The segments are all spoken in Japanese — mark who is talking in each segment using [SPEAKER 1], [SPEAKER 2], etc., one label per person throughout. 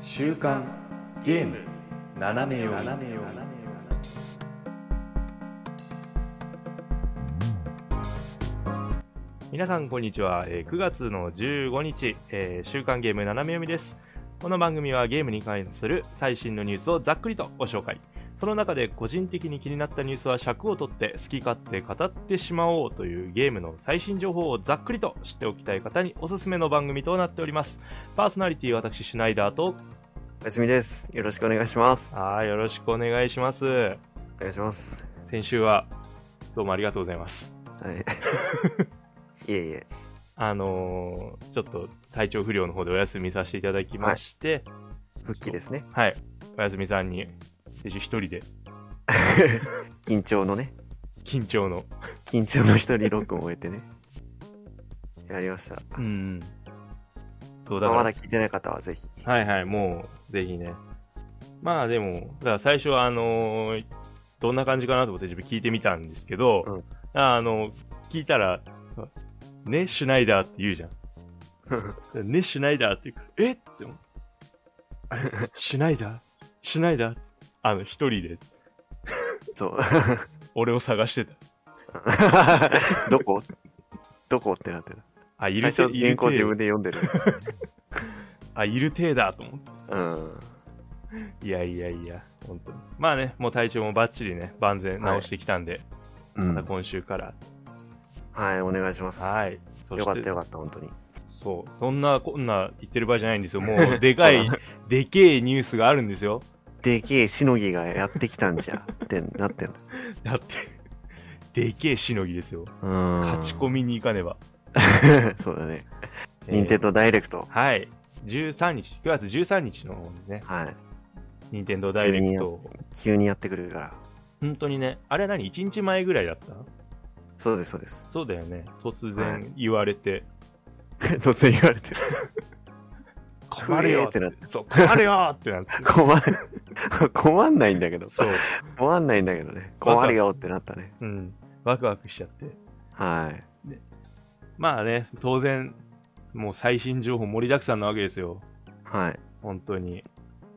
[SPEAKER 1] 週刊ゲーム斜め読み
[SPEAKER 2] 皆さんこんにちは、えー9月の15日、えー週刊ゲーム斜め読みですこの番組はゲームに関する最新のニュースをざっくりとご紹介その中で個人的に気になったニュースは尺を取って好き勝手語ってしまおうというゲームの最新情報をざっくりと知っておきたい方におすすめの番組となっておりますパーソナリティ私シュナイダーと
[SPEAKER 3] おやすみです。よろしくお願いします。
[SPEAKER 2] あーよろしくお願いします
[SPEAKER 3] お願いします。
[SPEAKER 2] 先週はどうもありがとうございます
[SPEAKER 3] はい。いえいえ。
[SPEAKER 2] あのーちょっと体調不良の方でお休みさせていただきまして、
[SPEAKER 3] 復帰ですね。
[SPEAKER 2] はい。おやすみさんに、先週一人で、
[SPEAKER 3] 緊張のね。
[SPEAKER 2] 緊張の。
[SPEAKER 3] 緊張の一人録音を終えてね。 やりました。
[SPEAKER 2] うん。そうだ
[SPEAKER 3] まあま
[SPEAKER 2] から、
[SPEAKER 3] だ聞いてない方はぜひ。
[SPEAKER 2] はいはい、もう、ぜひね。まあでも、だから最初は、あのーどんな感じかなと思って自分聞いてみたんですけど、
[SPEAKER 3] うん
[SPEAKER 2] あの、聞いたら、ね、シュナイダーって言うじゃん。ね、シュナイダーって言うから、えって 思う。あれシュナイダーシュナイダーあの、一人で、
[SPEAKER 3] そう。
[SPEAKER 2] 俺を探してた。
[SPEAKER 3] どこどこってなってる。
[SPEAKER 2] あ、い
[SPEAKER 3] 最
[SPEAKER 2] る
[SPEAKER 3] 初
[SPEAKER 2] て、い
[SPEAKER 3] 原
[SPEAKER 2] る
[SPEAKER 3] 稿自分
[SPEAKER 2] て、
[SPEAKER 3] で読んでる。
[SPEAKER 2] あ、いるてだと思って。
[SPEAKER 3] うん。
[SPEAKER 2] いやいやいや、本当に。まあね、もう体調もバッチリね、万全
[SPEAKER 3] はい
[SPEAKER 2] 直してきたんで、
[SPEAKER 3] う
[SPEAKER 2] また
[SPEAKER 3] ん、
[SPEAKER 2] 今週から。
[SPEAKER 3] はい、お願いします。
[SPEAKER 2] はい。そして
[SPEAKER 3] よかったよかった、本当に。
[SPEAKER 2] そう。そんな、こんな言ってる場合じゃないんです よ。もう、でかい
[SPEAKER 3] そ、
[SPEAKER 2] でけえニュースがあるんですよ。
[SPEAKER 3] でけえしのぎがやってきたんじゃ。ってなってる。
[SPEAKER 2] だって、でけえしのぎですよ。
[SPEAKER 3] うん。
[SPEAKER 2] 勝ち込みに行かねば。
[SPEAKER 3] そうだね。
[SPEAKER 2] えー
[SPEAKER 3] 任天堂ダイレクト。
[SPEAKER 2] はい。13日、9月13日の方にね、
[SPEAKER 3] はい。
[SPEAKER 2] 任天堂ダイレクト。
[SPEAKER 3] 急にやってくるから。
[SPEAKER 2] 本当にね、あれは何 ?1 日前ぐらいだった
[SPEAKER 3] そうです、そうです。
[SPEAKER 2] そうだよね。突
[SPEAKER 3] は
[SPEAKER 2] 然言われて、
[SPEAKER 3] 突然言われてる。
[SPEAKER 2] 困るよって
[SPEAKER 3] 食えーっ
[SPEAKER 2] そう、困るよって なって。
[SPEAKER 3] 困る。困んないんだけど。
[SPEAKER 2] そう。
[SPEAKER 3] 困んないんだけどね。困るよってなったね。
[SPEAKER 2] うん、ワクワクしちゃって。
[SPEAKER 3] はい。
[SPEAKER 2] まあね、当然、もう最新情報盛りだくさんなわけですよ。
[SPEAKER 3] はい。
[SPEAKER 2] 本当に。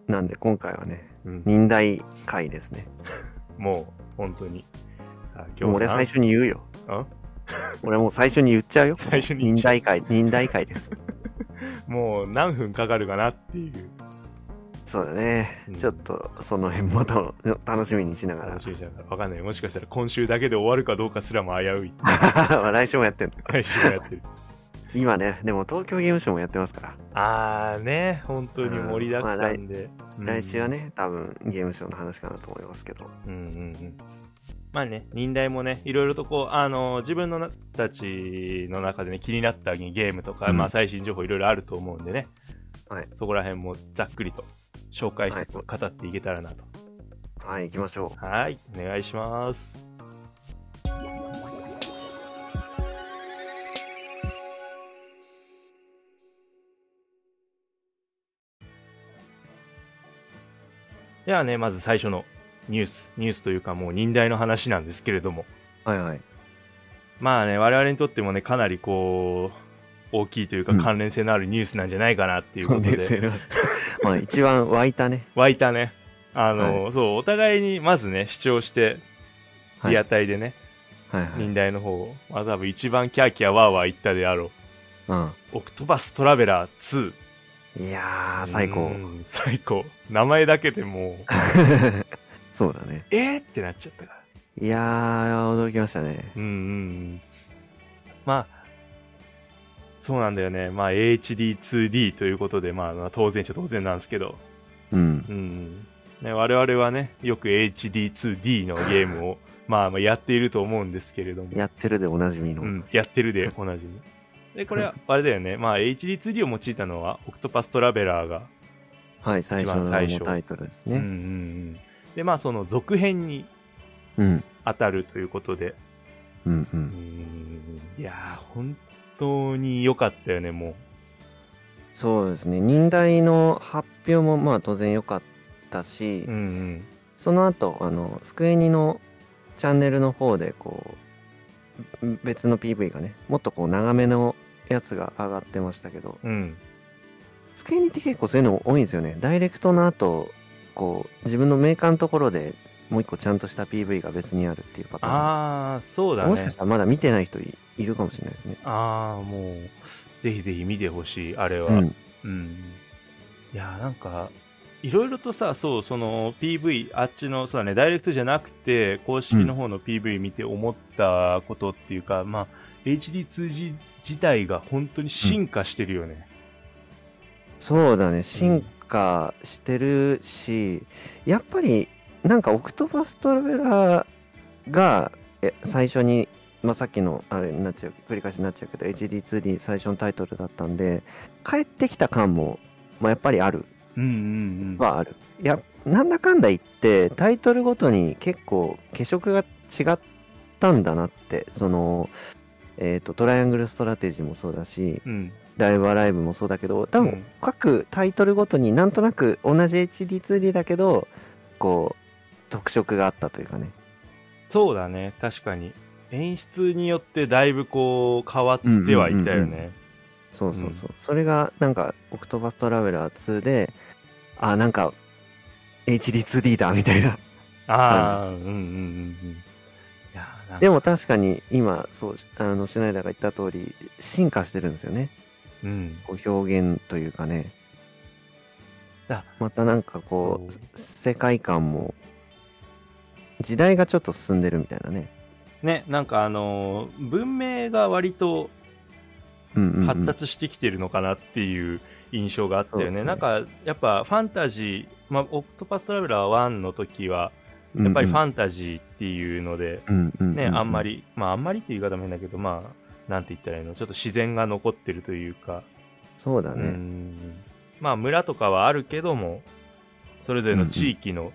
[SPEAKER 3] なんで今回はね、
[SPEAKER 2] うん、
[SPEAKER 3] 忍耐会ですね。
[SPEAKER 2] もう、本当に。さあ、
[SPEAKER 3] もう俺
[SPEAKER 2] な
[SPEAKER 3] 最初に言うよ
[SPEAKER 2] あ。
[SPEAKER 3] 俺もう最初に言っちゃ うよ。
[SPEAKER 2] 最初に言っ
[SPEAKER 3] 忍
[SPEAKER 2] ちゃう
[SPEAKER 3] 耐会、忍耐会です。
[SPEAKER 2] もう何分かかるかなっていう
[SPEAKER 3] そうだね
[SPEAKER 2] うん。
[SPEAKER 3] ちょっとその辺もた楽しみにしながら
[SPEAKER 2] 話。でしたから、わかんない。もしかしたら今週だけで終わるかどうかすらも危 うい。
[SPEAKER 3] まあ来週もやってんの。
[SPEAKER 2] 来週もやってる。
[SPEAKER 3] 今ね、でも東京ゲームショウもやってますから。
[SPEAKER 2] あーね、本当に盛りだくさんで。うん
[SPEAKER 3] 来週は。ね、多分ゲームショウの話かなと思いますけど。
[SPEAKER 2] うんうんうん。まあね、忍耐もね、いろいろとこう、あの自分のなたちの中でね、気になったゲームとか、
[SPEAKER 3] うん
[SPEAKER 2] まあ最新情報いろいろあると思うんでね、
[SPEAKER 3] はい
[SPEAKER 2] そこら辺もざっくりと紹介しつつ
[SPEAKER 3] はい
[SPEAKER 2] 語っていけたらなと。
[SPEAKER 3] はい、行きましょう。
[SPEAKER 2] はい、お願いします。ではね、まず最初のニュース、ニュースというかもう忍耐の話なんですけれども、
[SPEAKER 3] はいはい。
[SPEAKER 2] まあね、我々にとってもね、かなりこう、大きいというか
[SPEAKER 3] うん
[SPEAKER 2] 関連性のあるニュースなんじゃないかなっていうこと
[SPEAKER 3] 関
[SPEAKER 2] で、
[SPEAKER 3] 連性のあるまあ一番湧いたね。
[SPEAKER 2] 湧いたね。あの、そう、お互いにまずね、主張して、
[SPEAKER 3] はい
[SPEAKER 2] リアタイでね、
[SPEAKER 3] はいはい。
[SPEAKER 2] 忍耐の方を、まあ、多分一番キャーキャーワーワー言ったであろう。オクトバストラベラー
[SPEAKER 3] うん。いやー、
[SPEAKER 2] 2。
[SPEAKER 3] 最
[SPEAKER 2] う
[SPEAKER 3] 高。
[SPEAKER 2] ん。最高。名前だけでもう、
[SPEAKER 3] そうだね。
[SPEAKER 2] えーってなっちゃったから。
[SPEAKER 3] いやー、驚きましたね。
[SPEAKER 2] うんうんうん。まあ、そうなんだよね。まあ、HD2D ということで、まあ、まあ当然っちゃ当然なんですけど、
[SPEAKER 3] うん。
[SPEAKER 2] うんうんね、我々はね、よく HD2D のゲームを、まあ、まあやっていると思うんですけれども、
[SPEAKER 3] やってるでおなじみの。
[SPEAKER 2] うん、やってるで、おなじみ。で、これは、あれだよね。まあ、HD2D を用いたのは、オクトパストラベラーが。
[SPEAKER 3] はい、最初
[SPEAKER 2] 一番最初
[SPEAKER 3] のタイトルです
[SPEAKER 2] うんうんう
[SPEAKER 3] ね。
[SPEAKER 2] ん。で、まあ、その続編に
[SPEAKER 3] うん。
[SPEAKER 2] 当たるということで。
[SPEAKER 3] うんう。
[SPEAKER 2] うんん。いやー、本当に良かったよね、も
[SPEAKER 3] そうですね。忍耐の発表もまあ当然良かったし
[SPEAKER 2] う。う、ん
[SPEAKER 3] その後、あの、スクエニのチャンネルの方で、こう、ん別の PV がね、もっとこう長めのやつが上がってましたけど、
[SPEAKER 2] うん。うん。
[SPEAKER 3] スクエニって結構そういうの多いんですよね。ダイレクトの後、こう、自分のメーカーのところでもう一個ちゃんとした PV が別にあるっていうパターン。
[SPEAKER 2] ああ、そうだね。
[SPEAKER 3] もしかしたらまだ見てない人いいるかもしれないですね。
[SPEAKER 2] ああ、もう、ぜひぜひ見てほしい、あれは。
[SPEAKER 3] うん。
[SPEAKER 2] うんいやーなんか、いろいろとさ、そう、その PV、あっちの、そうだね、ダイレクトじゃなくて、公式の方の PV 見て思ったことっていうか、まあ、HD2G 自体が本当に進化してるよね。
[SPEAKER 3] そうだね進化してるし、やっぱりなんかオクトパストラベラーがえ最初に、まあ、さっきのあれになっちゃう繰り返しになっちゃうけど HD2D 最初のタイトルだったんで帰ってきた感も、まあ、やっぱりある
[SPEAKER 2] うんうんうん。
[SPEAKER 3] はあるいやなんだかんだ言ってタイトルごとに結構化粧が違ったんだなってそのえっ、とトライアングルストラテジーもそうだし
[SPEAKER 2] うん。
[SPEAKER 3] ライブアライブもそうだけど多分
[SPEAKER 2] うん
[SPEAKER 3] 各タイトルごとになんとなく同じ HD2D だけどこう特色があったというかね
[SPEAKER 2] そうだね、確かに。演出によってだいぶこう、変わっては
[SPEAKER 3] うん
[SPEAKER 2] いたよ
[SPEAKER 3] うんうん
[SPEAKER 2] ね。
[SPEAKER 3] そうそうそう、それがなんか「オクトバストラベラー2で」あなんか HD2D だみたい な
[SPEAKER 2] ああ、うんうんうんうん。いやーなんか
[SPEAKER 3] でも確かに今そうあのシュナイダーが言った通り進化してるんですよね
[SPEAKER 2] うん。
[SPEAKER 3] こう表現というかね
[SPEAKER 2] あ
[SPEAKER 3] またなんかこう
[SPEAKER 2] そう
[SPEAKER 3] 世界観も時代がちょっと進んでるみたいなね
[SPEAKER 2] ね、なんかあのー文明が割と
[SPEAKER 3] うんうんうん、
[SPEAKER 2] 発達してきてるのかなっていう印象があった
[SPEAKER 3] そ
[SPEAKER 2] よね。
[SPEAKER 3] うですね
[SPEAKER 2] なんか、やっぱファンタジー、まあ、オクトパストラベラー1の時は、やっぱりファンタジーっていうので、
[SPEAKER 3] うんうん
[SPEAKER 2] ね、あんま。り、まあ、あんまりっていう言い方も変だけど、まあ、なんて言ったらいいの、ちょっと自然が残ってるというか、
[SPEAKER 3] そうだ
[SPEAKER 2] う
[SPEAKER 3] ね。
[SPEAKER 2] んまあ、村とかはあるけども、それぞれの地域の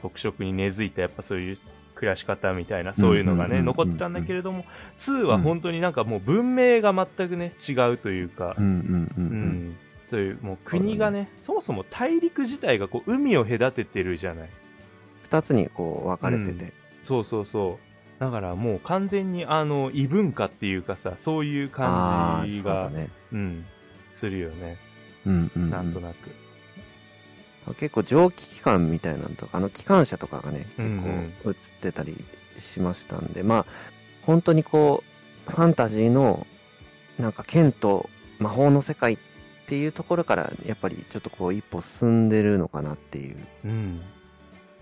[SPEAKER 2] 特色に根付いた、やっぱそういう暮らし方みたいな、そういうのが
[SPEAKER 3] うんうんうんう
[SPEAKER 2] ね、
[SPEAKER 3] ん
[SPEAKER 2] 残ってたんだけれども、2は本当になんかもう文明が全くね、違うというか
[SPEAKER 3] う、んうんう
[SPEAKER 2] うんん、という、もう国がね、そもそも大陸自体がこう海を隔ててるじゃない。
[SPEAKER 3] 二つにこう分かれてて。
[SPEAKER 2] そうそうそう。だからもう完全にあの異文化っていうかさ、そういう
[SPEAKER 3] ああ
[SPEAKER 2] 感
[SPEAKER 3] ー、
[SPEAKER 2] じ
[SPEAKER 3] そうだ
[SPEAKER 2] が、
[SPEAKER 3] ね。
[SPEAKER 2] うん、するよね、
[SPEAKER 3] うんうんうん
[SPEAKER 2] なんとなく。
[SPEAKER 3] 結構蒸気機関みたいなのとか、あの機関車とかがね、結
[SPEAKER 2] うん
[SPEAKER 3] 構映ってたりしましたんで、まあ、本当にこう、ファンタジーの、なんか剣と魔法の世界っていうところから、やっぱりちょっとこう一歩進んでるのかなっていう。
[SPEAKER 2] うん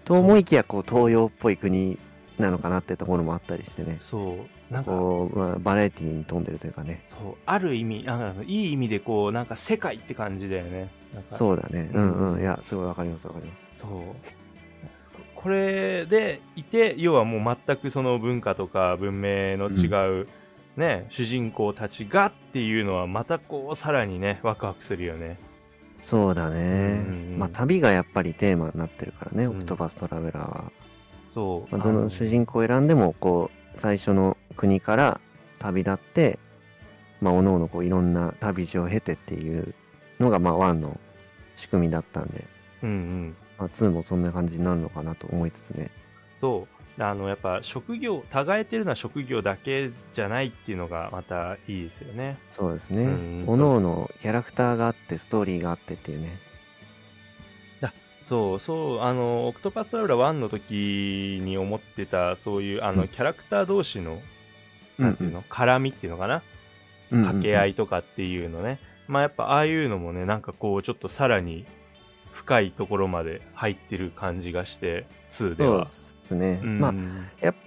[SPEAKER 3] と思いきや、こう東洋っぽい国なのかなってところもあったりしてね。
[SPEAKER 2] そう、なんか、
[SPEAKER 3] こう、まあ、バラエティに富んでるというかね。
[SPEAKER 2] そう、ある意味、なんかいい意味でこう、なんか世界って感じだよね。なんか
[SPEAKER 3] そうだね。うんうん。いや、すごいわかりますわかります。
[SPEAKER 2] そう。これでいて、要はもう全くその文化とか文明の違う、ね、主人公たちがっていうのは、またこう、さらにね、ワクワクするよね。
[SPEAKER 3] そうだね。
[SPEAKER 2] うんうんうん
[SPEAKER 3] まあ、旅がやっぱりテーマになってるからね、
[SPEAKER 2] うん
[SPEAKER 3] オクトバストラベラーは。
[SPEAKER 2] そう。
[SPEAKER 3] まあ、ど
[SPEAKER 2] あ
[SPEAKER 3] の主人公を選んでも、こう、最初の国から旅立って、まあ、おのおのこういろんな旅路を経てっていうのが、まあ、1の仕組みだったんで、
[SPEAKER 2] うんうん。
[SPEAKER 3] まあ、2もそんな感じになるのかなと思いつつね。
[SPEAKER 2] そう。あの、やっぱ職業、互えてるのは職業だけじゃないっていうのがまたいいですよね。
[SPEAKER 3] そうですね。
[SPEAKER 2] うん
[SPEAKER 3] おのおのキャラクターがあって、ストーリーがあってっていうね。
[SPEAKER 2] そうそう、あの、オクトパストラベラー1の時に思ってた、そういう、あ
[SPEAKER 3] う
[SPEAKER 2] の、
[SPEAKER 3] ん
[SPEAKER 2] キャラクター同士の、なんていうの、絡みっていうのかな、
[SPEAKER 3] うんうんうん
[SPEAKER 2] 掛け合いとかっていうのね。まあやっぱ、ああいうのもね、なんかこう、ちょっとさらに深いところまで入ってる感じがして、2で
[SPEAKER 3] そう
[SPEAKER 2] は
[SPEAKER 3] で。すね。
[SPEAKER 2] うん
[SPEAKER 3] まあ、やっぱ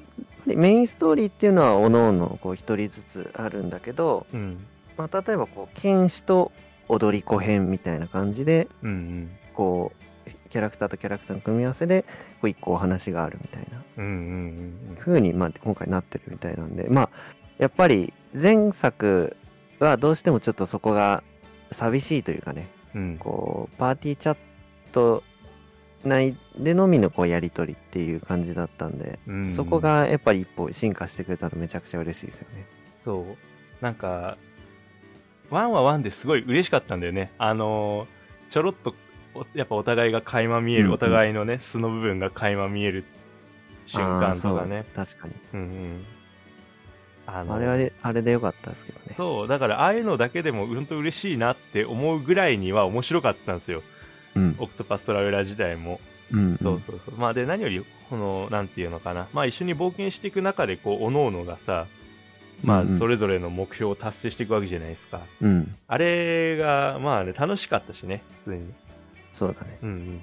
[SPEAKER 3] りメインストーリーっていうのはおのおのこう一人ずつあるんだけど、
[SPEAKER 2] うん、
[SPEAKER 3] まあ、例えばこう剣士と踊り子編みたいな感じで
[SPEAKER 2] うん、うん、
[SPEAKER 3] こうキャラクターとキャラクターの組み合わせでこう一個お話があるみたいな
[SPEAKER 2] うん、うん、うん
[SPEAKER 3] 風にまあ今回なってるみたいなんでまあやっぱり前作はどうしてもちょっとそこが寂しいというかね
[SPEAKER 2] うん、
[SPEAKER 3] こうパーティーチャット内でのみのこうやり取りっていう感じだったんで
[SPEAKER 2] うん、
[SPEAKER 3] そこがやっぱり一歩進化してくれたのめちゃくちゃ嬉しいですよね。
[SPEAKER 2] そう。なんか、ワンはワンですごい嬉しかったんだよね。あのーちょろっと、おやっぱお互いが垣間見え
[SPEAKER 3] うんう
[SPEAKER 2] る、
[SPEAKER 3] ん
[SPEAKER 2] お互いのね、素の部分が垣間見える瞬
[SPEAKER 3] あー
[SPEAKER 2] 間
[SPEAKER 3] そ
[SPEAKER 2] と
[SPEAKER 3] う
[SPEAKER 2] かね。
[SPEAKER 3] 確かに。
[SPEAKER 2] うんうん。あの
[SPEAKER 3] あれはねあれでよかったですけどね。
[SPEAKER 2] そう、だからああいうのだけでもうんと嬉しいなって思うぐらいには面白かったんですよ。
[SPEAKER 3] うん。
[SPEAKER 2] オクトパストラベラー時代も。
[SPEAKER 3] うん。
[SPEAKER 2] そうそうそう。まあで、何より、この、なんていうのかな。まあ一緒に冒険していく中で、こう、各々がさ、ま
[SPEAKER 3] うんう
[SPEAKER 2] あ
[SPEAKER 3] ん
[SPEAKER 2] それぞれの目標を達成していくわけじゃないですか。
[SPEAKER 3] うん。
[SPEAKER 2] あれが、まあね、楽しかったしね、普通に。
[SPEAKER 3] そうだね。
[SPEAKER 2] うんうん。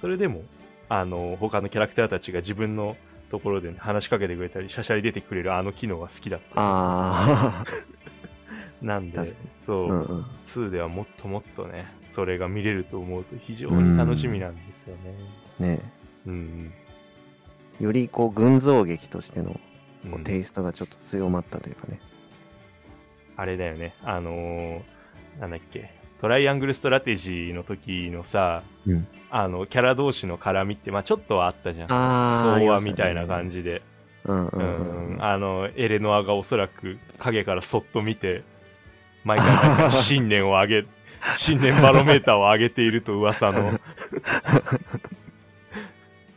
[SPEAKER 2] それでも、あの、他のキャラクターたちが自分のところで話しかけてくれたり、しゃしゃり出てくれるあの機能が好きだった。
[SPEAKER 3] ああ。
[SPEAKER 2] なんで
[SPEAKER 3] 確か、
[SPEAKER 2] そ う、
[SPEAKER 3] うんうん。
[SPEAKER 2] 2ではもっともっとね、それが見れると思うと非常に楽しみなんですよね。
[SPEAKER 3] ね
[SPEAKER 2] うん。
[SPEAKER 3] よりこう群像劇としての
[SPEAKER 2] うん
[SPEAKER 3] こうテイストがちょっと強まったというかね。
[SPEAKER 2] あれだよね、あのーなんだっけ、トライアングルストラテジーの時のさ、
[SPEAKER 3] うん
[SPEAKER 2] あの、キャラ同士の絡みって、まあちょっとはあったじゃん。
[SPEAKER 3] ああ。
[SPEAKER 2] 相和みたいな感
[SPEAKER 3] じ。
[SPEAKER 2] じで。
[SPEAKER 3] うんうん
[SPEAKER 2] う
[SPEAKER 3] うんうん
[SPEAKER 2] ん。。あの、エレノアがおそらく影からそっと見て、毎回毎 回信念を上げ、信念バロメーターを上げていると噂の。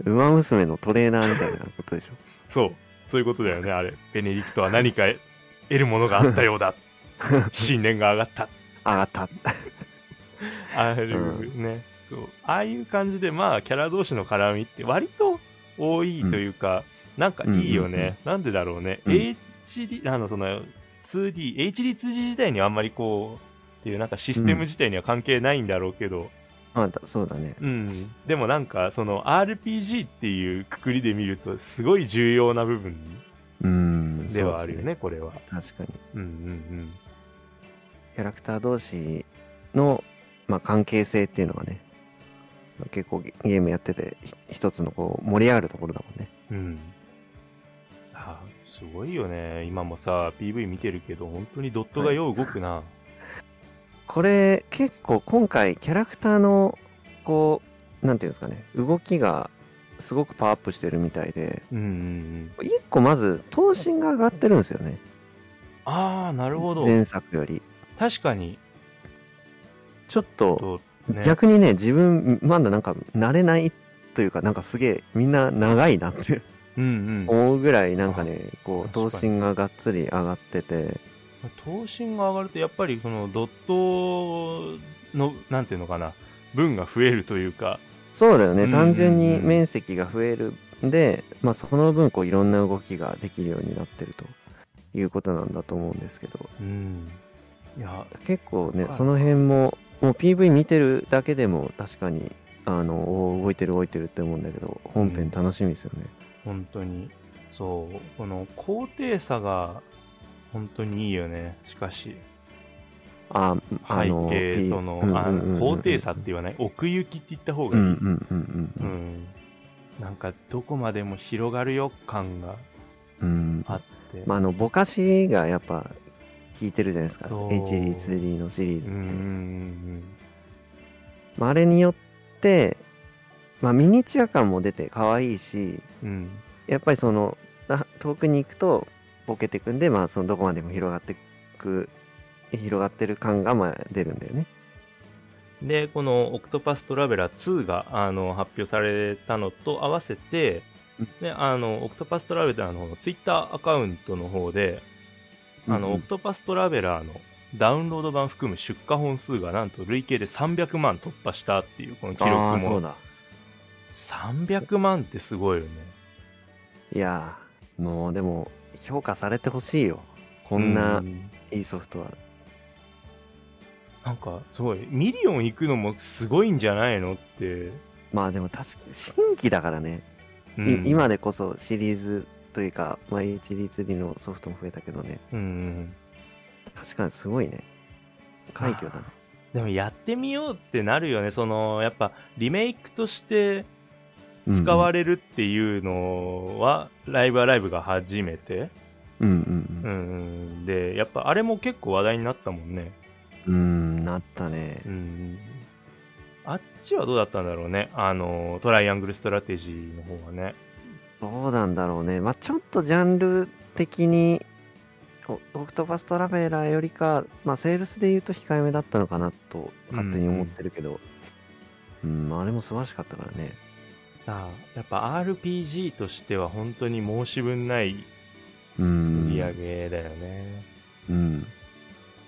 [SPEAKER 3] 馬娘のトレーナーみたいなことでしょ。
[SPEAKER 2] そう、そういうことだよね、あれ。ベネディクトは何か得るものがあっ たようだ。信念が上がった。
[SPEAKER 3] ああた。
[SPEAKER 2] ああいううね、そう。ああいう感じで、まあ、キャラ同士の絡みって割と多いというか、なんかいいよ
[SPEAKER 3] うんうんうん
[SPEAKER 2] ね。なんでだろうね。
[SPEAKER 3] うん
[SPEAKER 2] HD、あの、その、2D、HD2G 時代にはあんまりこう、っていうなんかシステム自体には関係ないんだろうけど、
[SPEAKER 3] まあだ、そうだね。
[SPEAKER 2] うん、でもなんか、その RPG っていうくくりで見ると、すごい重要な部分
[SPEAKER 3] うん。
[SPEAKER 2] ではあるよ
[SPEAKER 3] そう
[SPEAKER 2] ね、
[SPEAKER 3] で
[SPEAKER 2] これは。
[SPEAKER 3] すね。確かに。
[SPEAKER 2] うんうん
[SPEAKER 3] キャラクター同士の、まあ、関係性っていうのはね、結構ゲゲームやってて、ひ一つのこう盛り上がるところだもんね。
[SPEAKER 2] うん。うん。あーすごいよね。今もさ、PV 見てるけど、本当にドットがよう動くな。
[SPEAKER 3] これ、結構今回、キャラクターの、こう、なんていうんですかね、動きがすごくパワーアップしてるみたいで、
[SPEAKER 2] うんうんうん。
[SPEAKER 3] 一個まず、頭身が上がってるんですよね。
[SPEAKER 2] ああ、なるほど。
[SPEAKER 3] 前作より。
[SPEAKER 2] 確かに。
[SPEAKER 3] ちょっと、
[SPEAKER 2] とね、
[SPEAKER 3] 逆にね、自分、まだなんか、慣れないというか、なんかすげえ、みんな長いなって
[SPEAKER 2] うんうん。
[SPEAKER 3] 思うぐらい、なんかね、こう、頭
[SPEAKER 2] 確かに
[SPEAKER 3] 身ががっつり上がってて、
[SPEAKER 2] 頭身が上がると、やっぱりそのドットの、なんていうのかな、分が増えるというか、
[SPEAKER 3] そうだよね、
[SPEAKER 2] うん
[SPEAKER 3] 単純に面積が増えるんで、まあ、その分こういろんな動きができるようになってるということなんだと思うんですけど
[SPEAKER 2] うん。いや、
[SPEAKER 3] 結構ね
[SPEAKER 2] はい
[SPEAKER 3] その辺ももう PV 見てるだけでも確かにあのおー動いてる動いてるって思うんだけど本編楽しみですよね。
[SPEAKER 2] 本当に。そう。この高低差が、本当にいいよね。しかし。
[SPEAKER 3] ああ
[SPEAKER 2] 背
[SPEAKER 3] の
[SPEAKER 2] 景、
[SPEAKER 3] P-
[SPEAKER 2] その
[SPEAKER 3] うんう、ん
[SPEAKER 2] あ
[SPEAKER 3] うんうん
[SPEAKER 2] 高低差って言わない、奥行きって言った方
[SPEAKER 3] う
[SPEAKER 2] がいい。
[SPEAKER 3] んうんうんう
[SPEAKER 2] うんんなんか、どこまでも広がるよ感が
[SPEAKER 3] うん
[SPEAKER 2] あって。
[SPEAKER 3] まああのぼかしがやっぱ効いてるじゃないですか
[SPEAKER 2] そう
[SPEAKER 3] HD2D のシリーズ
[SPEAKER 2] う
[SPEAKER 3] っ
[SPEAKER 2] んうんう
[SPEAKER 3] て。
[SPEAKER 2] ん
[SPEAKER 3] まあ、あれによって、まあ、ミニチュア感も出て可愛いし
[SPEAKER 2] うん。うん。
[SPEAKER 3] やっぱりそのな遠くに行くとボケてくんで、まあ、そのどこまでも広がってく広がってる感がまあ出るんだよね。
[SPEAKER 2] で、このオクトパストラベラー2があの発表されたのと合わせて
[SPEAKER 3] うん、
[SPEAKER 2] であのオクトパストラベラーのツイッターアカウントの方で、あの
[SPEAKER 3] うんう
[SPEAKER 2] オ
[SPEAKER 3] ん
[SPEAKER 2] クトパストラベラーのダウンロード版含む出荷本数がなんと累計で300万突破したっていうこの記録
[SPEAKER 3] ああそう
[SPEAKER 2] も
[SPEAKER 3] だ
[SPEAKER 2] 300万ってすごいよね。
[SPEAKER 3] いやーもうでも評価されてほしいよこんな
[SPEAKER 2] う
[SPEAKER 3] いいソフトは、
[SPEAKER 2] なんかすごいミリオン行くのもすごいんじゃないのって、
[SPEAKER 3] まあでも確か新規だからね、い
[SPEAKER 2] うん
[SPEAKER 3] 今でこそシリーズというか、まあ、HD2D のソフトも増えたけどね
[SPEAKER 2] うんうん
[SPEAKER 3] 確かにすごいね快挙だね
[SPEAKER 2] でもやってみようってなるよね、そのやっぱリメイクとして使われるっていうのは、ライブアライブが初めて、
[SPEAKER 3] うんうん
[SPEAKER 2] うんうん、で、やっぱあれも結構話題になったもんね、
[SPEAKER 3] うん、うん、なったね
[SPEAKER 2] うんうん、あっちはどうだったんだろうね、あのトライアングルストラテジーの方はね、
[SPEAKER 3] どうなんだろうねまあちょっとジャンル的におオクトパストラベラーよりかまあセールスで言うと控えめだったのかなと勝手に思ってるけどうん、あれも素晴らしかったからね
[SPEAKER 2] さあやっぱ RPG としては本当に申し分ない
[SPEAKER 3] うん
[SPEAKER 2] いり上げだよね。
[SPEAKER 3] うん。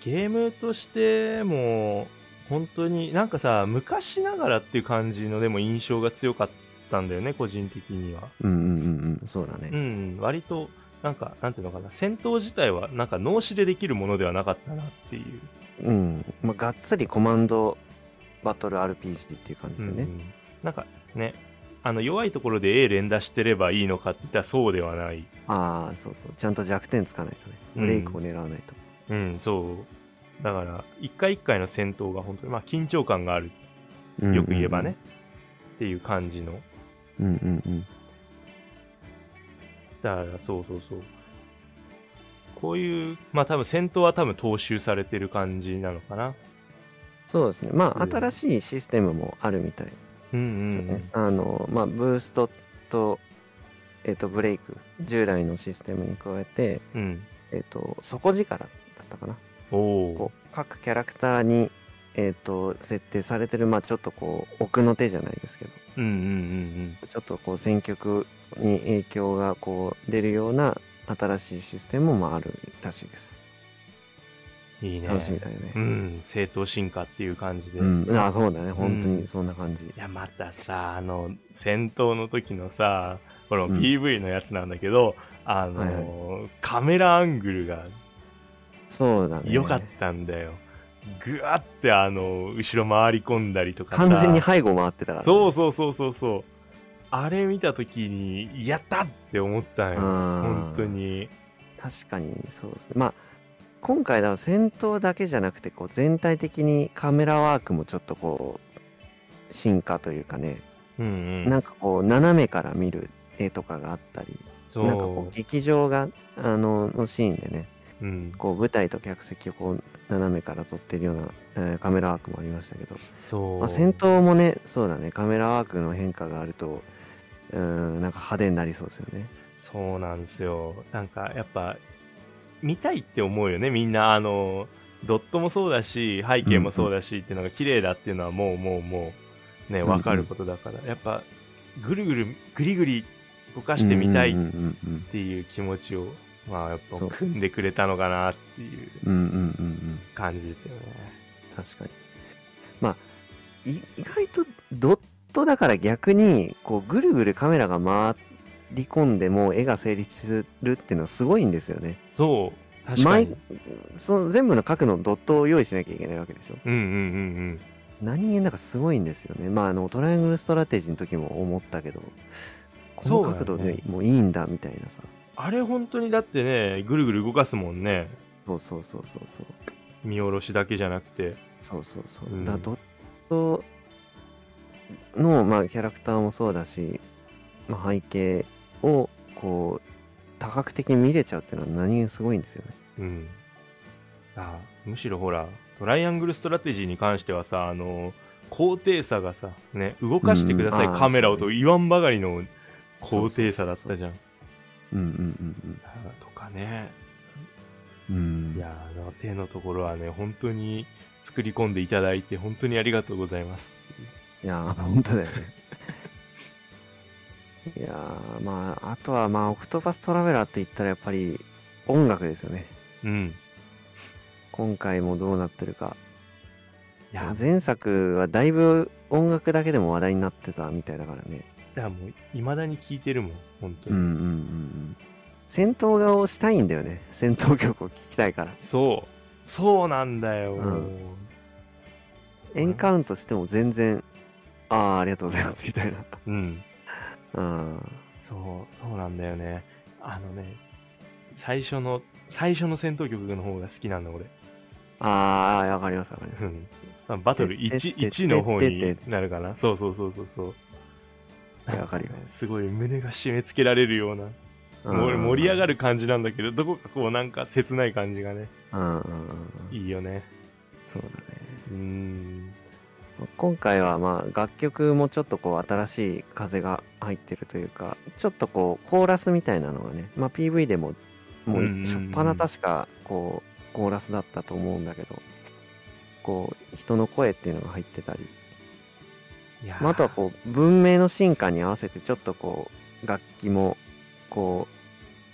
[SPEAKER 2] ゲームとしても、本当になんかさ、昔ながらっていう感じのでも印象が強かったんだよね、個人的には。
[SPEAKER 3] うんうんうんうん。そうだね
[SPEAKER 2] う。ん、割と、なんか、なんていうのかな、戦闘自体は、なんか脳死でできるものではなかったなっていう。
[SPEAKER 3] うん。まあ、がっつりコマンドバトル RPG っていう感じ
[SPEAKER 2] う
[SPEAKER 3] で
[SPEAKER 2] ん
[SPEAKER 3] ね。
[SPEAKER 2] なんかね、あの弱いところで A 連打してればいいのかって言ったらそうではない。
[SPEAKER 3] ああ、そうそう。ちゃんと弱点つかないとね。ブレイクを狙わないと。
[SPEAKER 2] うん、そう。だから、一回一回の戦闘が本当に、まあ、緊張感がある。
[SPEAKER 3] うん
[SPEAKER 2] よく言えばね。。っていう感じの。
[SPEAKER 3] うんうんうん。
[SPEAKER 2] だから、そうそうそう。こういう、まあ多分戦闘は多分踏襲されてる感じなのかな。
[SPEAKER 3] そうですね。まあ、
[SPEAKER 2] うん
[SPEAKER 3] 新しいシステムもあるみたい
[SPEAKER 2] うん
[SPEAKER 3] です
[SPEAKER 2] うんう
[SPEAKER 3] よ
[SPEAKER 2] ん、
[SPEAKER 3] ね。あの、まあ、ブーストと、えっ、と、ブレイク、従来のシステムに加えて、
[SPEAKER 2] うん。
[SPEAKER 3] えっ、と、底力だったかな。
[SPEAKER 2] おお
[SPEAKER 3] こう各キャラクターに、えっと設定されてる、まあ、ちょっとこう奥の手じゃないですけど
[SPEAKER 2] ー。うんうんうん
[SPEAKER 3] ちょっとこう選曲に影響がこう出るような新しいシステムもあるらしいです。
[SPEAKER 2] うん。いいね。
[SPEAKER 3] 楽しみだよね。
[SPEAKER 2] うん、正当進化っていう感じで。
[SPEAKER 3] うん
[SPEAKER 2] い、
[SPEAKER 3] あそうだね本当にそんな感じ。
[SPEAKER 2] や、またさ、あの、戦闘の時のさ、この
[SPEAKER 3] うん
[SPEAKER 2] PV のやつなんだけど、あの、
[SPEAKER 3] はい
[SPEAKER 2] カメラアングルが
[SPEAKER 3] そうだね。
[SPEAKER 2] 良かったんだよ。ぐわって、あの、後ろ回り込んだりとかさ
[SPEAKER 3] 完全に背後回ってたからね、
[SPEAKER 2] そうそうそうそうそう。あれ見たときに、やったって思ったんよ。
[SPEAKER 3] あー
[SPEAKER 2] 本当に。
[SPEAKER 3] 確かにそうですね。まあ今回だから戦闘だけじゃなくてこう全体的にカメラワークもちょっとこう進化というかね、
[SPEAKER 2] うんうん。
[SPEAKER 3] なんかこう斜めから見る絵とかがあったり
[SPEAKER 2] そう
[SPEAKER 3] なんかこう劇場があののシーンでね
[SPEAKER 2] うん、
[SPEAKER 3] こう舞台と客席をこう斜めから撮ってるような、えーカメラワークもありましたけど、
[SPEAKER 2] そう。
[SPEAKER 3] まあ、戦闘もねそうだねカメラワークの変化があるとうーんなんか派手になりそうですよね。
[SPEAKER 2] そうなんですよ。なんか、やっぱ、見たいって思うよね、みんな。あの、ドットもそうだし、背景もそうだし、っていうのが綺麗だっていうのはもうもうもう、ね、
[SPEAKER 3] うんうん
[SPEAKER 2] わかることだから。やっぱ、ぐるぐる、ぐりぐり動かしてみたい
[SPEAKER 3] うんう
[SPEAKER 2] っ
[SPEAKER 3] んうん
[SPEAKER 2] ていう気持ちを、まあ、やっぱ
[SPEAKER 3] そう、
[SPEAKER 2] 組んでくれたのかなっていう
[SPEAKER 3] うんうんうんうん
[SPEAKER 2] 感じですよね。
[SPEAKER 3] 確かに。まあい意外とドットだから逆にこうぐるぐるカメラが回り込んでも絵が成立するっていうのはすごいんですよね。
[SPEAKER 2] そう、確かに
[SPEAKER 3] 毎。その全部の角のドットを用意しなきゃいけないわけでしょ
[SPEAKER 2] うんうんうん
[SPEAKER 3] 何気になんかすごいんですよねまああのトライアングルストラテジーの時も思ったけどこの
[SPEAKER 2] そうだよね
[SPEAKER 3] 角度でもういいんだみたいなさ
[SPEAKER 2] うん。あれ本当にだってね、ぐるぐる動かすもんね。
[SPEAKER 3] そうそうそうそうそう
[SPEAKER 2] 見下ろしだけじゃなくて。
[SPEAKER 3] そうそうそう、
[SPEAKER 2] うん
[SPEAKER 3] だからドットの、まあ、キャラクターもそうだし、まあ、背景をこう多角的に見れちゃうっていうのは何気にすごいんですよね
[SPEAKER 2] うん。あむしろほら、トライアングルストラテジーに関してはさ、あの、高低差がさ、ね、動かしてください、
[SPEAKER 3] うんあー
[SPEAKER 2] カメラを
[SPEAKER 3] そ
[SPEAKER 2] と
[SPEAKER 3] う
[SPEAKER 2] 言わんばかりの高低差だったじゃん。
[SPEAKER 3] うんうん
[SPEAKER 2] あーとかね。
[SPEAKER 3] うんうん
[SPEAKER 2] いやー、あの手のところはね、本当に作り込んでいただいて、本当にありがとうございます。
[SPEAKER 3] いやー、本当だよね。 いやー、まあ、あとは、まあ、オクトパストラベラーって言ったら、やっぱり音楽ですよね。
[SPEAKER 2] うん。
[SPEAKER 3] 今回もどうなってるか。
[SPEAKER 2] いやー、
[SPEAKER 3] 前作はだいぶ音楽だけでも話題になってたみたいだからね。
[SPEAKER 2] だからもう、未だに聞いてるもん、本当
[SPEAKER 3] うん
[SPEAKER 2] に。
[SPEAKER 3] うんうんうん。戦闘画をしたいんだよね。戦闘曲を聴きたいから。
[SPEAKER 2] そう。そうなんだよ。
[SPEAKER 3] うんエンカウントしても全然、ああ、ありがとうございます、みたいな。
[SPEAKER 2] うん。
[SPEAKER 3] うん。
[SPEAKER 2] そう、そうなんだよね。あのね、最初の、最初の戦闘曲の方が好きなんだ、俺。
[SPEAKER 3] ああ、わかります、わかりま
[SPEAKER 2] う
[SPEAKER 3] す。
[SPEAKER 2] ん。まあバトル
[SPEAKER 3] てって
[SPEAKER 2] 1、
[SPEAKER 3] って
[SPEAKER 2] 1の方
[SPEAKER 3] てっ
[SPEAKER 2] に
[SPEAKER 3] て
[SPEAKER 2] なるかな。そうそうそうそうそう。
[SPEAKER 3] いやわかるよ
[SPEAKER 2] なんねすごい胸が締め付けられるような、
[SPEAKER 3] うん
[SPEAKER 2] もう盛り上がる感じなんだけど、どこかこうなんか切ない感じがね、
[SPEAKER 3] うんうんうんうん。
[SPEAKER 2] いいよね。
[SPEAKER 3] そうだね。
[SPEAKER 2] うーん。
[SPEAKER 3] 今回はまあ楽曲もちょっとこう新しい風が入ってるというかちょっとこうコーラスみたいなのがね、まあ、PV でもも
[SPEAKER 2] うんうんうん
[SPEAKER 3] うしょっぱな確かこうコーラスだったと思うんだけどこう人の声っていうのが入ってたり、
[SPEAKER 2] いやー
[SPEAKER 3] まあ、あとはこう文明の進化に合わせてちょっとこう楽器もこ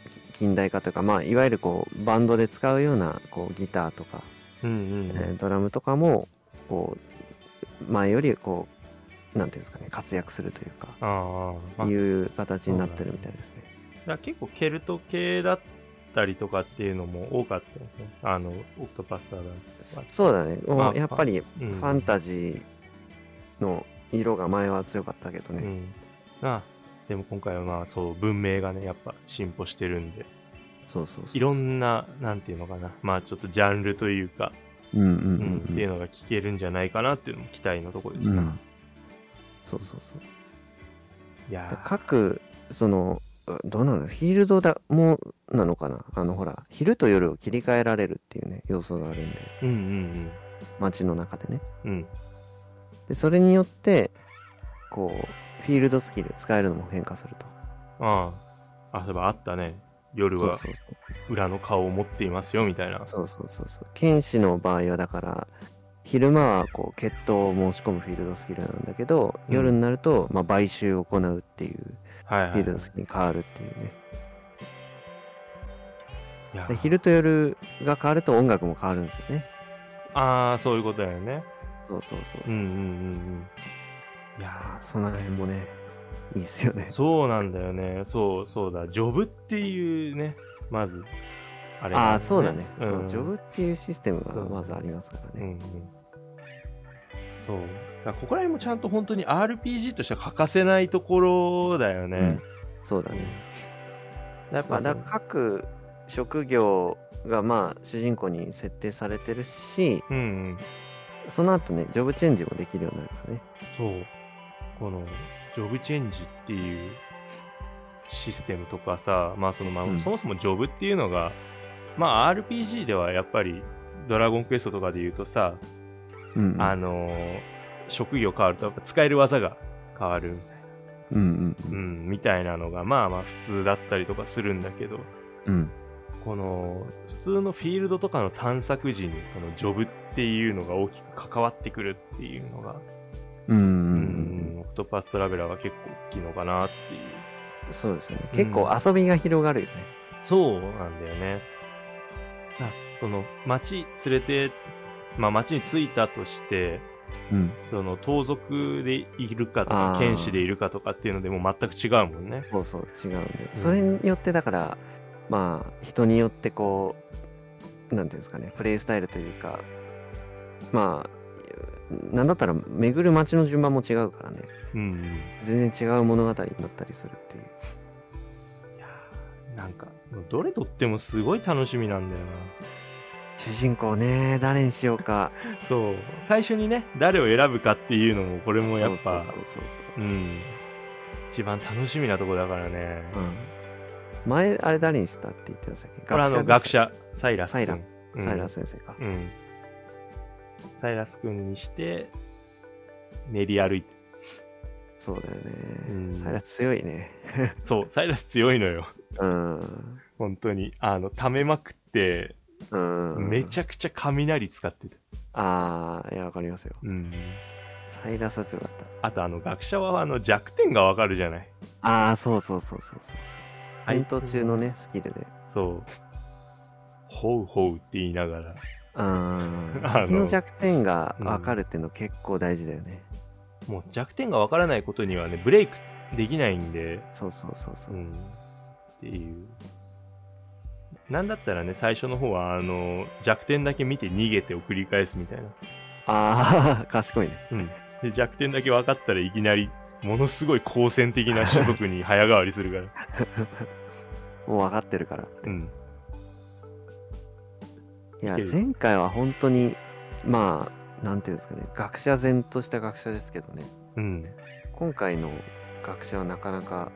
[SPEAKER 3] うき近代化というか、まあ、いわゆるこうバンドで使うようなこうギターとか、
[SPEAKER 2] うん
[SPEAKER 3] えードラムとかもこう前よりこうなんていうんですかね活躍するというか、
[SPEAKER 2] ああ、まあ、
[SPEAKER 3] い
[SPEAKER 2] だか
[SPEAKER 3] う形になってるみたいですね。
[SPEAKER 2] ら結構ケルト系だったりとかっていうのも多かったよね。あの、オクトパスターだ
[SPEAKER 3] そ
[SPEAKER 2] そう
[SPEAKER 3] そうだね、
[SPEAKER 2] まあ
[SPEAKER 3] やっぱりフ
[SPEAKER 2] うん
[SPEAKER 3] ァンタジーの色が前は強かったけど
[SPEAKER 2] う
[SPEAKER 3] ね、
[SPEAKER 2] ん。まあ、でも今回はまあそう、文明がね、やっぱ進歩してるんで、
[SPEAKER 3] そうそうそう
[SPEAKER 2] いろんな、なんていうのかな、まあちょっとジャンルというか、
[SPEAKER 3] うんうん
[SPEAKER 2] うん
[SPEAKER 3] うん
[SPEAKER 2] っ、ていうのが聞けるんじゃないかなっていうのも期待のところです
[SPEAKER 3] う
[SPEAKER 2] な。
[SPEAKER 3] んそうそうそう
[SPEAKER 2] いやー
[SPEAKER 3] 各そのうどうなのフィールドだもなのかなあのほら昼と夜を切り替えられるっていうね要素があるんで
[SPEAKER 2] うんうん
[SPEAKER 3] 街の中でね
[SPEAKER 2] うん。うん。
[SPEAKER 3] でそれによってこうフィールドスキル使えるのも変化すると
[SPEAKER 2] ああ。あ、そういえばあったね。夜
[SPEAKER 3] そう
[SPEAKER 2] は
[SPEAKER 3] そう
[SPEAKER 2] 裏の顔を持っていますよ、みたいな。
[SPEAKER 3] そうそうそうそう剣士の場合はだから昼間はこう決闘を申し込むフィールドスキルなんだけど、
[SPEAKER 2] うん
[SPEAKER 3] 夜になると、まあ、買収を行うっていう
[SPEAKER 2] はい
[SPEAKER 3] フ
[SPEAKER 2] は
[SPEAKER 3] ィ
[SPEAKER 2] い。
[SPEAKER 3] ールドスキルに変わるっていうね、
[SPEAKER 2] いやー
[SPEAKER 3] で昼と夜が変わると音楽も変わるんですよね
[SPEAKER 2] ああ、そういうことだよね。
[SPEAKER 3] そうそうそうそう
[SPEAKER 2] う
[SPEAKER 3] そう、
[SPEAKER 2] んうんうんうん。いや
[SPEAKER 3] あその辺もね、いいっすよね
[SPEAKER 2] ー、。そうなんだよね。そうそうだ。ジョブっていうね、まず、あれなんよ、
[SPEAKER 3] ああ、そうだね、そうう。
[SPEAKER 2] ん
[SPEAKER 3] ジョブっていうシステムが
[SPEAKER 2] そう
[SPEAKER 3] まずありますから
[SPEAKER 2] うんう
[SPEAKER 3] ね。
[SPEAKER 2] ん。そう。だからここら辺もちゃんと本当に RPG としては欠かせないところだよね。
[SPEAKER 3] そうだね。
[SPEAKER 2] やっ
[SPEAKER 3] まあ、
[SPEAKER 2] ぱ
[SPEAKER 3] だから各職業がまあ主人公に設定されてるし、
[SPEAKER 2] うんうん。
[SPEAKER 3] その後ね、ジョブチェンジもできるようになるからね。
[SPEAKER 2] そう。この、ジョブチェンジっていうシステムとかさ、まあその、まあ
[SPEAKER 3] うん
[SPEAKER 2] そもそもジョブっていうのが、まあ RPG ではやっぱり、ドラゴンクエストとかで言うとさ、
[SPEAKER 3] うんうん。
[SPEAKER 2] あのー職業変わるとやっぱ使える技が変わる、
[SPEAKER 3] うんう
[SPEAKER 2] うんん、みたいなのが、まあまあ普通だったりとかするんだけど、
[SPEAKER 3] うん。うん。
[SPEAKER 2] この、普通のフィールドとかの探索時に、このジョブっていうのが大きく関わってくるっていうのが、
[SPEAKER 3] うんうん
[SPEAKER 2] う
[SPEAKER 3] うん
[SPEAKER 2] ん、オクトパストラベラーは結構大きいのかなっていう。
[SPEAKER 3] うん。そうですよね。
[SPEAKER 2] うん
[SPEAKER 3] 結構遊びが広がるよね。
[SPEAKER 2] そうなんだよね。あ、その、町連れて、まあ町に着いたとして、
[SPEAKER 3] うん。
[SPEAKER 2] その盗賊でいるかと
[SPEAKER 3] あー
[SPEAKER 2] か、剣士でいるかとかっていうのでもう全く違うもんね。
[SPEAKER 3] そうそう、違うんで。それによってだから、まあ、人によってこう、なんていうんですかね、プレイスタイルというか、まあ、なんだったら巡る街の順番も違うからね、
[SPEAKER 2] うん。
[SPEAKER 3] 全然違う物語になったりするっていう。
[SPEAKER 2] なんか、どれとってもすごい楽しみなんだよ
[SPEAKER 3] 主人公ね、誰にしようか。
[SPEAKER 2] な。そう。最初にね、誰を選ぶかっていうのも、これもやっぱ、
[SPEAKER 3] そうそうそうそう
[SPEAKER 2] うん。一番楽しみなとこだからね。
[SPEAKER 3] そう、うん前、あれ誰にしたって言ってましたっけ
[SPEAKER 2] これあの、
[SPEAKER 3] 学
[SPEAKER 2] 学
[SPEAKER 3] 者
[SPEAKER 2] 者、サイラス君。
[SPEAKER 3] サイラス
[SPEAKER 2] う
[SPEAKER 3] です。サイ
[SPEAKER 2] ん
[SPEAKER 3] ラス先生か。
[SPEAKER 2] うん。サイラス君にして、練り歩いて。
[SPEAKER 3] そうだよ
[SPEAKER 2] う
[SPEAKER 3] ね。
[SPEAKER 2] ん
[SPEAKER 3] サイラス強いね。
[SPEAKER 2] そう、サイラス強いのよ。
[SPEAKER 3] うん。
[SPEAKER 2] 本当に。あの、溜めまくって、
[SPEAKER 3] うん。
[SPEAKER 2] めち
[SPEAKER 3] ゃ。
[SPEAKER 2] ゃくちゃ雷使ってた。
[SPEAKER 3] ああ、いや、わかりますよ。
[SPEAKER 2] うん。
[SPEAKER 3] サイラスは強かった。
[SPEAKER 2] あと、あの、学者は、あの、弱点がわかるじゃない。
[SPEAKER 3] ああ、そうそうそうそうそうそう。
[SPEAKER 2] はい
[SPEAKER 3] 戦闘中のね、スキルで。
[SPEAKER 2] そう。ほうほうって言いながら、
[SPEAKER 3] う ーん。
[SPEAKER 2] あの
[SPEAKER 3] 敵の弱点が分かるっていうの結構大事だよね。
[SPEAKER 2] もう弱点がわからないことにはね、ブレイクできないんで、
[SPEAKER 3] そうそうそうそうう。
[SPEAKER 2] ん。っていう。なんだったらね、最初の方は、あの、弱点だけ見て逃げてを繰り返すみたいな。
[SPEAKER 3] ああ、 賢いね。
[SPEAKER 2] うん、で弱点だけ分かったらいきなりものすごい好戦的な種族に早変わりするから、
[SPEAKER 3] もう分かってるから。
[SPEAKER 2] うん、
[SPEAKER 3] いや
[SPEAKER 2] いけ、る
[SPEAKER 3] 前回は本当に、まあ、なんていうんですかね、学者前とした学者ですけどね、
[SPEAKER 2] うん、
[SPEAKER 3] 今回の学者はなかなか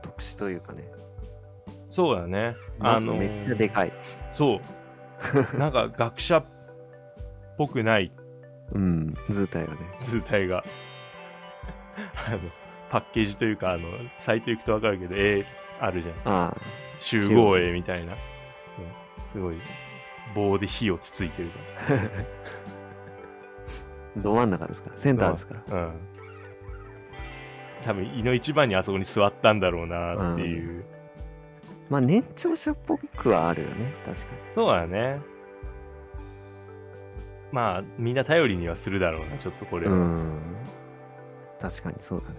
[SPEAKER 3] 特殊というかね、
[SPEAKER 2] そうだね
[SPEAKER 3] まずめっちゃでかい。
[SPEAKER 2] そう なんか学者っぽくない
[SPEAKER 3] うん、図体がね。
[SPEAKER 2] 図体が あのパッケージというかあのサイト行くと分かるけど絵あるじゃん
[SPEAKER 3] ああ、
[SPEAKER 2] 集合絵みたいな、うんすごい棒で火をつついてるから
[SPEAKER 3] ど真ん中ですから、センターですから。
[SPEAKER 2] うん。多分、胃の一番にあそこに座ったんだろうなっていう。
[SPEAKER 3] まあ年長者っぽくはあるよね確かに
[SPEAKER 2] そうだね。まあ、みんな頼りにはするだろうな、ちょっとこれは。
[SPEAKER 3] うん確かにそうだね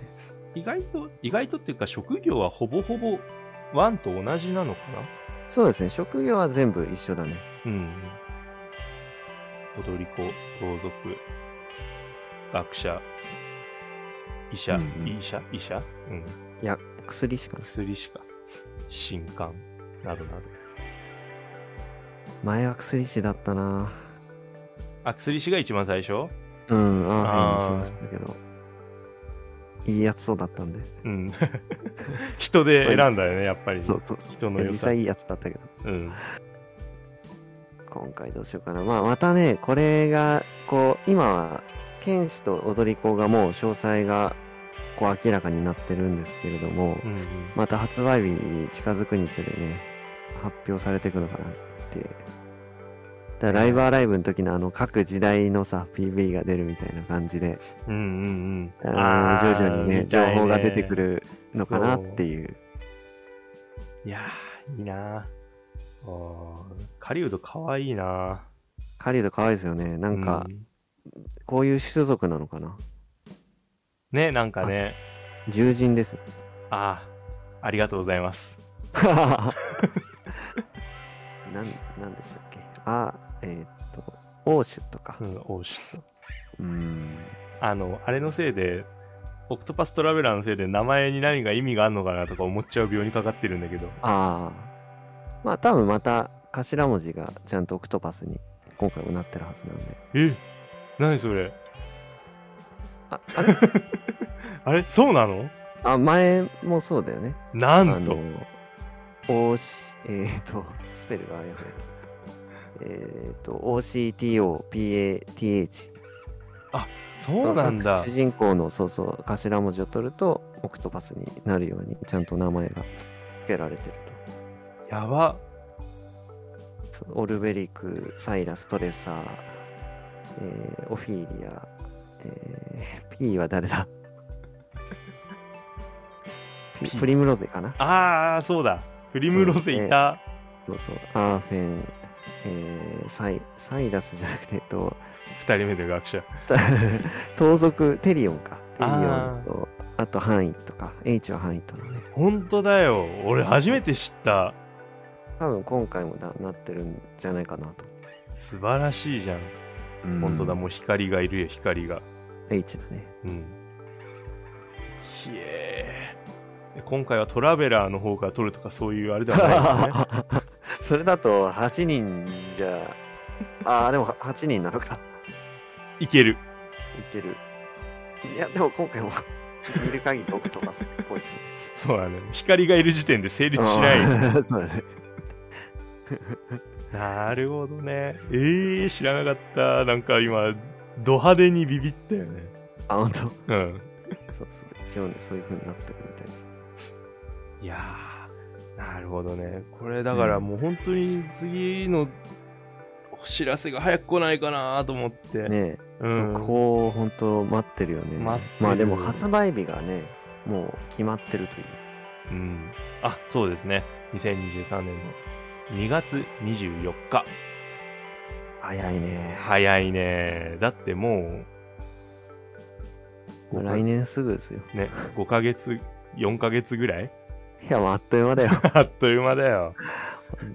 [SPEAKER 2] 意外と、意外とっていうか、職業はほぼほぼ、ワンと同じなのかな
[SPEAKER 3] そうですね職業は全部一緒だね
[SPEAKER 2] うん。踊り子、盗賊、学者、医者、
[SPEAKER 1] うんうん
[SPEAKER 2] 医者、医者うん。
[SPEAKER 3] いや薬しかない
[SPEAKER 2] 薬師か。神官、などなど。
[SPEAKER 3] 前は薬師だったな
[SPEAKER 2] あ、薬師が一番最初
[SPEAKER 3] うんアー
[SPEAKER 2] あ
[SPEAKER 3] ヘ
[SPEAKER 2] ー
[SPEAKER 3] ンにしましたけどいいやつそうだったんで
[SPEAKER 2] うん。 人で選んだよね、やっぱり。
[SPEAKER 3] そうそうそう
[SPEAKER 2] 人の
[SPEAKER 3] いや
[SPEAKER 2] 良
[SPEAKER 3] 実
[SPEAKER 2] さ。
[SPEAKER 3] 際いいやつだったけど
[SPEAKER 2] うん。
[SPEAKER 3] 今回どうしようかな、まあ、またねこれがこう今は剣士と踊り子がもう詳細がこう明らかになってるんですけれども
[SPEAKER 2] うんうん。
[SPEAKER 3] また発売日に近づくにつれね発表されていくのかなってだからライブアライブの時のあの各時代のさ PV が出るみたいな感じで
[SPEAKER 2] うんうんう
[SPEAKER 3] あ
[SPEAKER 2] ん。
[SPEAKER 3] の
[SPEAKER 2] あー
[SPEAKER 3] 徐々にね
[SPEAKER 2] 見
[SPEAKER 3] 情
[SPEAKER 2] たい
[SPEAKER 3] 報が出てくるのかなっていう
[SPEAKER 2] いやー、いいなー。あー狩人かわいいな
[SPEAKER 3] 狩人可愛いですよねな
[SPEAKER 2] ー
[SPEAKER 3] んか
[SPEAKER 2] う
[SPEAKER 3] こういう種族なのかな
[SPEAKER 2] ね、なんかね。
[SPEAKER 3] 獣人ですよ
[SPEAKER 2] ああ、ありがとうございます。
[SPEAKER 3] なんなんでしたっけあえーっと欧州とか
[SPEAKER 2] うん、おうしょ
[SPEAKER 3] うん
[SPEAKER 2] あの、あれのせいで、オクトパストラベラーのせいで名前に何か意味があるのかなとか思っちゃう病にかかってるんだけど。
[SPEAKER 3] ああ。まあ多分また頭文字がちゃんとオクトパスに今回もなってるはずなんで。
[SPEAKER 2] え何それ
[SPEAKER 3] あ、あれ
[SPEAKER 2] あれそうなの
[SPEAKER 3] あ、前もそうだよね。
[SPEAKER 2] な
[SPEAKER 3] あ
[SPEAKER 2] んと。、
[SPEAKER 3] おし、えっ、と、 スペルがあやふや。えっ、と、OCTOPATH。
[SPEAKER 2] そうなんだ
[SPEAKER 3] 主。人公の、そうそう、頭文字を取ると、オクトパスになるように、ちゃんと名前が付けられてると。
[SPEAKER 2] やば。
[SPEAKER 3] そうオルベリク、サイラス、トレサー、えーオフィーリア、えー、P は誰だピ
[SPEAKER 2] P
[SPEAKER 3] プリムロゼかな
[SPEAKER 2] ああ、そうだ。プリムロゼいた。
[SPEAKER 3] そうそう、アーフェン、えーサイ、サイラスじゃなくて、えっ と、
[SPEAKER 2] 二人目の学者。
[SPEAKER 3] た盗賊、テリオンか。テリオ
[SPEAKER 2] あ
[SPEAKER 3] ンと、あと範囲とか、H は範囲とのね。
[SPEAKER 2] ほんとだよ。俺初めて知った。
[SPEAKER 3] 多分今回もだなってるんじゃないかなと。
[SPEAKER 2] 素晴らしいじゃん。ほんとだ、もう光がいるよ、光が。
[SPEAKER 3] H だね。
[SPEAKER 2] うん。ひえー。今回はトラベラーの方から撮るとかそういうあれではない よね。
[SPEAKER 3] それだと8人じゃああーでも8人なのか
[SPEAKER 2] いける。
[SPEAKER 3] いけるいやでも今回も 見る限り僕とかすっぽいですね
[SPEAKER 2] そうだね。光がいる時点で成 立しない。
[SPEAKER 3] い そうだね
[SPEAKER 2] なるほどね。えー、知らなかった。なんか今、ド派手にビビったよね。
[SPEAKER 3] あ本当
[SPEAKER 2] うん。
[SPEAKER 3] そうそう一応ねそういう風になってるみたいです
[SPEAKER 2] いやー、なるほどね。これだからもう本当に次のお知らせが早く来ないかなと思って。
[SPEAKER 3] ね
[SPEAKER 2] う
[SPEAKER 3] え、
[SPEAKER 2] ん、
[SPEAKER 3] そこを本当待ってるよね
[SPEAKER 2] 待ってる
[SPEAKER 3] まあでも発売日がねもう決まってるという
[SPEAKER 2] うん。あ、そうですね。2023年の2月24日。
[SPEAKER 3] 早いね
[SPEAKER 2] 早いね。だってもう、
[SPEAKER 3] 来年すぐですよ
[SPEAKER 2] ね、5ヶ月、4ヶ月ぐらい
[SPEAKER 3] いやもうあっという間だよ
[SPEAKER 2] あっという間だよ。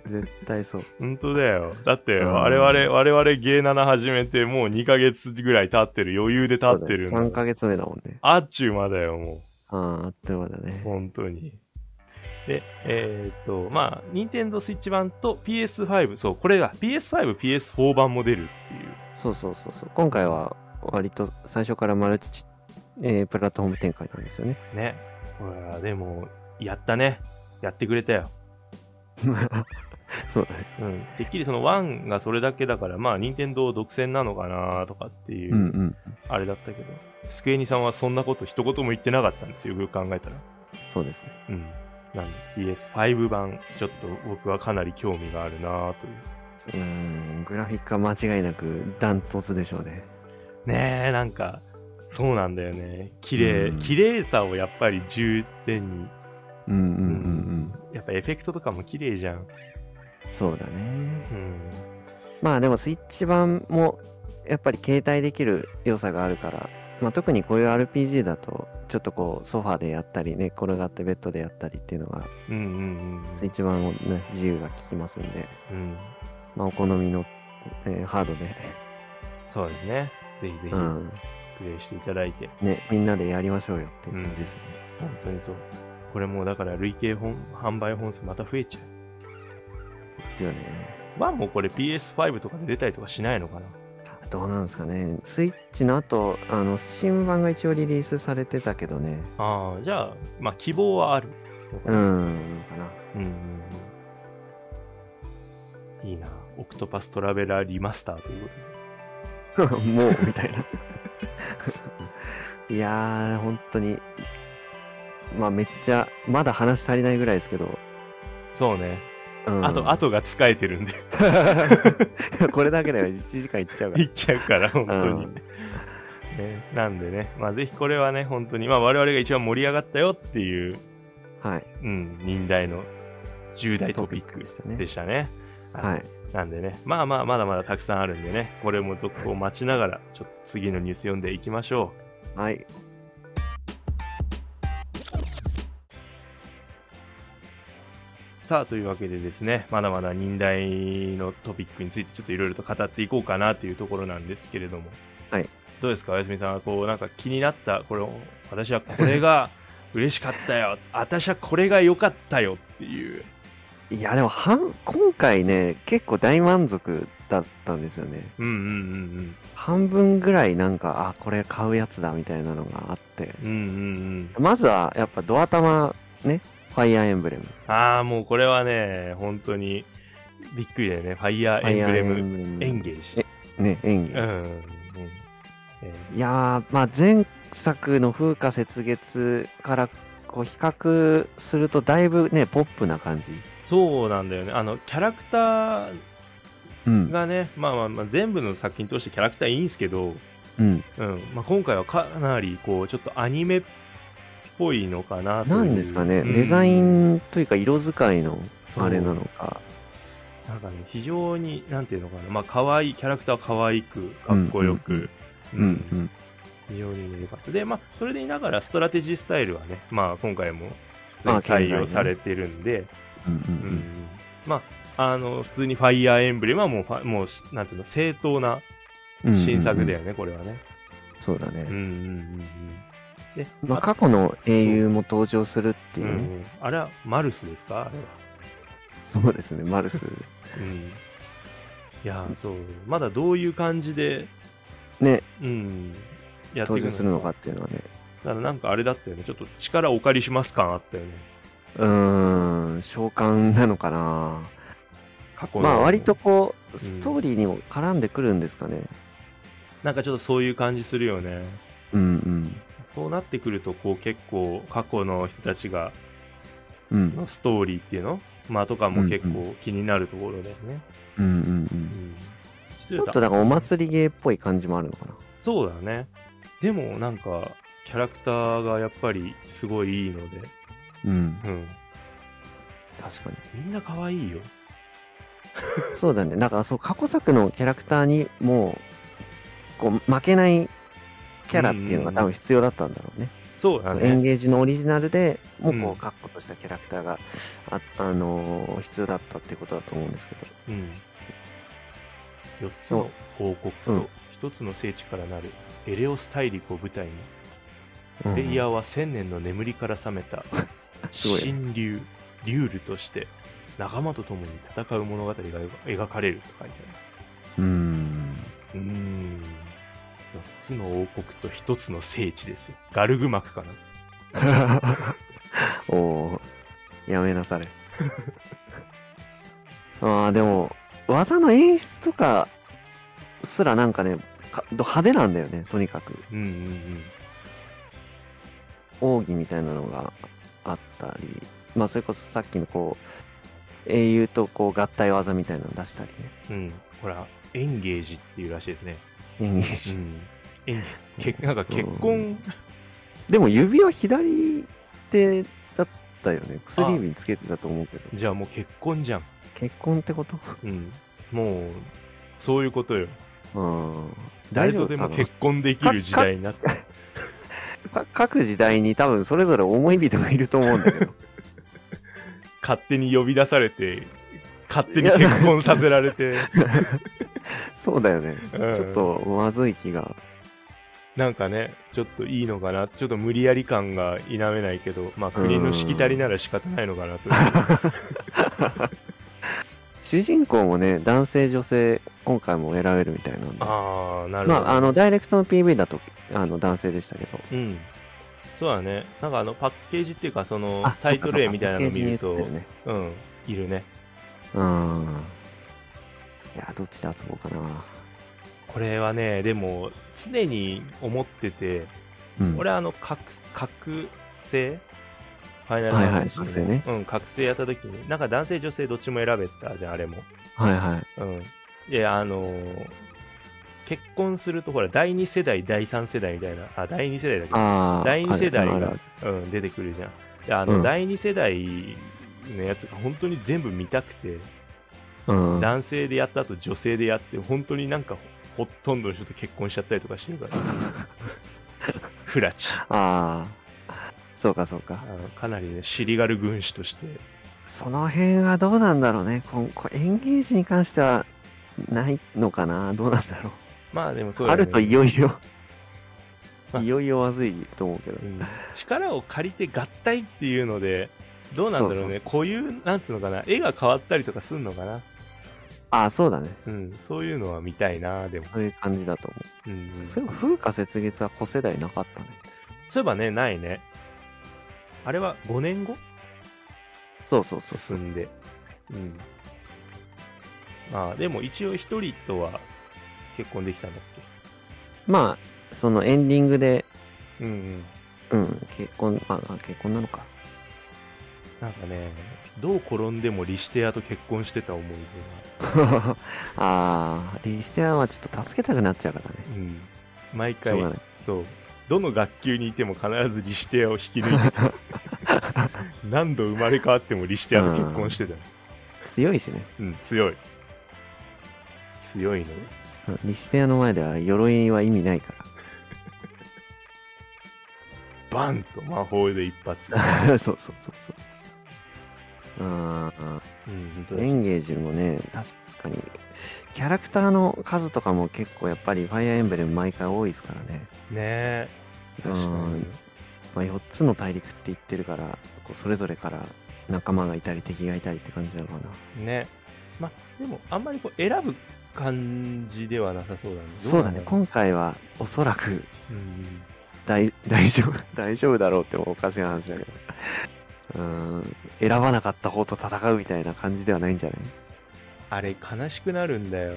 [SPEAKER 3] 絶対そう
[SPEAKER 2] 本当だよ。だって、
[SPEAKER 3] うん
[SPEAKER 2] 我々、我々ゲー7始めてもう2ヶ月ぐらい経ってる。余裕で経ってるんだ
[SPEAKER 3] 3ヶ月目だもんね
[SPEAKER 2] あっちゅう間だよ、も
[SPEAKER 3] あーあっという間だ
[SPEAKER 2] う。
[SPEAKER 3] ね
[SPEAKER 2] 本当に。で、えーっと、まあ、Nintendo Switch 版と PS5、そう、これが PS5、PS4 版も出るっていう。
[SPEAKER 3] そうそうそうそう今回は割と最初からマルチ、えープラットフォーム展開なんですよね
[SPEAKER 2] ね。ほら、でも、やったね。やってくれたよ。
[SPEAKER 3] そうだね
[SPEAKER 2] うん。てっきりその1がそれだけだから、まあ、任天堂独占なのかなとかっていうう、
[SPEAKER 3] んうん
[SPEAKER 2] あれだったけど、スクエニさんはそんなこと一言も言ってなかったんですよ、よく考えたら。
[SPEAKER 3] そうですね
[SPEAKER 2] うん。なんで、PS5 版、ちょっと僕はかなり興味があるなという。
[SPEAKER 3] うーんグラフィックは間違いなくダントツでしょうね
[SPEAKER 2] ねえ、なんか、そうなんだよね。綺麗、
[SPEAKER 3] うん
[SPEAKER 2] 綺麗さをやっぱり重点に
[SPEAKER 3] うんうんうん
[SPEAKER 2] やっぱエフェクトとかも綺麗じゃん。
[SPEAKER 3] うん。そうだね
[SPEAKER 2] う。ん。
[SPEAKER 3] まあでもスイッチ版もやっぱり携帯できる良さがあるから、まあ、特にこういう RPG だとちょっとこうソファーでやったりね転がってベッドでやったりっていうのが
[SPEAKER 2] うんうん
[SPEAKER 3] スイッチ版もね自由が利きますんで、
[SPEAKER 2] うん。うん。
[SPEAKER 3] まあ、お好みの、えーハードで、
[SPEAKER 2] そうですね。ぜひぜひ
[SPEAKER 3] う、ん
[SPEAKER 2] プレイしていただいて。
[SPEAKER 3] ね、みんなでやりましょうよっていう感じですよね。
[SPEAKER 2] 本当にそう。これもうだから累計本販売本数また増えちゃう。
[SPEAKER 3] だよね
[SPEAKER 2] まあもうこれ PS5 とかで出たりとかしないのかな。
[SPEAKER 3] どうなんですかねスイッチの後あの新版が一応リリースされてたけどね
[SPEAKER 2] ああ、じゃあ、まあ希望はある。
[SPEAKER 3] うんかな
[SPEAKER 2] うん。いいな。オクトパストラベラーリマスターということで
[SPEAKER 3] もうみたいな。 いやー、本当に、まあめっちゃ、まだ話足りないぐらいですけど、
[SPEAKER 2] そうね。
[SPEAKER 3] うん、
[SPEAKER 2] あと、あとが使えてるんで、
[SPEAKER 3] これだけでは1時間いっちゃうか
[SPEAKER 2] い
[SPEAKER 3] ら。
[SPEAKER 2] っちゃ うから、 本当に。
[SPEAKER 3] うん
[SPEAKER 2] ね、なんでね、まあ、ぜひこれはね、本当に、まあ、我々が一番盛り上がったよっていう、
[SPEAKER 3] はい。
[SPEAKER 2] うん、忍耐の重大トピッ
[SPEAKER 3] トピック
[SPEAKER 2] ク
[SPEAKER 3] でしたね
[SPEAKER 2] でしたね。
[SPEAKER 3] はい。
[SPEAKER 2] なんでね、まあまあ、まだまだたくさんあるんでね、これも続報を待ちながら、ちょっと次のニュース読んでいきましょう。
[SPEAKER 3] はい。
[SPEAKER 2] さあ、というわけでですね、まだまだ忍耐のトピックについてちょっといろいろと語っていこうかなというところなんですけれども。
[SPEAKER 3] はい。
[SPEAKER 2] どうですか、おやすみさんは、こう、なんか気になった、これ、私はこ れが嬉しかったよ、私はこれが良かったよっていう。
[SPEAKER 3] いや、でも、はん今回ね、結構大満足だったんですよね。
[SPEAKER 2] うんうん
[SPEAKER 3] 半分ぐらいなんか、あ、これ買うやつだみたいなのがあって。
[SPEAKER 2] うんうん。うんうん
[SPEAKER 3] まずは、やっぱドア玉、ね、ファイアーエンブレム。
[SPEAKER 2] うん。ああ、もうこれはね、本当にびっくりだよね。ファイヤーエンブレム、
[SPEAKER 3] ム
[SPEAKER 2] エンゲージ。
[SPEAKER 3] ね、演技
[SPEAKER 2] うん。うんえ
[SPEAKER 3] いやー、まあ、前作の風化雪月からこう比較するとだいぶねポップな感じ、
[SPEAKER 2] ーそうなんだよね。あの、キャラクター、
[SPEAKER 3] うん
[SPEAKER 2] がね、まあまあまあ、全部の作品通してキャラクターいいんですけど、
[SPEAKER 3] うん、
[SPEAKER 2] うんまあ、今回はかなりこうちょっとアニメっぽいのかなという
[SPEAKER 3] なんですかね、
[SPEAKER 2] うん
[SPEAKER 3] デザインというか色使いの
[SPEAKER 2] そう
[SPEAKER 3] あれなのか
[SPEAKER 2] なんかね非常になんていうのかなまあ可愛いキャラクター可愛くかっこよく、
[SPEAKER 3] う
[SPEAKER 2] うん
[SPEAKER 3] うん
[SPEAKER 2] 非常に良かったでまあそれでいながらストラテジースタイルはねまあ今回も
[SPEAKER 3] あ
[SPEAKER 2] 採
[SPEAKER 3] 健
[SPEAKER 2] 用
[SPEAKER 3] 在ね
[SPEAKER 2] されてるんで、
[SPEAKER 3] うんう
[SPEAKER 2] うん
[SPEAKER 3] ん
[SPEAKER 2] まああの普通にファイアーエンブレムはもうファもうなんていうの正当な
[SPEAKER 3] うん
[SPEAKER 2] 新作だよ
[SPEAKER 3] うん
[SPEAKER 2] ね、これはね
[SPEAKER 3] そうだ
[SPEAKER 2] うん
[SPEAKER 3] ね、
[SPEAKER 2] うんうんうんで
[SPEAKER 3] まあ、過去の英雄も登場するっていううね、
[SPEAKER 2] ん、あれはマルスですかあれは。
[SPEAKER 3] そうですねマルス
[SPEAKER 2] うん。いや、そう。まだどういう感じで、
[SPEAKER 3] ね
[SPEAKER 2] うん、やってい
[SPEAKER 3] 登
[SPEAKER 2] く
[SPEAKER 3] 場するのかっていうのはね
[SPEAKER 2] だからなんかあれだったよね。ちょっと力お借りします感あったよね。
[SPEAKER 3] うーん召喚なのかな
[SPEAKER 2] 過去の
[SPEAKER 3] まあ割と。こうストーリーにも絡んでくるんですかね、
[SPEAKER 2] なんかちょっとそういう感じするよね。
[SPEAKER 3] うん
[SPEAKER 2] そうなってくると、こう結構過去の人たちが、
[SPEAKER 3] うんうん
[SPEAKER 2] のストーリーっていうのまあとかも結構気になるところだよね。
[SPEAKER 3] うんうんう
[SPEAKER 2] うんん。
[SPEAKER 3] ちょっとだからお祭り芸っぽい感じもあるのかな
[SPEAKER 2] そうだね。でもなんか、キャラクターがやっぱりすごいいいので、
[SPEAKER 3] うん
[SPEAKER 2] うん。
[SPEAKER 3] 確かに
[SPEAKER 2] みんな可愛いよ。
[SPEAKER 3] そうだねなんかそう過去作のキャラクターにもこう負けないキャラっていうのが多分必要だったんだろうね、
[SPEAKER 2] そうだ
[SPEAKER 3] そのエン
[SPEAKER 2] ね。
[SPEAKER 3] ゲージのオリジナルでもうこ
[SPEAKER 2] うん
[SPEAKER 3] う確固としたキャラクターがあ、あのー必要だったってことだと思うんですけど
[SPEAKER 2] うん。4つの王国
[SPEAKER 3] うん
[SPEAKER 2] と1つの聖地からなるエレオス大陸を舞台に、
[SPEAKER 3] うん
[SPEAKER 2] プレイヤーは千年の眠りから覚めた
[SPEAKER 3] すごい
[SPEAKER 2] 神竜、リュールとして仲間と共に戦う物語が描かれると書いてあります。
[SPEAKER 3] うん
[SPEAKER 2] うーん。4つの王国と1つの聖地ですよ。ガルグマクかな。
[SPEAKER 3] おおーやめなされ ああでも技の演出とかすらなんかねかど派手なんだよねとにかく
[SPEAKER 2] うんうんうん。
[SPEAKER 3] 奥義みたいなのがあったりまあそれこそさっきのこう英雄とこう合体技みたいなの出したりね
[SPEAKER 2] うん、ほら、エンゲージっていうらしいですね。
[SPEAKER 3] 演技し
[SPEAKER 2] うん。エン ゲけなんか結婚、
[SPEAKER 3] でも指は左手だっったよね。薬指につけてたと思うけど。
[SPEAKER 2] じゃあもう結婚じゃん。
[SPEAKER 3] 結婚ってこと
[SPEAKER 2] うん。もう、そういうことよ。
[SPEAKER 3] うん。
[SPEAKER 2] 誰とでも
[SPEAKER 3] 大丈夫
[SPEAKER 2] 結婚できる時代になった。
[SPEAKER 3] かなか各時代に多分それぞれ思い人がいると思うんだ けど。
[SPEAKER 2] 勝手に呼び出されて、勝手に結婚させられて、
[SPEAKER 3] そうだよね。
[SPEAKER 2] うん
[SPEAKER 3] ちょっとまずい気が。
[SPEAKER 2] なんかね、ちょっといいのかな。ちょっと無理やり感が否めないけど、まあ国のしきたりなら仕方ないのか なという。
[SPEAKER 3] 主人公もね、男性女性、今回も選べるみたいなんで。
[SPEAKER 2] ああ、なる
[SPEAKER 3] ま
[SPEAKER 2] ほど。
[SPEAKER 3] あ、あの、ダイレクトの PV だと、あの、男性でしたけど。
[SPEAKER 2] うん。そうだね。なんかあのパッケージっていうか、その
[SPEAKER 3] あ
[SPEAKER 2] タイトル絵みたいなの見ると、
[SPEAKER 3] そうかそうかパッケージに言ってたよね
[SPEAKER 2] うん、いるね。
[SPEAKER 3] うん。いや、どっちで遊ぼうかな。
[SPEAKER 2] これはね、でも、常に思ってて、
[SPEAKER 3] うん。
[SPEAKER 2] 俺、あの、覚、覚醒ファイナル
[SPEAKER 3] はいはい
[SPEAKER 2] ファンタジーの
[SPEAKER 3] 覚醒ね
[SPEAKER 2] うん、覚醒やった時に、なんか男性、女性どっちも選べたじゃん、あれも。
[SPEAKER 3] はいはい。
[SPEAKER 2] うん。で、あのー結婚すると、ほら、第2世代、第3世代みたいな、あ、第2世代だけど、
[SPEAKER 3] ああ。
[SPEAKER 2] 第2世代
[SPEAKER 3] あるあ
[SPEAKER 2] が
[SPEAKER 3] る、
[SPEAKER 2] うん、出てくるじゃん。で、あの、
[SPEAKER 3] うん
[SPEAKER 2] 第2世代のやつが本当に全部見たくて、
[SPEAKER 3] うん。
[SPEAKER 2] 男性でやった後女性でやって、本当になんかほとんどの人と結婚しちゃったりとかしてる から。フラチ。
[SPEAKER 3] ああ。そうかそうか
[SPEAKER 2] あ。のかなりね、シリガル軍師として。
[SPEAKER 3] その辺はどうなんだろうね。こんこエンゲージに関しては、ないのかなどうなんだろう。
[SPEAKER 2] まあでもそう
[SPEAKER 3] あ
[SPEAKER 2] だよね
[SPEAKER 3] るといよいよ、
[SPEAKER 2] まあ
[SPEAKER 3] いよいよまずいと思うけど
[SPEAKER 2] う。ん力を借りて合体っていうので、どうなん
[SPEAKER 3] そ
[SPEAKER 2] だろ
[SPEAKER 3] ううそうそ
[SPEAKER 2] ね。
[SPEAKER 3] う
[SPEAKER 2] こういう、なんつうのかな、絵が変わったりとかすんのかな。
[SPEAKER 3] ああ、そうだね。
[SPEAKER 2] うん、そういうのは見たいな、でも。
[SPEAKER 3] そういう感じだと思
[SPEAKER 2] うんうん、
[SPEAKER 3] う。
[SPEAKER 2] そ
[SPEAKER 3] そうういえば、風化設立は子世代なかったね。
[SPEAKER 2] いえばね、ないね。あれは5年後
[SPEAKER 3] そうそうそうそう。
[SPEAKER 2] 進んで。うん。まあ、でも一応一人とは結婚できたんだっ
[SPEAKER 3] まあ、そのエンディングで、
[SPEAKER 2] けうんう
[SPEAKER 3] う
[SPEAKER 2] ん。
[SPEAKER 3] ん、結婚、あ、あ結婚なのか。
[SPEAKER 2] なんかね、どう転んでもリシテアと結婚してた思い出
[SPEAKER 3] ああ、リシテアはちょっと助けたくなっちゃうからね。
[SPEAKER 2] が。うん。毎
[SPEAKER 3] しょ
[SPEAKER 2] 回
[SPEAKER 3] うが、ない。
[SPEAKER 2] そう。どの学級にいても必ずリシテアを引き抜いて た。何度生まれ変わってもリシテアと結婚してた。
[SPEAKER 3] 強いしね。
[SPEAKER 2] うん、強い。強いのよ。
[SPEAKER 3] うんリシテアの前では鎧は意味ないか
[SPEAKER 2] バンと魔法で一 発。
[SPEAKER 3] ら。 そうそうそうそう。ああ、
[SPEAKER 2] うん、本当だ
[SPEAKER 3] エンゲージもね、確かに、キャラクターの数とかも結構やっぱりファイアーエンブレム毎回多いですからね。
[SPEAKER 2] ねえ。確かに。
[SPEAKER 3] まあ、4つの大陸って言ってるから、こうそれぞれから仲間がいたり敵がいたりって感じなのかな。
[SPEAKER 2] ね。まあ、でも、あんまりこう選ぶ感じではなさそうだね。
[SPEAKER 3] そうだね、
[SPEAKER 2] ど
[SPEAKER 3] 今回はおそらく
[SPEAKER 2] うなんだろうう
[SPEAKER 3] 大
[SPEAKER 2] ん
[SPEAKER 3] 大丈夫、大丈夫だろうってもおかしな話だけど。うーん、選ばなかった方と戦うみたいな感じではないんじゃない
[SPEAKER 2] あれ、悲しくなるんだよ。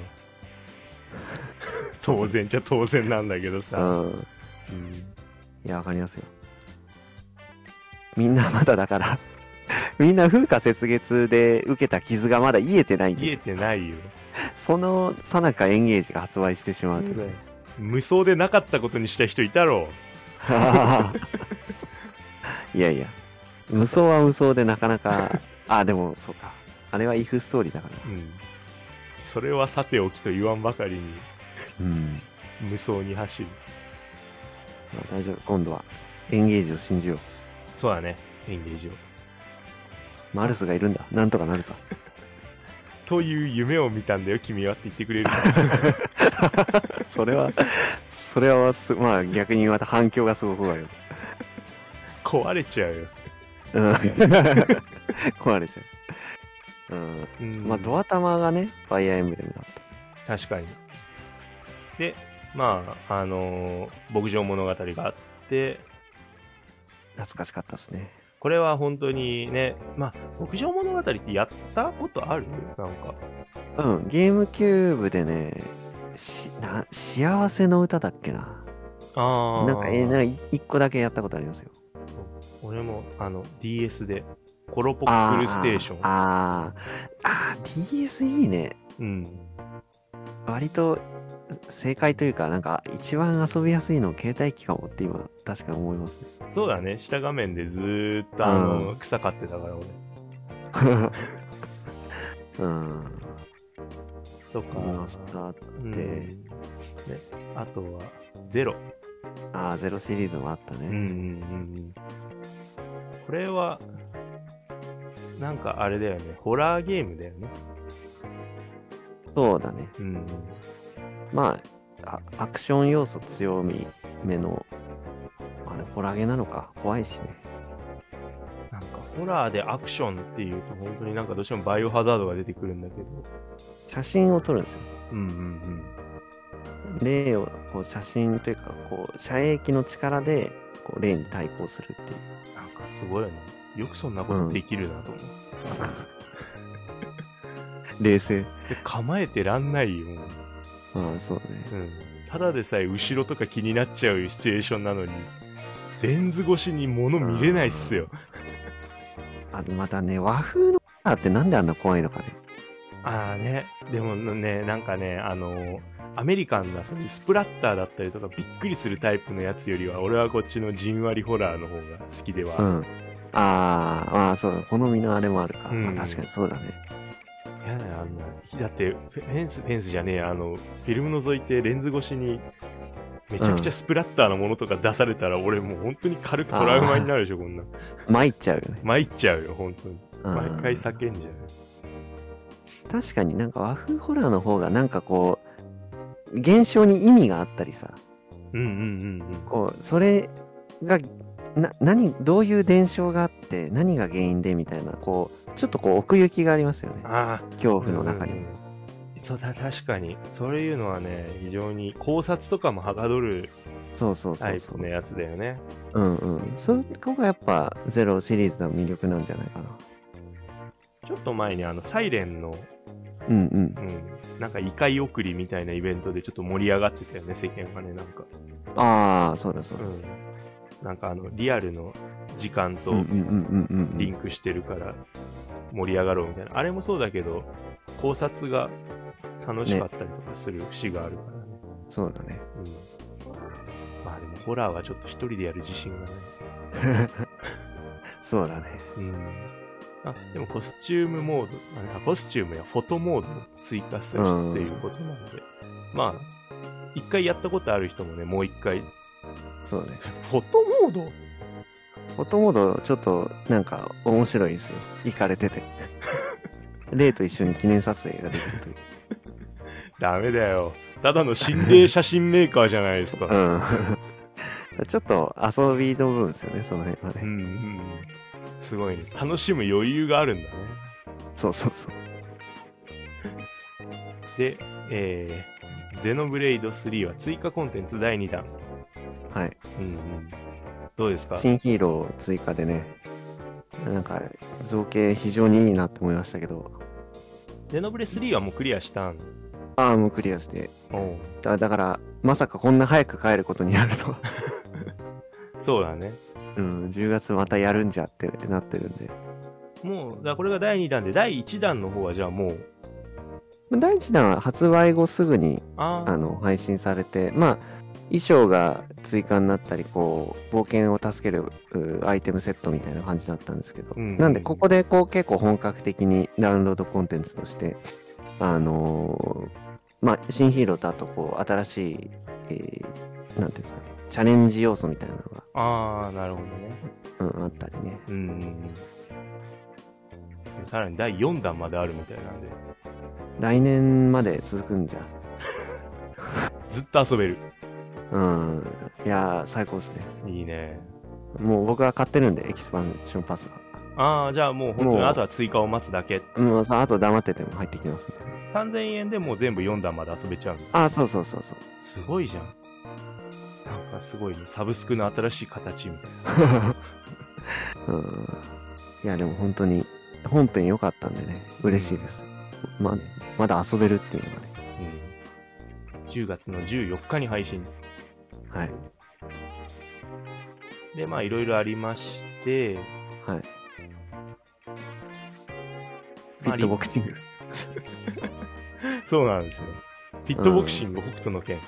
[SPEAKER 2] 当然じゃ当然なんだけどさ。
[SPEAKER 3] うん。
[SPEAKER 2] うん
[SPEAKER 3] いや、わかりますよ。みんなまだだから、 みんな風化雪月で受けた傷がまだ癒えてないんで
[SPEAKER 2] 言
[SPEAKER 3] し
[SPEAKER 2] え
[SPEAKER 3] ょ。
[SPEAKER 2] てないよ。
[SPEAKER 3] そのさなかエンゲージが発売してしまうというね。
[SPEAKER 2] 無双でなかったことにした人いたろ
[SPEAKER 3] いやいや、無双は無双でなかな か、あ、でもそうか。あれはイフストーリーだから
[SPEAKER 2] う。。うん。それはさておきと言わんばかりに、
[SPEAKER 3] うん。
[SPEAKER 2] 無双に走る。
[SPEAKER 3] まあ、大丈夫、今度はエンゲージを信じよう。
[SPEAKER 2] そうだね、エンゲージを。
[SPEAKER 3] マルスがいるんだ。なんとかなるさ。
[SPEAKER 2] という夢を見たんだよ、君はって言ってくれる。
[SPEAKER 3] それは、それはす、まあ逆にまた反響がすごそうだけど。
[SPEAKER 2] 壊れちゃうよ。
[SPEAKER 3] うん壊れちゃう。うん。
[SPEAKER 2] うん
[SPEAKER 3] まあ、ドア玉がね、ファイアーエンブレムだった。
[SPEAKER 2] 確かに。で、まあ、あのー牧場物語があって、
[SPEAKER 3] 懐かしかったですね。
[SPEAKER 2] これは本当にね、まあ、牧場物語ってやったことあるなんか。
[SPEAKER 3] うん、ゲームキューブでね、しな幸せの歌だっけな。
[SPEAKER 2] あ
[SPEAKER 3] なんか、えーなんかい一個だけやったことありますよ。
[SPEAKER 2] 俺も、あの、DS で、コロポッ
[SPEAKER 3] あ
[SPEAKER 2] クルステーション。
[SPEAKER 3] あーあー、あー DS いいね。
[SPEAKER 2] うん。
[SPEAKER 3] 割と正解というか、なんか一番遊びやすいの携帯機かもって今、確かに思います ね。
[SPEAKER 2] そうだね、下画面でずーっとあの、
[SPEAKER 3] うん
[SPEAKER 2] 草刈ってたから俺。
[SPEAKER 3] うん。
[SPEAKER 2] とか、
[SPEAKER 3] モンスター
[SPEAKER 2] うん
[SPEAKER 3] で
[SPEAKER 2] ね、あとは、ゼロ。
[SPEAKER 3] あーゼロシリーズもあった
[SPEAKER 2] うんうん
[SPEAKER 3] ね。
[SPEAKER 2] うんうん。これは、なんかあれだよね、ホラーゲームだよね。
[SPEAKER 3] そうだね。
[SPEAKER 2] うんうん。
[SPEAKER 3] まああ、アクション要素強みめの、あれ、ホラゲなのか。怖いしね。
[SPEAKER 2] なんか、ホラーでアクションっていうと、本当になんかどうしてもバイオハザードが出てくるんだけど。
[SPEAKER 3] 写真を撮るんですよ。
[SPEAKER 2] うんうん
[SPEAKER 3] 霊をこう写真というかこう射影機の力でこう霊に対抗するっていう
[SPEAKER 2] うん。なんかすごいよね。よくそんなことできるなと思 う。
[SPEAKER 3] 冷静
[SPEAKER 2] で構えてらんないよ。も
[SPEAKER 3] あ
[SPEAKER 2] う
[SPEAKER 3] あそうね
[SPEAKER 2] うん。ただでさえ後ろとか気になっちゃうシチュエーションなのに、レンズ越しに物見れないっすよ。
[SPEAKER 3] あとまたね和風のホラーってなんであんな怖いのかね
[SPEAKER 2] ああね、でもね、なんかね、あの、アメリカンなそういうスプラッターだったりとかびっくりするタイプのやつよりは、俺はこっちのじんわりホラーの方が好きで
[SPEAKER 3] う
[SPEAKER 2] は。
[SPEAKER 3] んあーあーそう好みのあれもあるか、
[SPEAKER 2] うん
[SPEAKER 3] まあ、確かにそうだね
[SPEAKER 2] いやだよあんな、だってフェフェンス、フェンスじゃねえや、あの、フィルム覗いてレンズ越しに、めちゃくちゃスプラッターのものとか出されたら、俺もう本当に軽くトラウマになるでしょ、こんな。
[SPEAKER 3] 参っちゃうよね、
[SPEAKER 2] 参っちゃうよ、本当に。
[SPEAKER 3] うん
[SPEAKER 2] 毎回叫んじゃう。
[SPEAKER 3] 確かになんか和風ホラーの方がなんかこう現象に意味があったりさ
[SPEAKER 2] うんうんうんうん。
[SPEAKER 3] こうそれがな何どういう伝承があって何が原因でみたいなこうちょっとこう奥行きがありますよね
[SPEAKER 2] ああ、
[SPEAKER 3] 恐怖の中にも、
[SPEAKER 2] うんそうだ確かにそういうのはね非常に考察とかもはかどる
[SPEAKER 3] そうそうそ
[SPEAKER 2] タ
[SPEAKER 3] う
[SPEAKER 2] イ
[SPEAKER 3] そ
[SPEAKER 2] プ
[SPEAKER 3] う、
[SPEAKER 2] のやつだよね
[SPEAKER 3] うんうんそこがやっぱゼロシリーズの魅力なんじゃないかな
[SPEAKER 2] ちょっと前にあのサイレンの、
[SPEAKER 3] うんうん
[SPEAKER 2] うん、なんか異界送りみたいなイベントでちょっと盛り上がってたよね世間がねなんか、
[SPEAKER 3] ああそうだそうだ、
[SPEAKER 2] うん、なんかあのリアルの時間と
[SPEAKER 3] うん、うんうんうんうんうん
[SPEAKER 2] リンクしてるから盛り上がろうみたいな、あれもそうだけど考察が楽しかったりとかする節があるからね
[SPEAKER 3] そうだね
[SPEAKER 2] うん、まあでもホラーはちょっと一人でやる自信がない
[SPEAKER 3] そうだね
[SPEAKER 2] うんあでもコスチュームモード、あコスチュームやフォトモードを追加する
[SPEAKER 3] うん
[SPEAKER 2] っていうことなので、まあ、一回やったことある人もね、もう一回、
[SPEAKER 3] そうね
[SPEAKER 2] フォトモード
[SPEAKER 3] フォトモードちょっとなんか面白いですよ行かれて て霊と一緒に記念撮影ができるという
[SPEAKER 2] ダメだよ。ただの心霊写真メーカーじゃないですか。
[SPEAKER 3] うんちょっと遊びの部分ですよね、その辺は
[SPEAKER 2] う
[SPEAKER 3] ね。
[SPEAKER 2] んうん。すごいね。楽しむ余裕があるんだね。
[SPEAKER 3] そうそうそう。
[SPEAKER 2] で、えー、ゼノブレイド3は追加コンテンツ第2弾。
[SPEAKER 3] はい。
[SPEAKER 2] うんうん。どうですか
[SPEAKER 3] 新ヒーロー追加でね、なんか造形非常にいいなって思いましたけど、
[SPEAKER 2] ゼノブレ3はもうクリアしたん
[SPEAKER 3] アームクリアして、
[SPEAKER 2] おう
[SPEAKER 3] だだから、まさかこんな早く帰ることになると は、
[SPEAKER 2] そうだね。
[SPEAKER 3] うん、10月またやるんじゃってなってるんで。
[SPEAKER 2] もう、だからこれが第2弾で、第1弾の方はじゃあもう、
[SPEAKER 3] 第1弾は発売後すぐに
[SPEAKER 2] あー
[SPEAKER 3] あの配信されて、まあ、衣装が追加になったり、こう、冒険を助けるうアイテムセットみたいな感じだったんですけど、
[SPEAKER 2] うん
[SPEAKER 3] なんで、ここで、こう、結構本格的にダウンロードコンテンツとして、あのーまあ、新ヒーローとあと、こう、新しい、えーなんていうんですかね、チャレンジ要素みたいなのが、
[SPEAKER 2] あー、なるほどね。
[SPEAKER 3] うん、あったりね。
[SPEAKER 2] うんうんうん。さらに第4弾まであるみたいなんで、
[SPEAKER 3] 来年まで続くんじゃ。
[SPEAKER 2] ずっと遊べる。
[SPEAKER 3] うん。いやー、最高ですね。
[SPEAKER 2] いいね。
[SPEAKER 3] もう僕は買ってるんで、エキスパンションパスは。
[SPEAKER 2] ああ、じゃあもう本当
[SPEAKER 3] も
[SPEAKER 2] に
[SPEAKER 3] う
[SPEAKER 2] あとは追加を待つだけ。
[SPEAKER 3] うん、さあと黙ってても入ってきますね。
[SPEAKER 2] 3000円でもう全部4弾まで遊べちゃうの
[SPEAKER 3] あ、そうそうそうそう。
[SPEAKER 2] すごいじゃん。なんかすごいね。サブスクの新しい形みたい
[SPEAKER 3] う
[SPEAKER 2] な。
[SPEAKER 3] んいや、でも本当に本編良かったんでね、嬉しいです。ま、まだ遊べるっていうのがね。
[SPEAKER 2] うん。10月の14日に配信。
[SPEAKER 3] はい。
[SPEAKER 2] で、まあいろいろありまして、
[SPEAKER 3] はい。フィ
[SPEAKER 2] まあ
[SPEAKER 3] ットボクシング。
[SPEAKER 2] そうなんですよ。ピットボクシング北斗の拳。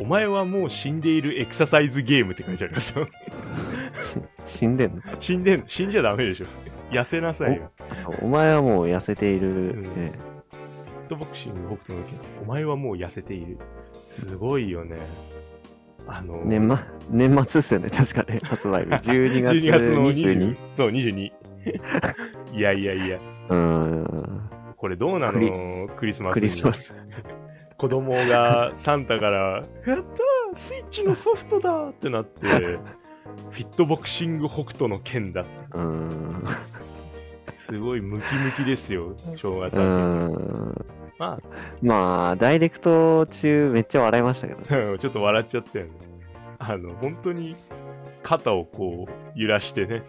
[SPEAKER 2] お前はもう死んでいるエクササイズゲームって書いてありますよ。
[SPEAKER 3] 死んでんの
[SPEAKER 2] 死んでん、死んじゃダメでしょ。痩せなさいよ。
[SPEAKER 3] お前はもう痩せている、
[SPEAKER 2] うん
[SPEAKER 3] ね
[SPEAKER 2] ピットボクシング北斗の拳。お前はもう痩せている。すごいよね。あの、
[SPEAKER 3] 年末年末っすよね確かね発売 日12月
[SPEAKER 2] 12月の
[SPEAKER 3] 22
[SPEAKER 2] 20、そう、22。いやいやいや、
[SPEAKER 3] うーん
[SPEAKER 2] これどうな
[SPEAKER 3] ク
[SPEAKER 2] のクリスマス
[SPEAKER 3] ク
[SPEAKER 2] に
[SPEAKER 3] リスマス
[SPEAKER 2] 子供がサンタから、やったースイッチのソフトだーってなって、 フィットボクシング北斗の剣だ
[SPEAKER 3] うーん
[SPEAKER 2] すごいムキムキですよ、正月
[SPEAKER 3] う。ーん
[SPEAKER 2] まあ
[SPEAKER 3] まあダイレクト中めっちゃ笑いましたけど
[SPEAKER 2] ちょっと笑っちゃったよね。あの、本当に肩をこう揺らしてね、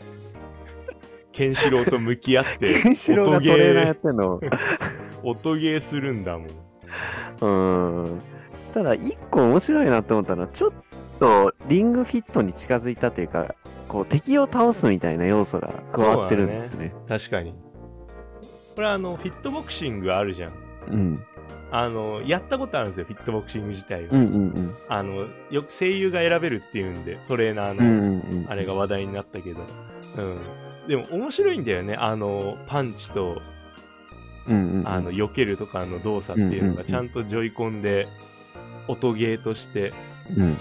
[SPEAKER 2] ケンシロウと向き合って、
[SPEAKER 3] ケンシロウがトレーナーやってんの
[SPEAKER 2] 音ゲーするんだもん。
[SPEAKER 3] うーんただ一個面白いなと思ったのはちょっとリングフィットに近づいたというかこう敵を倒すみたいな要素が加わってるんですよね
[SPEAKER 2] 確かに。これあの、フィットボクシングあるじゃん。
[SPEAKER 3] うん
[SPEAKER 2] あの、やったことあるんですよ、フィットボクシング自体は。
[SPEAKER 3] うんうん
[SPEAKER 2] あの、よく声優が選べるっていうんで、トレーナー
[SPEAKER 3] うんうん
[SPEAKER 2] の、
[SPEAKER 3] うんうん
[SPEAKER 2] あれが話題になったけど。うん。でも面白いんだよね、あの、パンチと、
[SPEAKER 3] うんうん
[SPEAKER 2] あの、避けるとかの動作っていうのがちゃんとジョイコンで、音ゲーとして、
[SPEAKER 3] うん
[SPEAKER 2] うん、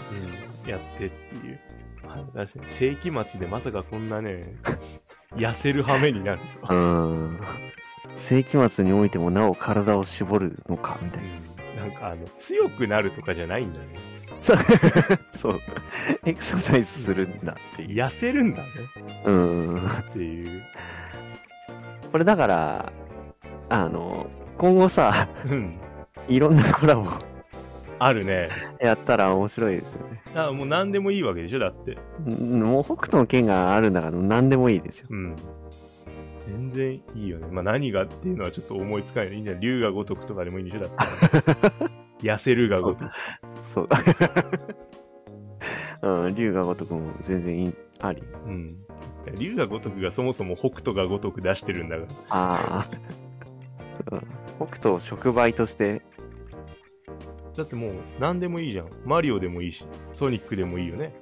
[SPEAKER 2] やってっていう。まあ確かに世紀末でまさかこんな ね、痩せる羽目になると
[SPEAKER 3] う
[SPEAKER 2] は。
[SPEAKER 3] ーん世紀末においてもなお体を絞るのかみたいな。
[SPEAKER 2] うんなんかあの、強くなるとかじゃないんだね。
[SPEAKER 3] そう。そう エクササイズするんだっていう。
[SPEAKER 2] 痩せるんだね
[SPEAKER 3] うーん。
[SPEAKER 2] っていう。
[SPEAKER 3] これだから、あの、今後さ、
[SPEAKER 2] うん。
[SPEAKER 3] いろんなコラボ
[SPEAKER 2] あるね。
[SPEAKER 3] やったら面白いですよね。
[SPEAKER 2] だからもう何でもいいわけでしょだって。
[SPEAKER 3] うんもう北斗の剣があるんだから何でもいいですよ。
[SPEAKER 2] うん。全然いいよね。まあ何がっていうのはちょっと思いつかない。いいんじゃない竜が如くとかでもいいんでしょだ って。痩せるが如く。
[SPEAKER 3] そう。うん、龍が如くも全然いいあり。
[SPEAKER 2] うん。竜が如くがそもそも北斗が如く出してるんだから。
[SPEAKER 3] ああ。うん北斗を触媒として、
[SPEAKER 2] だってもう何でもいいじゃん。マリオでもいいし、ソニックでもいいよね。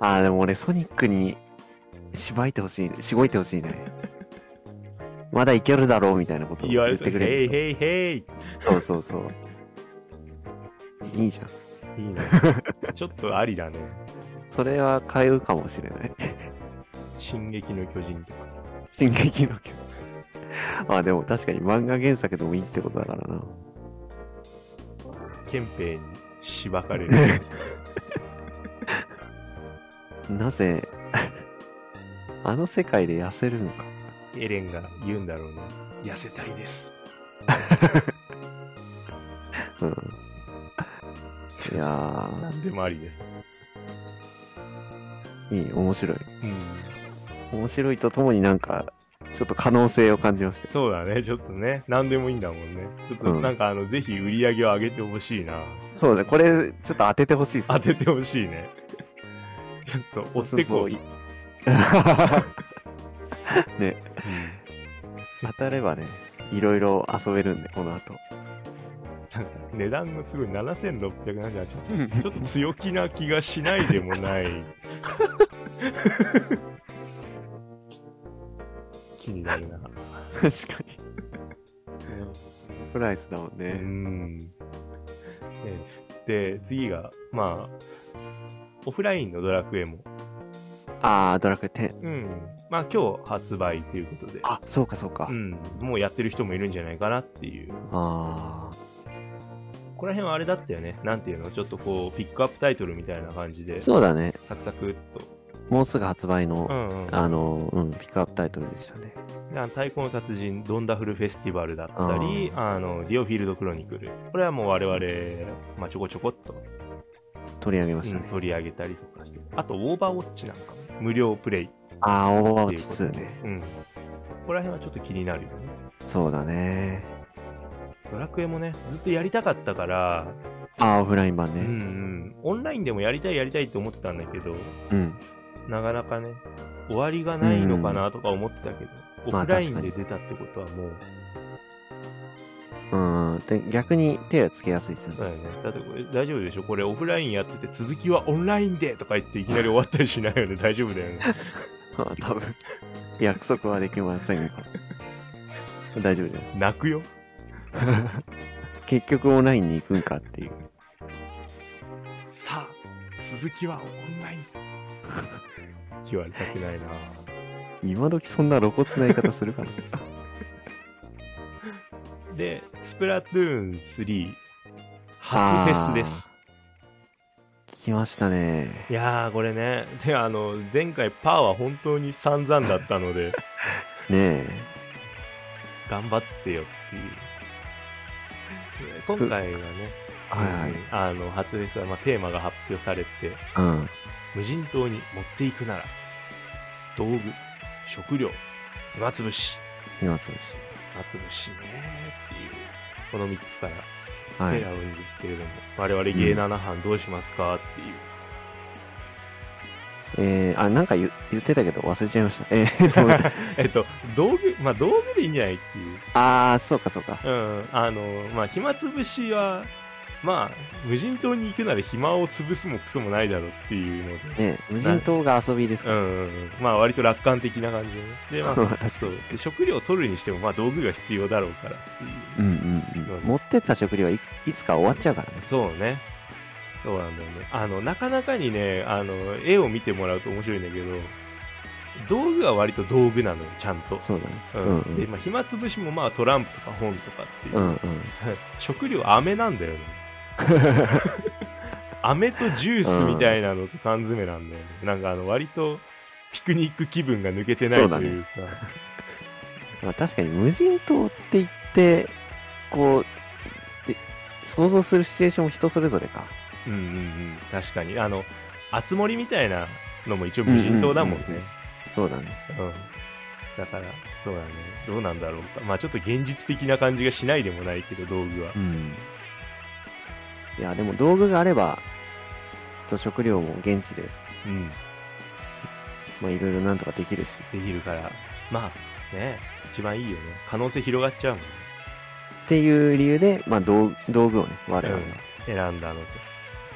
[SPEAKER 3] ああ、でも俺ソニックにしばいてほしい、しごいてほしいね。まだいけるだろうみたいなことを
[SPEAKER 2] 言わ
[SPEAKER 3] 言
[SPEAKER 2] れ
[SPEAKER 3] っててくれ
[SPEAKER 2] ヘイ
[SPEAKER 3] るんで
[SPEAKER 2] ヘイヘイ
[SPEAKER 3] すよ。そうそうそう。いいじゃん。
[SPEAKER 2] いい ね。ちょっとありだね。
[SPEAKER 3] それは買うかもしれない。
[SPEAKER 2] 進撃の巨人とか。
[SPEAKER 3] 進撃の巨人。まあでも確かに漫画原作でもいいってことだからな。
[SPEAKER 2] 憲兵にしば かれる。
[SPEAKER 3] なぜ、 あの世界で痩せるのか。
[SPEAKER 2] エレンが言うんだろうね。痩せたいです。
[SPEAKER 3] うん。いや
[SPEAKER 2] 何でもありです。
[SPEAKER 3] ー、いい、面白い。
[SPEAKER 2] うん。
[SPEAKER 3] 面白いとともになんか、ちょっと可能性を感じましたよ。
[SPEAKER 2] そうだね。ちょっとね。何でもいいんだもんね。ちょっと
[SPEAKER 3] うん
[SPEAKER 2] なんかあの、ぜひ売り上げを上げてほしいな。
[SPEAKER 3] そうね、これ、ちょっと当ててほしいですね
[SPEAKER 2] 当ててほしいね。ちょっと追って こう。
[SPEAKER 3] いね、当たればね、いろいろ遊べるんで、この後。
[SPEAKER 2] なんか値段がすごい7678円。ちょっと強気な気がしないでもない。 気になるな。
[SPEAKER 3] 確かに。プライスだもん
[SPEAKER 2] う
[SPEAKER 3] ね。
[SPEAKER 2] ん。ねで、次が、まあ、オフラインのドラクエも、
[SPEAKER 3] あー、ドラクエ10。
[SPEAKER 2] うん。まあ今日発売ということで、
[SPEAKER 3] あ、そうかそうか。
[SPEAKER 2] うん。もうやってる人もいるんじゃないかなっていう。
[SPEAKER 3] あ
[SPEAKER 2] この辺はあれだったよね。なんていうのちょっとこう、ピックアップタイトルみたいな感じで、
[SPEAKER 3] ー。
[SPEAKER 2] サ
[SPEAKER 3] そうだね。
[SPEAKER 2] クサクっ
[SPEAKER 3] もうすぐ発売の、
[SPEAKER 2] と。うんうん。
[SPEAKER 3] あの、うん、ピックアップタイトルでしたね。
[SPEAKER 2] であの太鼓の達人、ドンダフルフェスティバルだったり、あのディオフィールドクロニクル、これはもう我々、まあ、ちょこちょこっと、
[SPEAKER 3] 取り上げました
[SPEAKER 2] うん
[SPEAKER 3] ね。
[SPEAKER 2] 取り上げたりとかして、あと、オーバーウォッチなんかも無料プレイ、
[SPEAKER 3] あー、オーバーウォッチ2ね。
[SPEAKER 2] うん、ここら辺はちょっと気になるよね。
[SPEAKER 3] そうだね。
[SPEAKER 2] ドラクエもね、ずっとやりたかったから、
[SPEAKER 3] あー、オフライン版
[SPEAKER 2] うんう
[SPEAKER 3] ね。
[SPEAKER 2] ん、オンラインでもやりたい、やりたいと思ってたんだけど、
[SPEAKER 3] うん。
[SPEAKER 2] なかなかね、終わりがないのかなとか思ってたけど、
[SPEAKER 3] ま
[SPEAKER 2] オ
[SPEAKER 3] あ
[SPEAKER 2] フラインで出たってことはもう、
[SPEAKER 3] うんで逆に手をつけやすいですよ
[SPEAKER 2] そ
[SPEAKER 3] ね
[SPEAKER 2] うだよね。だってこれ大丈夫でしょこれオフラインやってて続きはオンラインでとか言っていきなり終わったりしないよね。 大丈夫だよね。
[SPEAKER 3] ま あ多分約束はできませ んが大丈夫です
[SPEAKER 2] 泣くよ。
[SPEAKER 3] 結局オンラインに行くんかっていう
[SPEAKER 2] さあ、続きはオンライン。言われたくないな
[SPEAKER 3] 今時そんな露骨な言い方する かな
[SPEAKER 2] で、スプラトゥーン3、初フェスです。
[SPEAKER 3] 来ましたね
[SPEAKER 2] いやー、これね、で、あの、前回パーは本当に散々だったので、
[SPEAKER 3] ねえ
[SPEAKER 2] 頑張ってよっていう。今回はね、
[SPEAKER 3] はい
[SPEAKER 2] うんあの、初フェスは、まあ、テーマが発表されて、
[SPEAKER 3] はいうん
[SPEAKER 2] 無人島に持っていくなら、道具、食料、暇つぶし、
[SPEAKER 3] 今そうで
[SPEAKER 2] 暇つぶしねーっていう、この3つから
[SPEAKER 3] すはい
[SPEAKER 2] 選ぶんですけれども、我々芸7班どうしますかっていう。
[SPEAKER 3] えー、あなんか言言ってたけど忘れちゃいましたえー、 っと
[SPEAKER 2] えっと、道具、まあ、道具でいいんじゃないっていう。
[SPEAKER 3] ああそうかそうか
[SPEAKER 2] うん。あの、まあ、暇つぶしは、まあ、無人島に行くなら暇を潰すもクソもないだろうっていうので。
[SPEAKER 3] ねえ無人島が遊びです
[SPEAKER 2] う
[SPEAKER 3] か
[SPEAKER 2] ん
[SPEAKER 3] ら、
[SPEAKER 2] うんうん。まあ、割と楽観的な感じ でね。で、ま
[SPEAKER 3] 確か
[SPEAKER 2] あ、そう。で食料を取るにしても、まあ、道具が必要だろうからっていう。
[SPEAKER 3] うんうんうん、持ってった食料はいくいつか終わっちゃうからね
[SPEAKER 2] そうね。そうなんだよね。あの、なかなかにね、あの、絵を見てもらうと面白いんだけど、道具は割と道具なのよ、ちゃんと。
[SPEAKER 3] そうだね
[SPEAKER 2] うん
[SPEAKER 3] うんうん
[SPEAKER 2] で、まあ、暇つぶしもまあトランプとか本とかっていう、
[SPEAKER 3] うんうん
[SPEAKER 2] 食料飴なん だよね。飴とジュースみたいなのと缶詰なんだよね。なんかあの割とピクニック気分が抜けてな
[SPEAKER 3] そ
[SPEAKER 2] いう
[SPEAKER 3] だ
[SPEAKER 2] と
[SPEAKER 3] ね
[SPEAKER 2] いうか、
[SPEAKER 3] まあ確かに無人島って言ってこうで想像するシチュエーションも人それぞれか
[SPEAKER 2] うんうんうん、確かに。あの、あつ森みたいなのも一応無人島だもんね。
[SPEAKER 3] うんうんうんそうだね
[SPEAKER 2] うん。だから、そうだね。どうなんだろうか。まあちょっと現実的な感じがしないでもないけど、道具は
[SPEAKER 3] う。んいやでも道具があればと食料も現地で
[SPEAKER 2] うん。
[SPEAKER 3] まあいろいろなんとかできるし
[SPEAKER 2] できるから。まあ、ね一番いいよね。可能性広がっちゃうもんね。
[SPEAKER 3] っていう理由で、まあ、道道具をね我々は
[SPEAKER 2] 選んだのと。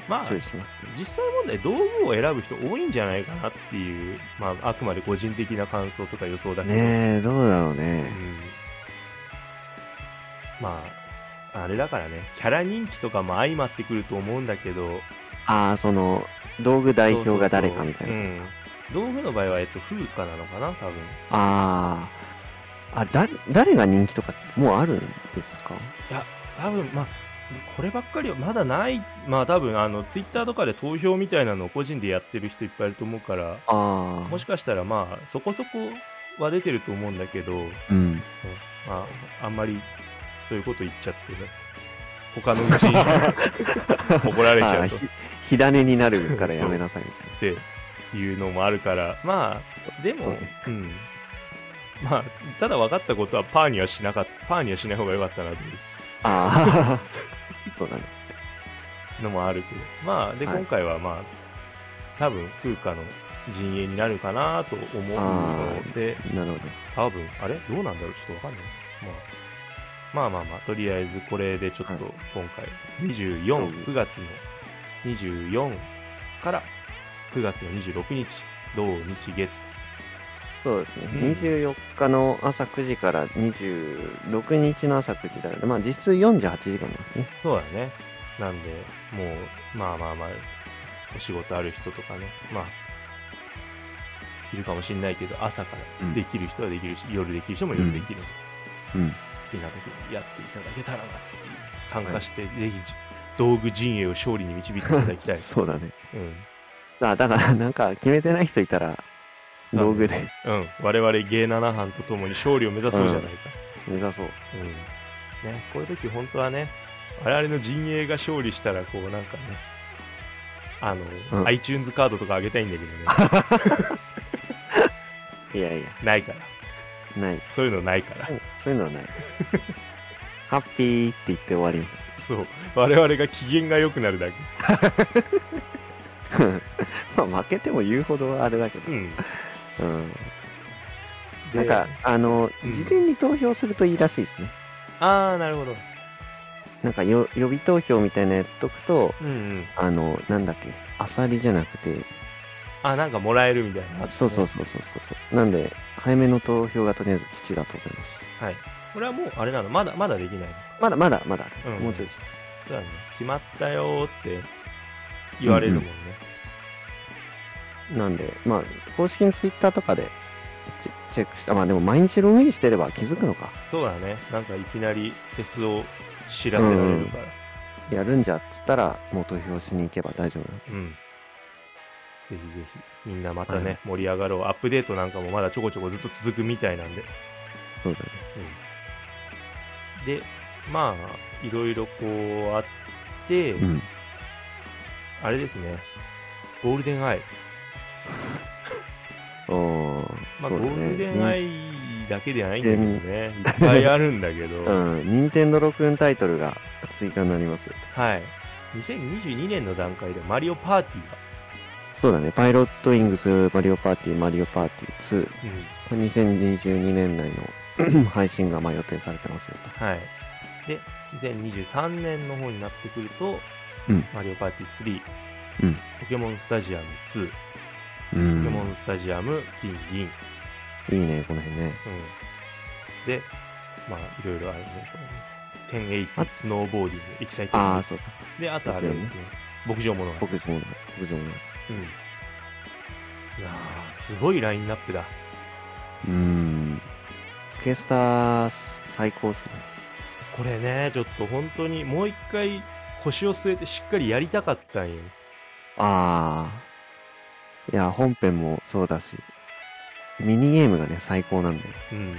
[SPEAKER 2] まあ、
[SPEAKER 3] チョイスしましたね
[SPEAKER 2] 実際問題、道具を選ぶ人多いんじゃないかなっていう、まあ、あくまで個人的な感想とか予想だけど。
[SPEAKER 3] ねえどうだろう
[SPEAKER 2] う
[SPEAKER 3] ね
[SPEAKER 2] ん。まあ、あれだからね、キャラ人気とかも相まってくると思うんだけど、
[SPEAKER 3] ああその道具代表が誰かみたいな
[SPEAKER 2] そうそうそううん、道具の場合は、えっと、風花なのかな多分
[SPEAKER 3] あああだ誰が人気とかもうあるんですか
[SPEAKER 2] 多分まあこればっかりはまだないまあ多分あのツイッターとかで投票みたいなのを個人でやってる人いっぱいいると思うから
[SPEAKER 3] あ
[SPEAKER 2] もしかしたらまあそこそこは出てると思うんだけど、
[SPEAKER 3] うん
[SPEAKER 2] まあ、あんまりそういうこと言っちゃってね他のう ちに怒られち
[SPEAKER 3] あ
[SPEAKER 2] ゃ
[SPEAKER 3] あ
[SPEAKER 2] うと
[SPEAKER 3] ひ火種になるからやめなさいみたいな
[SPEAKER 2] っていうのもあるから、まあ、で
[SPEAKER 3] そう
[SPEAKER 2] も
[SPEAKER 3] ね、
[SPEAKER 2] うん。まあ、ただ分かったことは、パーにはしなかった、パーにはしない方が良かったなという
[SPEAKER 3] ああそうだね
[SPEAKER 2] のもあるけど、まあ、で、
[SPEAKER 3] はい
[SPEAKER 2] 今回はまあ、多分、風花の陣営になるかなと思う
[SPEAKER 3] あ
[SPEAKER 2] ので、
[SPEAKER 3] なるほ
[SPEAKER 2] 多分、あれどうなんだろうちょっとわかんない。まあ、まあまあまあ、とりあえずこれでちょっと
[SPEAKER 3] はい
[SPEAKER 2] 今回、24、9月の24から9月の26日、土日月
[SPEAKER 3] どそうですね、
[SPEAKER 2] うん
[SPEAKER 3] 24日の朝9時から26日の朝9時だからまあ実質48時間なんですね
[SPEAKER 2] そうだね。なんで、もう、まあまあまあ、お仕事ある人とかね、まあ、いるかもしれないけど、朝か
[SPEAKER 3] う
[SPEAKER 2] ら
[SPEAKER 3] ん
[SPEAKER 2] できる人はできるし、夜できる人も夜できる、
[SPEAKER 3] うん
[SPEAKER 2] 好きな時にやっていただけたらなっていう、参加して、ぜひ、道具陣営を勝利に導いていただ きたい。
[SPEAKER 3] そうだね
[SPEAKER 2] うん。
[SPEAKER 3] さあだから なんか決めてない人いたら
[SPEAKER 2] そう
[SPEAKER 3] 道具で
[SPEAKER 2] うん。我々芸7班と共に勝利を目指そうじゃないか。
[SPEAKER 3] 目指そう
[SPEAKER 2] うん。ね、こういう時本当はね、我々の陣営が勝利したら、こうなんかね、あの、
[SPEAKER 3] うん
[SPEAKER 2] iTunes カードとかあげたいんだけ どね、
[SPEAKER 3] いやいや
[SPEAKER 2] ないから。
[SPEAKER 3] ない
[SPEAKER 2] そういうのないから。
[SPEAKER 3] そういうのは ないハッピーって言って終わります
[SPEAKER 2] そう。我々が機嫌が良くなるだけ。
[SPEAKER 3] まあ負けても言うほどはあれだけど、
[SPEAKER 2] う
[SPEAKER 3] う
[SPEAKER 2] ん。
[SPEAKER 3] ん、
[SPEAKER 2] で
[SPEAKER 3] なんかあの、
[SPEAKER 2] うん
[SPEAKER 3] 事前に投票するといいらしいですね
[SPEAKER 2] あー、なるほど。
[SPEAKER 3] なんかよ予備投票みたいなのやっとくと、
[SPEAKER 2] うんうん。
[SPEAKER 3] あの、なんだっけ、アサリじゃなくて、
[SPEAKER 2] あ、なんかもらえるみたいな。
[SPEAKER 3] そうそうそうそうそうそう。なんで、早めの投票がとりあえず基地だと思います。
[SPEAKER 2] はい。これはもう、あれなの、まだ、まだできないの。
[SPEAKER 3] まだまだまだ、
[SPEAKER 2] うん
[SPEAKER 3] もうちょいです。
[SPEAKER 2] そうだね。決まったよーって言われるもんね。
[SPEAKER 3] なんで、まあ、公式のツイッターとかでチェチェックした。まあでも毎日ログインしてれば気づくのか。
[SPEAKER 2] そうだね。なんかいきなりフェスを知らせられるから。
[SPEAKER 3] やるんじゃっつったら、もう投票しに行けば大丈夫な
[SPEAKER 2] うん。ぜひぜひ、みんなまたね、
[SPEAKER 3] はい
[SPEAKER 2] 盛り上がろう。アップデートなんかもまだちょこちょこずっと続くみたいなんで。
[SPEAKER 3] そうだね。
[SPEAKER 2] うん。で、まあ、いろいろこうあって、
[SPEAKER 3] うん。
[SPEAKER 2] あれですね。ゴールデンアイ。
[SPEAKER 3] おー、
[SPEAKER 2] まあ、
[SPEAKER 3] そう
[SPEAKER 2] ゴ
[SPEAKER 3] だね。
[SPEAKER 2] ールデンアイだけではないんだけどね。いっぱいあるんだけど。
[SPEAKER 3] うん、任天堂6タイトルが追加になりますよ
[SPEAKER 2] はい。2022年の段階でマリオパーティーが、
[SPEAKER 3] そうだね、パイロットイングス、マリオパーティー、マリオパーティー2、これ2022年内の 配信がまあ予定されてますよ
[SPEAKER 2] はい。で、2023年の方になってくると、
[SPEAKER 3] うん
[SPEAKER 2] マリオパーティー3、
[SPEAKER 3] うん
[SPEAKER 2] ポケモンスタジアム2、
[SPEAKER 3] と。う
[SPEAKER 2] ポケモ
[SPEAKER 3] ん
[SPEAKER 2] ンスタジアム銀銀、うん。
[SPEAKER 3] いいね、この辺ね。
[SPEAKER 2] で、まあ、いろいろあるんでしょうね。
[SPEAKER 3] あ
[SPEAKER 2] 10-8スノーボーディング、エキサイティン
[SPEAKER 3] あ
[SPEAKER 2] グ
[SPEAKER 3] あ、。そうか。
[SPEAKER 2] で、あとあれですね、牧場物語。
[SPEAKER 3] 牧場の、牧場の。
[SPEAKER 2] うん。いやー、すごいラインナップだ。
[SPEAKER 3] うん。クエスター、最高っすね。
[SPEAKER 2] これね、ちょっと本当にもう一回腰を据えてしっかりやりたかったんよ。
[SPEAKER 3] ああ。いや、本編もそうだし、ミニゲームがね、最高なんだよ。
[SPEAKER 2] うんうん。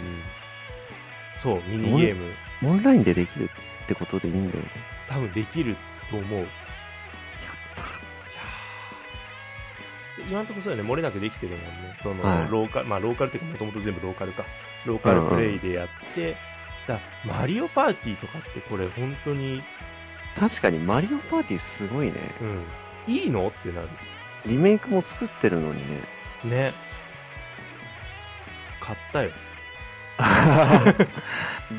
[SPEAKER 2] そう、ミニゲーム。
[SPEAKER 3] オンラインでできるってことでいいんだよね。
[SPEAKER 2] 多分できると思う。いやー今のところそうだね、漏れなくできてるもんね。その、
[SPEAKER 3] はい
[SPEAKER 2] ローカル、まあローカルっていうかもともと全部ローカルか。ローカルプレイでやって、だマリオパーティーとかってこれ本当に、
[SPEAKER 3] 確かにマリオパーティーすごいね。
[SPEAKER 2] うん、いいのってなる。
[SPEAKER 3] リメイクも作ってるのにね。
[SPEAKER 2] ね。買ったよ。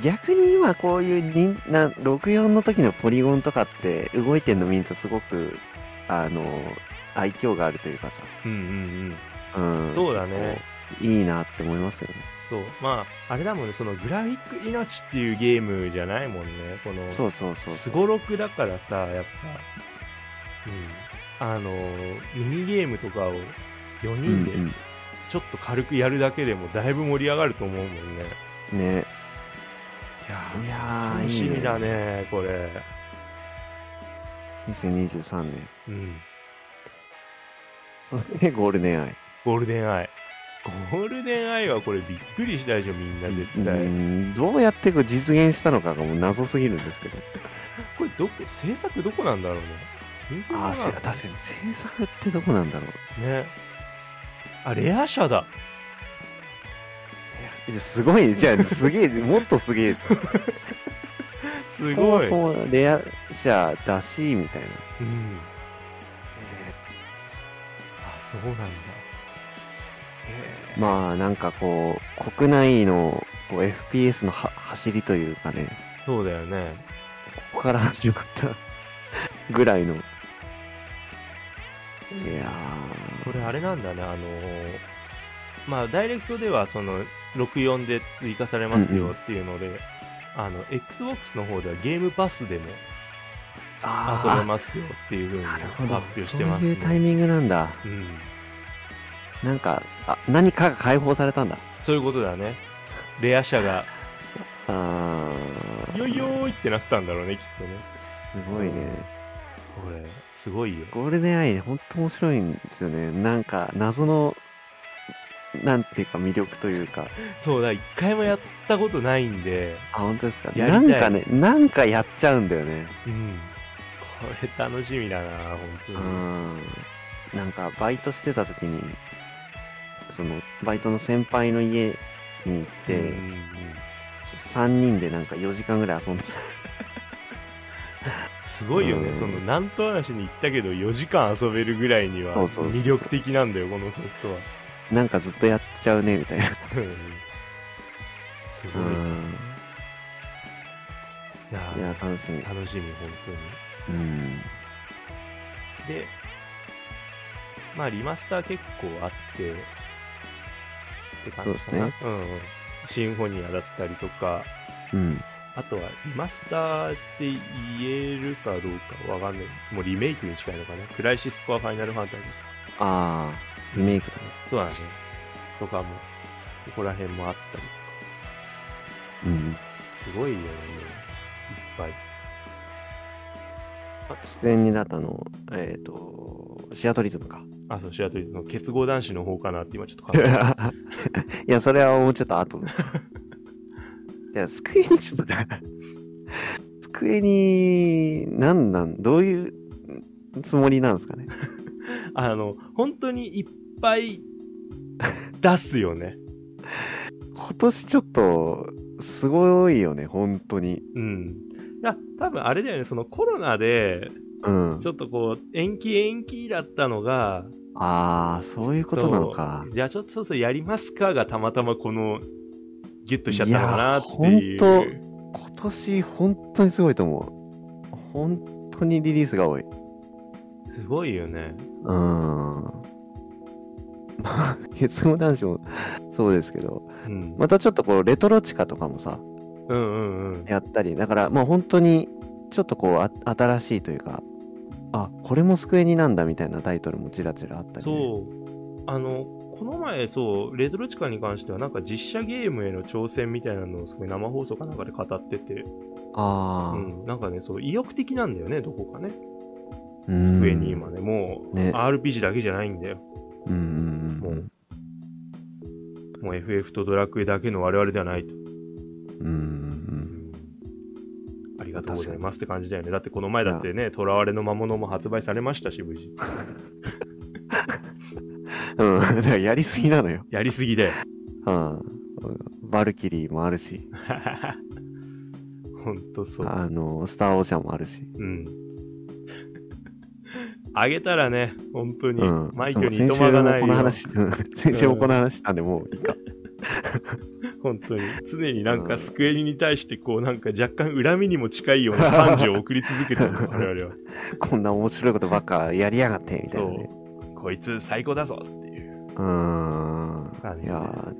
[SPEAKER 3] 逆に今こういうにんな64の時のポリゴンとかって動いてんの見るとすごく、あの、愛嬌があるというかさ。
[SPEAKER 2] うんうんうん。
[SPEAKER 3] うん。
[SPEAKER 2] そうだね。
[SPEAKER 3] 結構いいなって思いますよね。
[SPEAKER 2] そう。まあ、あれだもんね、そのグラフィック命っていうゲームじゃないもんね。この、
[SPEAKER 3] そうそうそうそ
[SPEAKER 2] す
[SPEAKER 3] う。
[SPEAKER 2] ごろくだからさ、やっぱ、うん。あのー、ミニゲームとかを4
[SPEAKER 3] うん
[SPEAKER 2] 人でちょっと軽くやるだけでもだいぶ盛り上がると思うもんね。
[SPEAKER 3] うん。ね。
[SPEAKER 2] いや
[SPEAKER 3] い
[SPEAKER 2] ー、
[SPEAKER 3] やー、
[SPEAKER 2] 楽
[SPEAKER 3] い
[SPEAKER 2] し
[SPEAKER 3] いね。
[SPEAKER 2] みだね、これ。
[SPEAKER 3] 2023年。
[SPEAKER 2] うん。
[SPEAKER 3] それ ゴールデンアイ。
[SPEAKER 2] ゴールデンアイ。ゴールデンアイはこれびっくりしたでしょ、みんな絶対。
[SPEAKER 3] うんどうやってこう実現したのかがもう謎すぎるんですけど。
[SPEAKER 2] これどこ、制作どこなんだろうね。任天堂
[SPEAKER 3] ああ、
[SPEAKER 2] なの
[SPEAKER 3] せ確かに制作ってどこなんだろう。
[SPEAKER 2] ね。あ、レア車だ。
[SPEAKER 3] いやすごいね。じゃあ、すげえ、もっとすげえじゃん。
[SPEAKER 2] すごい。
[SPEAKER 3] そもそもレア車だし、みたいな。
[SPEAKER 2] うん。あ、そうなんだ。へえ
[SPEAKER 3] まあ、なんかこう、国内のこう FPS のは走りというかね、
[SPEAKER 2] そうだよね。
[SPEAKER 3] ここから始まったぐらいの。いやー。
[SPEAKER 2] これあれなんだね、あのーまあ、ダイレクトでは、その、64で追加されますよっていうので、あの、Xbox の方ではゲームパスでも遊べ
[SPEAKER 3] あ
[SPEAKER 2] ますよっていうふうに
[SPEAKER 3] ー、な
[SPEAKER 2] 発
[SPEAKER 3] るほど
[SPEAKER 2] 表。し
[SPEAKER 3] そ
[SPEAKER 2] て
[SPEAKER 3] う
[SPEAKER 2] ます、ね。
[SPEAKER 3] いうタイミングなんだ。
[SPEAKER 2] うん。
[SPEAKER 3] なんか、あ、何かが解放されたんだ。
[SPEAKER 2] そういうことだね。レア車が、
[SPEAKER 3] あー。
[SPEAKER 2] よいよーいってなったんだろうね、きっとね。
[SPEAKER 3] すごいね。
[SPEAKER 2] これ、すごいよ。
[SPEAKER 3] ゴールデンアイ、ほんと面白いんですよね。なんか、謎の、なんていうか魅力というか。
[SPEAKER 2] そうだ、一回もやったことないんで、
[SPEAKER 3] あ、本当ですか。
[SPEAKER 2] やり
[SPEAKER 3] な
[SPEAKER 2] たい
[SPEAKER 3] んかね、なんかやっちゃうんだよね。
[SPEAKER 2] うん。これ楽しみだな、本当
[SPEAKER 3] う
[SPEAKER 2] に。
[SPEAKER 3] ん。なんか、バイトしてた時に、その、バイトの先輩の家に行って、
[SPEAKER 2] うんうんうん
[SPEAKER 3] 3人でなんか4時間ぐらい遊んでた。
[SPEAKER 2] すごいよね、
[SPEAKER 3] うん
[SPEAKER 2] その南東話に行ったけど4時間遊べるぐらいには
[SPEAKER 3] そうそうそうそう
[SPEAKER 2] 魅力的なんだよ、このソフトは。
[SPEAKER 3] なんかずっとやっちゃうね、みたいな。
[SPEAKER 2] うんす
[SPEAKER 3] う
[SPEAKER 2] ごい。
[SPEAKER 3] ん。
[SPEAKER 2] いや
[SPEAKER 3] いや、楽しみ。
[SPEAKER 2] 楽しみ、本当に。
[SPEAKER 3] うん。
[SPEAKER 2] で、まあ、リマスター結構あって、って感じか
[SPEAKER 3] そう
[SPEAKER 2] な。
[SPEAKER 3] です
[SPEAKER 2] うんうん。シンフォニアだったりとか、
[SPEAKER 3] うん。
[SPEAKER 2] あとはリマスターって言えるかどうかわかんない。もうリメイクに近いのかな。クライシスコアファイナルファンタジー
[SPEAKER 3] ああ、リメイクだね。
[SPEAKER 2] そうだね。とかも、ここら辺もあったり。
[SPEAKER 3] うん。
[SPEAKER 2] すごいよね、いっぱい。
[SPEAKER 3] スペインにだったの、えっ、と、シアトリズムか。
[SPEAKER 2] あ、そう、シアトリーズの結合男子の方かなって今ちょっと考
[SPEAKER 3] い
[SPEAKER 2] えた
[SPEAKER 3] や、それはもうちょっと後 だ。いや、机にちょっと、机に、なんなん、どういうつもりなんですかね。
[SPEAKER 2] あの、本当にいっぱい出すよね。
[SPEAKER 3] 今年ちょっと、すごいよね、本当に。
[SPEAKER 2] うん。いや、多分あれだよね、そのコロナで、
[SPEAKER 3] うん
[SPEAKER 2] ち。ょっとこう、延期延期だったのが、
[SPEAKER 3] ああ、そういうことなのか
[SPEAKER 2] そう。じゃあちょっとそうそうやりますかがたまたまこの、ギュッとしちゃったのかなっていう。
[SPEAKER 3] いやー今年、本当にすごいと思う。本当にリリースが多い。
[SPEAKER 2] すごいよね。
[SPEAKER 3] うーん。まあ、結合男子もそうですけど、
[SPEAKER 2] うん。
[SPEAKER 3] またちょっとこう、レトロ地下とかもさ、
[SPEAKER 2] うんうんうん。
[SPEAKER 3] やったり、だから、まあ本当に、ちょっとこうあ、新しいというか、あ、これもスクエニなんだみたいなタイトルもちらちらあったりね、
[SPEAKER 2] そう。あの、この前、そう、レトロチカに関しては、なんか実写ゲームへの挑戦みたいなのをすごい生放送かなんかで語ってて、
[SPEAKER 3] ああ、
[SPEAKER 2] うん、なんかね、そう、意欲的なんだよね、どこかね。
[SPEAKER 3] う
[SPEAKER 2] ス
[SPEAKER 3] ん
[SPEAKER 2] クエニ今ね、もう、
[SPEAKER 3] ね
[SPEAKER 2] RPG だけじゃないんだよ。
[SPEAKER 3] うんうん
[SPEAKER 2] もう、もう FF とドラクエだけの我々ではないと。
[SPEAKER 3] うん。うんうん
[SPEAKER 2] ありがとうございますって感じだよね。だってこの前だってね、囚われの魔物も発売されましたし、無事。
[SPEAKER 3] うん。うん、 だからやりすぎなのよ。
[SPEAKER 2] やりすぎ で。
[SPEAKER 3] うん。バルキリーもあるし、
[SPEAKER 2] ほんとそう。
[SPEAKER 3] あの、スターオーシャンもあるし。
[SPEAKER 2] うん。あげたらね、本当に、
[SPEAKER 3] うん。
[SPEAKER 2] マイ
[SPEAKER 3] そ
[SPEAKER 2] ク
[SPEAKER 3] う
[SPEAKER 2] にいとまがない
[SPEAKER 3] 先週もこの
[SPEAKER 2] よ。
[SPEAKER 3] 話、うん 先週もこの話したんで、もういいか。
[SPEAKER 2] 本当に。常になん
[SPEAKER 3] う
[SPEAKER 2] か、
[SPEAKER 3] ん
[SPEAKER 2] スクエニに対して、こう、なんか若干恨みにも近いよう な惨事を送り続けてるの、我々は。
[SPEAKER 3] こんな面白いことばっかやりやがって、みたいなね。
[SPEAKER 2] そう。こいつ最高だぞっていう。
[SPEAKER 3] うー
[SPEAKER 2] 感
[SPEAKER 3] ん。
[SPEAKER 2] じ
[SPEAKER 3] い
[SPEAKER 2] で
[SPEAKER 3] やー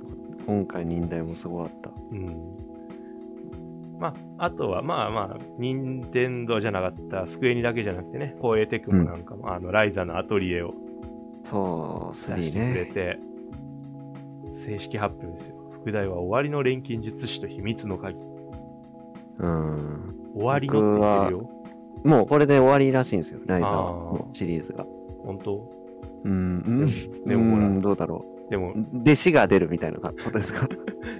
[SPEAKER 3] 今回忍耐もすごかった。
[SPEAKER 2] うん。まあ、あとは、まあまあ、任天堂じゃなかった、スクエニだけじゃなくてね、光栄テクモなんかも、あの、ライザのアトリエを
[SPEAKER 3] そう、
[SPEAKER 2] 出
[SPEAKER 3] 3
[SPEAKER 2] してくれ
[SPEAKER 3] ね。
[SPEAKER 2] て、正式発表ですよ。副題は、終わりの錬金術師と秘密の鍵。
[SPEAKER 3] うん。
[SPEAKER 2] 終わりのって言ってるよ。
[SPEAKER 3] もうこれで終わりらしいんですよ、ライザー
[SPEAKER 2] あー
[SPEAKER 3] のシリーズが。
[SPEAKER 2] 本当
[SPEAKER 3] うん。うん
[SPEAKER 2] でもほら
[SPEAKER 3] うんどうだろ
[SPEAKER 2] でも
[SPEAKER 3] う。、弟子が出るみたいなことですか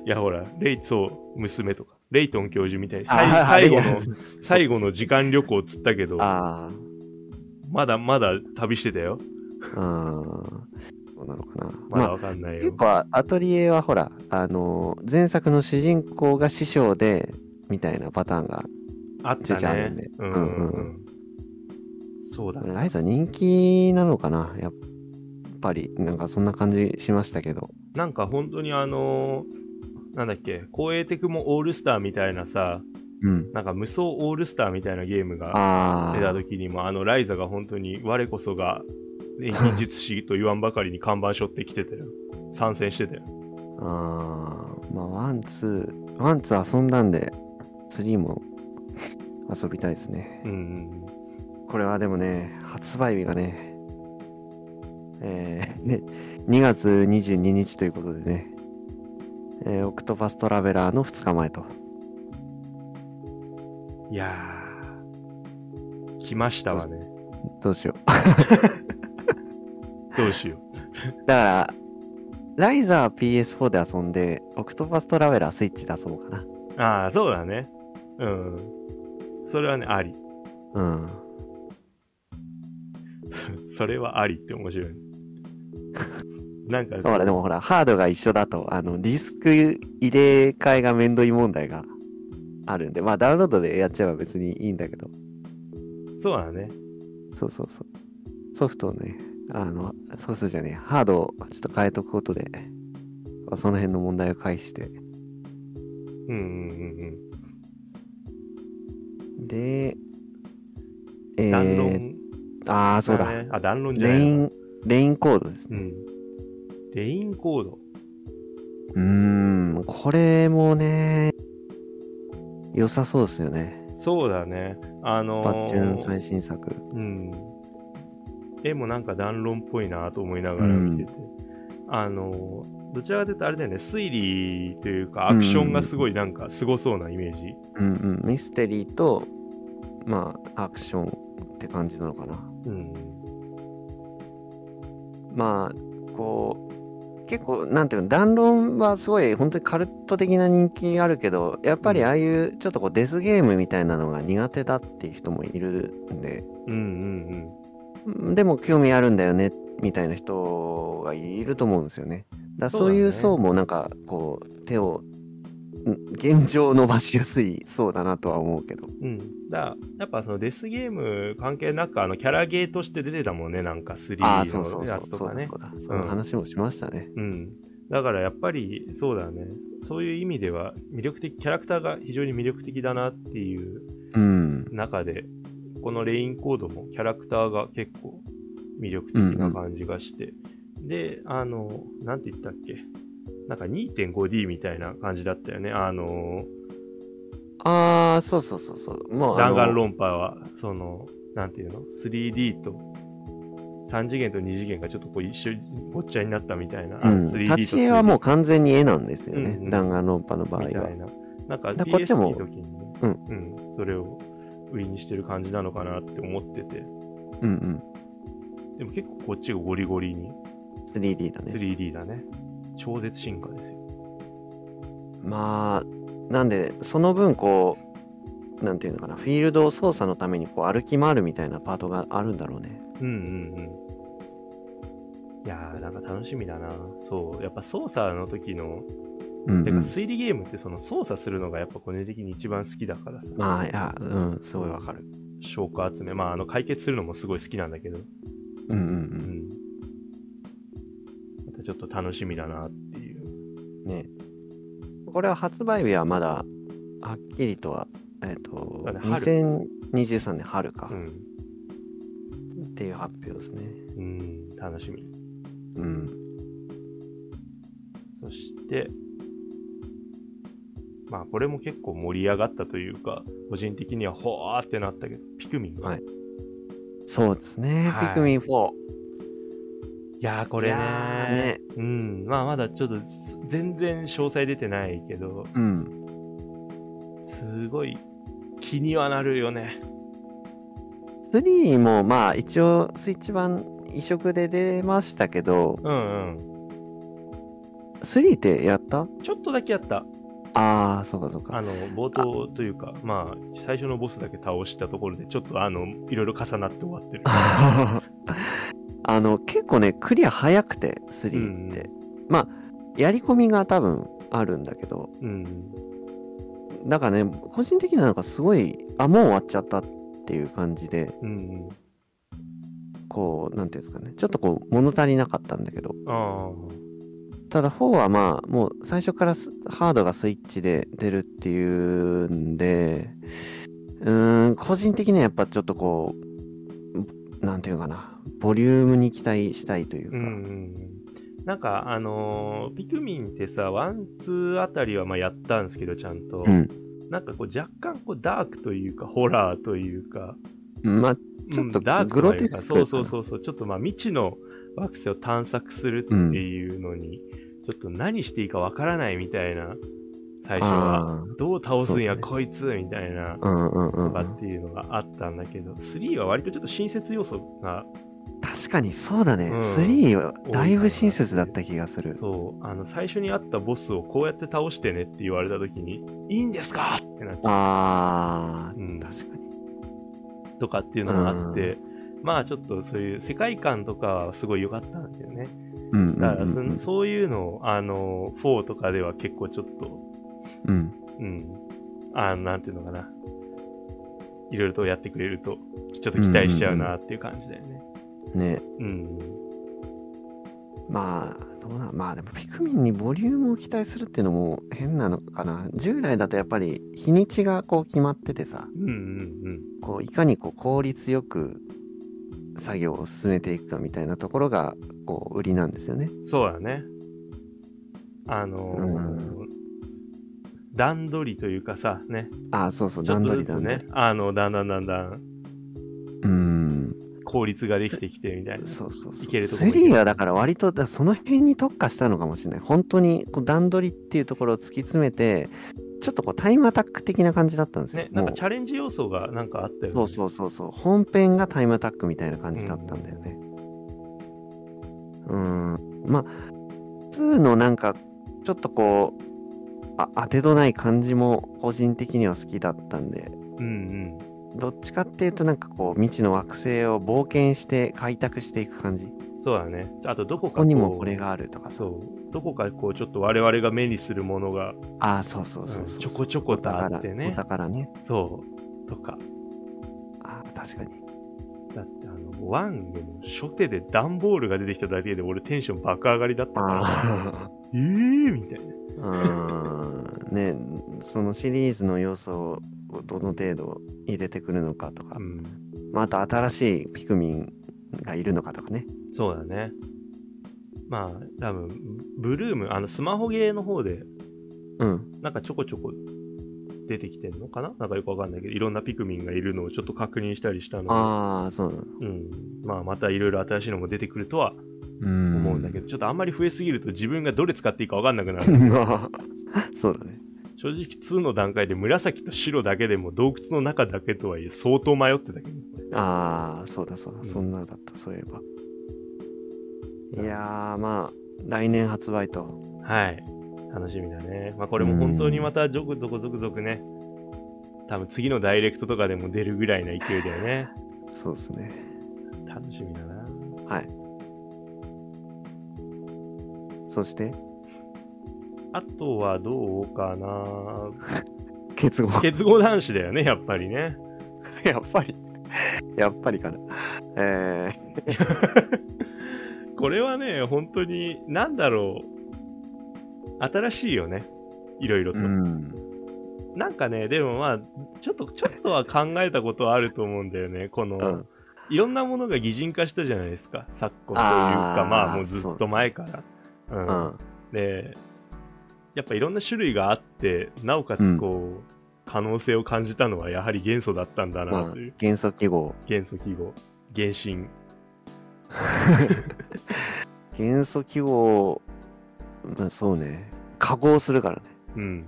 [SPEAKER 2] いやほら、レイ、そう、娘とか、レイトン教授みたいに、さい
[SPEAKER 3] あー
[SPEAKER 2] 最後
[SPEAKER 3] いや
[SPEAKER 2] の、最後の時間旅行っつったけど、
[SPEAKER 3] あー
[SPEAKER 2] まだまだ旅してたよ。
[SPEAKER 3] うん。そうなのかな。
[SPEAKER 2] ま
[SPEAKER 3] ま
[SPEAKER 2] だ
[SPEAKER 3] あ、
[SPEAKER 2] わかんない
[SPEAKER 3] 結
[SPEAKER 2] よ。
[SPEAKER 3] 構アトリエはほら、あのー、前作の主人公が師匠で、みたいなパターンが。
[SPEAKER 2] あった
[SPEAKER 3] ちょいちょいある
[SPEAKER 2] ね
[SPEAKER 3] んで。
[SPEAKER 2] う
[SPEAKER 3] うん
[SPEAKER 2] んう
[SPEAKER 3] うんう
[SPEAKER 2] んうん。そうだね。
[SPEAKER 3] ライザー人気なのかなやっぱり、なんかそんな感じしましたけど。
[SPEAKER 2] なんか本当にあのーなんだっけ、光栄テクモオールスターみたいなさ、
[SPEAKER 3] うん。
[SPEAKER 2] なんか無双オールスターみたいなゲームが
[SPEAKER 3] あ
[SPEAKER 2] 出た
[SPEAKER 3] あ。
[SPEAKER 2] 時にも、あの、ライザが本当に、我こそが、 錬金術師と言わんばかりに看板背負ってきてたよ。参戦してたよ。
[SPEAKER 3] あーまあ、ワン、ツー、ワン、ツー遊んだんで、スリーも 遊びたいですね。
[SPEAKER 2] うんうんうん。
[SPEAKER 3] これはでもね、発売日がね、えー、ね、2月22日ということでね、えー、オクトパストラベラーの2日前と。
[SPEAKER 2] いやー、来ましたわね。
[SPEAKER 3] どうしよう。
[SPEAKER 2] どうしよ
[SPEAKER 3] だから、ライザー PS4 で遊んで、オクトパストラベラースイッチで遊ぼうかな。
[SPEAKER 2] う。ああ、そうだね。うん。それはね、あり。
[SPEAKER 3] うん。
[SPEAKER 2] それはありって面白い。なんか、
[SPEAKER 3] だからでもほら、ハードが一緒だと、あの、ディスク入れ替えが面倒い問題があるんで、まあダウンロードでやっちゃえば別にいいんだけど、
[SPEAKER 2] そうだね。
[SPEAKER 3] そうそうそう。ソフトをね、あの、ソフトじゃねえ、ハードをちょっと変えとくことで、まあその辺の問題を回避して、
[SPEAKER 2] うんうんうんうん。
[SPEAKER 3] で、え
[SPEAKER 2] 弾論、
[SPEAKER 3] ー、ああ、そうだ。
[SPEAKER 2] ねあ、弾論じゃな
[SPEAKER 3] レ
[SPEAKER 2] い
[SPEAKER 3] イ
[SPEAKER 2] のか。
[SPEAKER 3] ン、レインコードです
[SPEAKER 2] う
[SPEAKER 3] ね。
[SPEAKER 2] ん。レインコード。
[SPEAKER 3] うーん、これもね、良さそうですよね。
[SPEAKER 2] そうだね。あのー
[SPEAKER 3] バッチュン最新作。
[SPEAKER 2] うん。絵もなんか弾論っぽいなと思いながら見てて。あのー、どちらかというとあれだよね、推理というか、アクションがすごいなんかすごそうなイメージ。
[SPEAKER 3] うんうん、ミステリーと、まあ、アクションって感じなのかな。
[SPEAKER 2] うん。
[SPEAKER 3] まあ、こう、結構、なんていうの、弾論はすごい、本当にカルト的な人気あるけど、やっぱりああいう、ちょっとこう、デスゲームみたいなのが苦手だっていう人もいるんで、
[SPEAKER 2] うんうん
[SPEAKER 3] うんでも興味あるんだよね、みたいな人がいると思うんですよね。だから
[SPEAKER 2] そう
[SPEAKER 3] そ
[SPEAKER 2] だ
[SPEAKER 3] う
[SPEAKER 2] ね
[SPEAKER 3] いう層も、なんか、こう、手を、ん現状伸ばしやすい層だなとは思うけど。
[SPEAKER 2] うん。うん。だからやっぱそのデスゲーム関係なく、あの、キャラゲーとして出てたもんね、なんか3
[SPEAKER 3] ああ、そうそう
[SPEAKER 2] の
[SPEAKER 3] そ
[SPEAKER 2] や
[SPEAKER 3] う
[SPEAKER 2] つ、と
[SPEAKER 3] そう
[SPEAKER 2] か
[SPEAKER 3] だ、
[SPEAKER 2] ね。
[SPEAKER 3] そうだ。その話もしましたね。
[SPEAKER 2] うん。だからやっぱり、そうだね。そういう意味では、魅力的、キャラクターが非常に魅力的だなっていう
[SPEAKER 3] うん。
[SPEAKER 2] 中で、このレインコードもキャラクターが結構魅力的な感じがして、で、あの、なんて言ったっけ、なんか 2.5D みたいな感じだったよね、あの、
[SPEAKER 3] ああ、そうそうそうそう。もう、あ
[SPEAKER 2] 弾
[SPEAKER 3] の
[SPEAKER 2] 丸論破は、その、なんていうの、3D と、3次元と2次元がちょっとこう一緒にごっちゃになったみたいな、あ
[SPEAKER 3] う
[SPEAKER 2] の
[SPEAKER 3] ん、
[SPEAKER 2] 3D と
[SPEAKER 3] 立ち絵はもう
[SPEAKER 2] 2D
[SPEAKER 3] 完全に絵なんですよね、
[SPEAKER 2] うんうん
[SPEAKER 3] 弾丸論破の場合
[SPEAKER 2] みた。
[SPEAKER 3] はい
[SPEAKER 2] な、なんか
[SPEAKER 3] だからこっち
[SPEAKER 2] PS
[SPEAKER 3] も
[SPEAKER 2] の時にね、
[SPEAKER 3] うん
[SPEAKER 2] うん、それを売りにしてる感じなのかなって思ってて、
[SPEAKER 3] うん
[SPEAKER 2] でも結構こっちがゴリゴリ
[SPEAKER 3] う
[SPEAKER 2] に
[SPEAKER 3] ん。3D だね。
[SPEAKER 2] 3D だね。超絶進化ですよ。
[SPEAKER 3] まあ、なんで、その分こう、なんていうのかな、フィールドを操作のためにこう歩き回るみたいなパートがあるんだろうね。
[SPEAKER 2] うんうんうん。いやー、なんか楽しみだな。そう。やっぱ操作の時の、
[SPEAKER 3] うん、
[SPEAKER 2] て
[SPEAKER 3] う
[SPEAKER 2] か
[SPEAKER 3] ん。
[SPEAKER 2] 推理ゲームってその操作するのがやっぱ個人的に一番好きだからさ。
[SPEAKER 3] まあ、いや、うん、すごいわかる。
[SPEAKER 2] 証拠集め。まあ、あの、解決するのもすごい好きなんだけど。
[SPEAKER 3] うんう
[SPEAKER 2] うんん。またちょっと楽しみだなってい
[SPEAKER 3] う
[SPEAKER 2] う。
[SPEAKER 3] ん。ねこれは発売日はまだ、はっきりとは、えっ、と、
[SPEAKER 2] だね春
[SPEAKER 3] 2023年春か
[SPEAKER 2] う、ん。
[SPEAKER 3] っていう発表ですね。
[SPEAKER 2] うん、楽しみ。
[SPEAKER 3] うん。
[SPEAKER 2] そして、まあ、これも結構盛り上がったというか、個人的にはほーってなったけど、ピクミン。
[SPEAKER 3] はいそうですね、
[SPEAKER 2] はい
[SPEAKER 3] ピクミン4。
[SPEAKER 2] いやー、こ
[SPEAKER 3] こ
[SPEAKER 2] れねうん。まあ、まだちょっと、す全然詳細出てないけど、
[SPEAKER 3] うん。
[SPEAKER 2] すごい気にはなるよね。
[SPEAKER 3] 3もまあ一応スイッチ版移植で出ましたけど、
[SPEAKER 2] うん
[SPEAKER 3] 3ってやった
[SPEAKER 2] うん。ちょっとだけやった。
[SPEAKER 3] ああ、そうかそう
[SPEAKER 2] あ
[SPEAKER 3] か。
[SPEAKER 2] の、冒頭というか、まあ、最初のボスだけ倒したところで、ちょっと、あの、いろいろ重なって終わってる。
[SPEAKER 3] あの、結構ね、クリア早くて、3って。まあ、やり込みが多分あるんだけど、
[SPEAKER 2] うん。
[SPEAKER 3] だからね、個人的にはなんかすごい、あ、もう終わっちゃったっていう感じで、
[SPEAKER 2] うん。
[SPEAKER 3] こう、なんていうんですかね、ちょっとこう、物足りなかったんだけど、
[SPEAKER 2] あ
[SPEAKER 3] ただ4はまあもう最初からスハードがスイッチで出るっていうんでうーん個人的にはやっぱちょっとこうなんていうのかなボリュームに期待したいという
[SPEAKER 2] あ。う
[SPEAKER 3] か、
[SPEAKER 2] んうんうん。なんか、あのーピクミンってさ、ワン、ツーあたりはまあやったんですけど、ちゃんと。
[SPEAKER 3] うん
[SPEAKER 2] なんかこう、若干こう、ダークというか、ホラーというか、
[SPEAKER 3] まあちょっと
[SPEAKER 2] うんダーク
[SPEAKER 3] グロテスク
[SPEAKER 2] と
[SPEAKER 3] かな
[SPEAKER 2] いうかそうそうそうそうちょっとまあ未知の惑星を探索するっていうのに、ちょっと何していいかわからないみたいな最初は
[SPEAKER 3] あ
[SPEAKER 2] どう倒すんや、
[SPEAKER 3] そうだね
[SPEAKER 2] こいつみたいな
[SPEAKER 3] あうんうんう
[SPEAKER 2] と
[SPEAKER 3] ん
[SPEAKER 2] か
[SPEAKER 3] うん
[SPEAKER 2] っていうのがあったんだけど、3は割とちょっと親切要素が
[SPEAKER 3] 確かにそうだね、
[SPEAKER 2] うん
[SPEAKER 3] 3はだいぶ親切だった気がする
[SPEAKER 2] そうあの最初にあったボスをこうやって倒してねって言われた時にいいんですかってなっちゃう
[SPEAKER 3] あー
[SPEAKER 2] うん
[SPEAKER 3] 確かに
[SPEAKER 2] とかっていうのがあって、まあちょっとそういう世界観とかはすごい良かったんだよね
[SPEAKER 3] うんうん
[SPEAKER 2] だからそ,、
[SPEAKER 3] うん
[SPEAKER 2] そういうのを、あの、4とかでは結構ちょっと、
[SPEAKER 3] うん
[SPEAKER 2] うん、あなんていうのかな、いろいろとやってくれると、ちょっと期待しちゃうなっていう感じだよね。
[SPEAKER 3] ね
[SPEAKER 2] うん、
[SPEAKER 3] まあどうなまあでもピクミンにボリュームを期待するっていうのも変なのかな従来だとやっぱり日にちがこう決まっててさ
[SPEAKER 2] うんうんうん。
[SPEAKER 3] こういかにこう効率よく作業を進めていくかみたいなところがこう売りなんですよね
[SPEAKER 2] そうだね。あのー
[SPEAKER 3] う
[SPEAKER 2] 段取りというかさ、ね、
[SPEAKER 3] ああそうそう
[SPEAKER 2] ちょっ
[SPEAKER 3] 段
[SPEAKER 2] と
[SPEAKER 3] 取り
[SPEAKER 2] ずつ
[SPEAKER 3] 段取
[SPEAKER 2] ね
[SPEAKER 3] り、
[SPEAKER 2] あの、だんだんだんだん
[SPEAKER 3] うん
[SPEAKER 2] 効率ができてきてみたいな。
[SPEAKER 3] そうそうそ
[SPEAKER 2] いけ
[SPEAKER 3] う
[SPEAKER 2] るとこ
[SPEAKER 3] ス
[SPEAKER 2] ろに
[SPEAKER 3] リーはだから割とだその辺に特化したのかもしれない本当にこう段取りっていうところを突き詰めてちょっとこうタイムアタック的な感じだったんですよ、
[SPEAKER 2] ね、なん
[SPEAKER 3] も
[SPEAKER 2] か
[SPEAKER 3] う
[SPEAKER 2] チャレンジ要素がなんかあったよね。
[SPEAKER 3] そうそうそうそう本編がタイムアタックみたいな感じだったんだよねうんんまあ2のなんかちょっとこうあ当てどない感じも個人的には好きだったんで
[SPEAKER 2] うん
[SPEAKER 3] どっちかっていうとなんかこう未知の惑星を冒険して開拓していく感じ
[SPEAKER 2] うん。そうだね。あと、どこ
[SPEAKER 3] こ
[SPEAKER 2] か
[SPEAKER 3] こにも
[SPEAKER 2] う
[SPEAKER 3] これがあるとかさ
[SPEAKER 2] そう。どこかこう、ちょっと我々が目にするものが、
[SPEAKER 3] ああそうそうそう
[SPEAKER 2] うん
[SPEAKER 3] そう
[SPEAKER 2] ちょこちょことあってね
[SPEAKER 3] お宝お宝ね
[SPEAKER 2] そう、とか。
[SPEAKER 3] ああ確かに
[SPEAKER 2] だって、あの、ワンでも初手で段ボールが出てきただけで、俺テンション爆上がりだったから、
[SPEAKER 3] ああ
[SPEAKER 2] えーみたいな。
[SPEAKER 3] うーんねそのシリーズの要素をどの程度入れてくるのかとか、
[SPEAKER 2] うん。
[SPEAKER 3] まあ、あと新しいピクミンがいるのかとかね
[SPEAKER 2] そうだね。まあ、多分ブルーム、あの、スマホゲーの方で、
[SPEAKER 3] うん
[SPEAKER 2] なんかちょこちょこ出てきてんのかななんかよくわかんないけど、いろんなピクミンがいるのをちょっと確認したりしたので、
[SPEAKER 3] ああそうなの
[SPEAKER 2] うん。まあ、またいろいろ新しいのも出てくるとは
[SPEAKER 3] うん
[SPEAKER 2] 思うんだけど、ちょっとあんまり増えすぎると自分がどれ使っていいかわかんなくなる。
[SPEAKER 3] ど そうだね
[SPEAKER 2] 正直2の段階で紫と白だけでも洞窟の中だけとはいえ相当迷ってたけどね
[SPEAKER 3] ああそうだそうだ、
[SPEAKER 2] うん
[SPEAKER 3] そんなだったそういえばいやーまあ来年発売と
[SPEAKER 2] はい楽しみだね、まあ、これも本当にまたジョクゾクゾクゾクね多分次のダイレクトとかでも出るぐらいな勢いだよね
[SPEAKER 3] そうですね
[SPEAKER 2] 楽しみだな
[SPEAKER 3] はいそして
[SPEAKER 2] あとはどうかな
[SPEAKER 3] 結合
[SPEAKER 2] 結合男子だよねやっぱりね
[SPEAKER 3] やっぱりやっぱりかなえー、
[SPEAKER 2] これはね本当になんだろう新しいよねいろいろと、
[SPEAKER 3] うん、
[SPEAKER 2] なんかね、でもまあ、ちょっと、ちょっとは考えたことはあると思うんだよね。この、
[SPEAKER 3] うん
[SPEAKER 2] いろんなものが擬人化したじゃないですか。昨今という
[SPEAKER 3] あ
[SPEAKER 2] か、
[SPEAKER 3] ー
[SPEAKER 2] まあもうずっと前から。う
[SPEAKER 3] うんん、
[SPEAKER 2] で、やっぱいろんな種類があって、なおかつこう、可能性を感じたのはやはり元素だったんだ
[SPEAKER 3] ま
[SPEAKER 2] な
[SPEAKER 3] あ
[SPEAKER 2] という、
[SPEAKER 3] 元素記号
[SPEAKER 2] 元素記号、原神。
[SPEAKER 3] 元素記号まあそうね加工するからね
[SPEAKER 2] うん。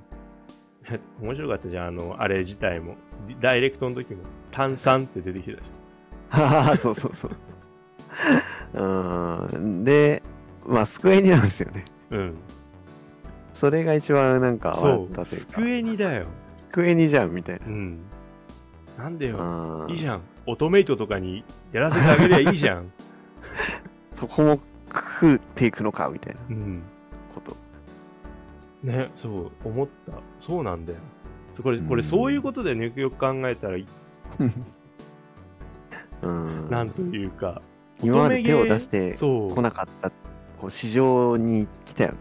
[SPEAKER 2] 面白かったじゃん、あの、あれ自体も。ダイレクトの時も、炭酸って出てきたじ
[SPEAKER 3] は はそうそうそううんでまあ机になんですよね
[SPEAKER 2] ゃん。うん。
[SPEAKER 3] それが一番なんか
[SPEAKER 2] そ
[SPEAKER 3] 笑
[SPEAKER 2] う
[SPEAKER 3] ったというか
[SPEAKER 2] 机にだよ。
[SPEAKER 3] 机にじゃんみたいな
[SPEAKER 2] うん。なんでよ。
[SPEAKER 3] あー
[SPEAKER 2] いいじゃん。オトメイトとかにやらせてあげりゃいいじ ゃん。
[SPEAKER 3] そこも食っていくのかみたいな
[SPEAKER 2] うん。
[SPEAKER 3] こと
[SPEAKER 2] ね、そう、思った。そうなんだよ。そうこれ、
[SPEAKER 3] うん
[SPEAKER 2] これそういうことでね、よく考えたら、
[SPEAKER 3] うん
[SPEAKER 2] なんというか、
[SPEAKER 3] 今まで手を出し
[SPEAKER 2] 乙女ゲ
[SPEAKER 3] て
[SPEAKER 2] ーそ
[SPEAKER 3] こ
[SPEAKER 2] う、
[SPEAKER 3] なかったこう市場に来たよね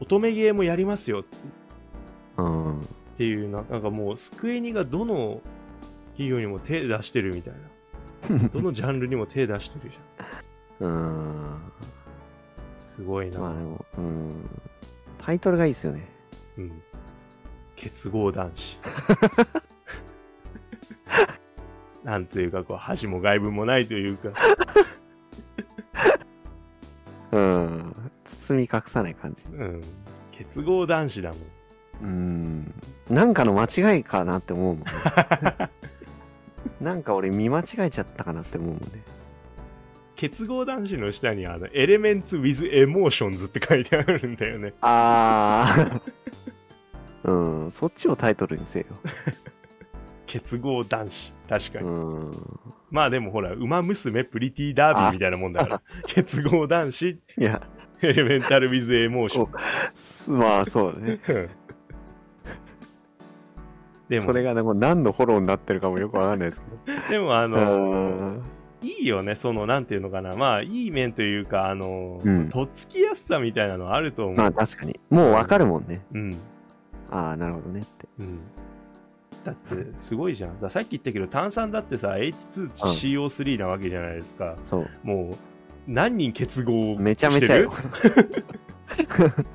[SPEAKER 2] 乙女ゲーもやりますよっ
[SPEAKER 3] うん
[SPEAKER 2] ていうな、なんかもう、スクエニがどの企業にも手出してるみたい な。どのジャンルにも手出してるじゃ
[SPEAKER 3] うん
[SPEAKER 2] ん。すごいな。
[SPEAKER 3] まあでも、うん、タイトルがいいですよね。
[SPEAKER 2] うん。結合男 子。なんというか、こう、恥も外部もないというか。
[SPEAKER 3] うん、包み隠さない感じ。
[SPEAKER 2] うん。結合男子だもん。
[SPEAKER 3] うん、なんかの間違いかなって思う もんね。なんか俺見間違えちゃったかなって思うもんね。
[SPEAKER 2] 結合男子の下にあの、エレメンツ・ウィズ・エモーションズって書いてあるんだよね。
[SPEAKER 3] ああ。 うん、そっちをタイトルにせよ。
[SPEAKER 2] 結合男子。確かに。
[SPEAKER 3] うん。
[SPEAKER 2] まあでもほら、馬娘プリティダービーみたいなもんだから。結合男子、
[SPEAKER 3] いや、
[SPEAKER 2] エレメンタル・ウィズ・エモーション
[SPEAKER 3] すまあそうだね。
[SPEAKER 2] ズ。うんで
[SPEAKER 3] そ
[SPEAKER 2] も、
[SPEAKER 3] れがね、もう何のフォローになってるかもよくわかんないですけ
[SPEAKER 2] でもあ
[SPEAKER 3] ど。
[SPEAKER 2] の、
[SPEAKER 3] うん。
[SPEAKER 2] いいよね、その、なんていうのかな、まあ、いい面というか、あの、
[SPEAKER 3] うん
[SPEAKER 2] とっつきやすさみたいなのはあると思う。
[SPEAKER 3] まあ確かに。もうわかるもんね。
[SPEAKER 2] うん。
[SPEAKER 3] ああ、なるほどねって。
[SPEAKER 2] うん。だって、すごいじゃん。ださっき言ったけど、炭酸だってさ、H2CO3 なわけじゃないですか。
[SPEAKER 3] そう。
[SPEAKER 2] もう、何人結合
[SPEAKER 3] めちゃめちゃよ
[SPEAKER 2] して。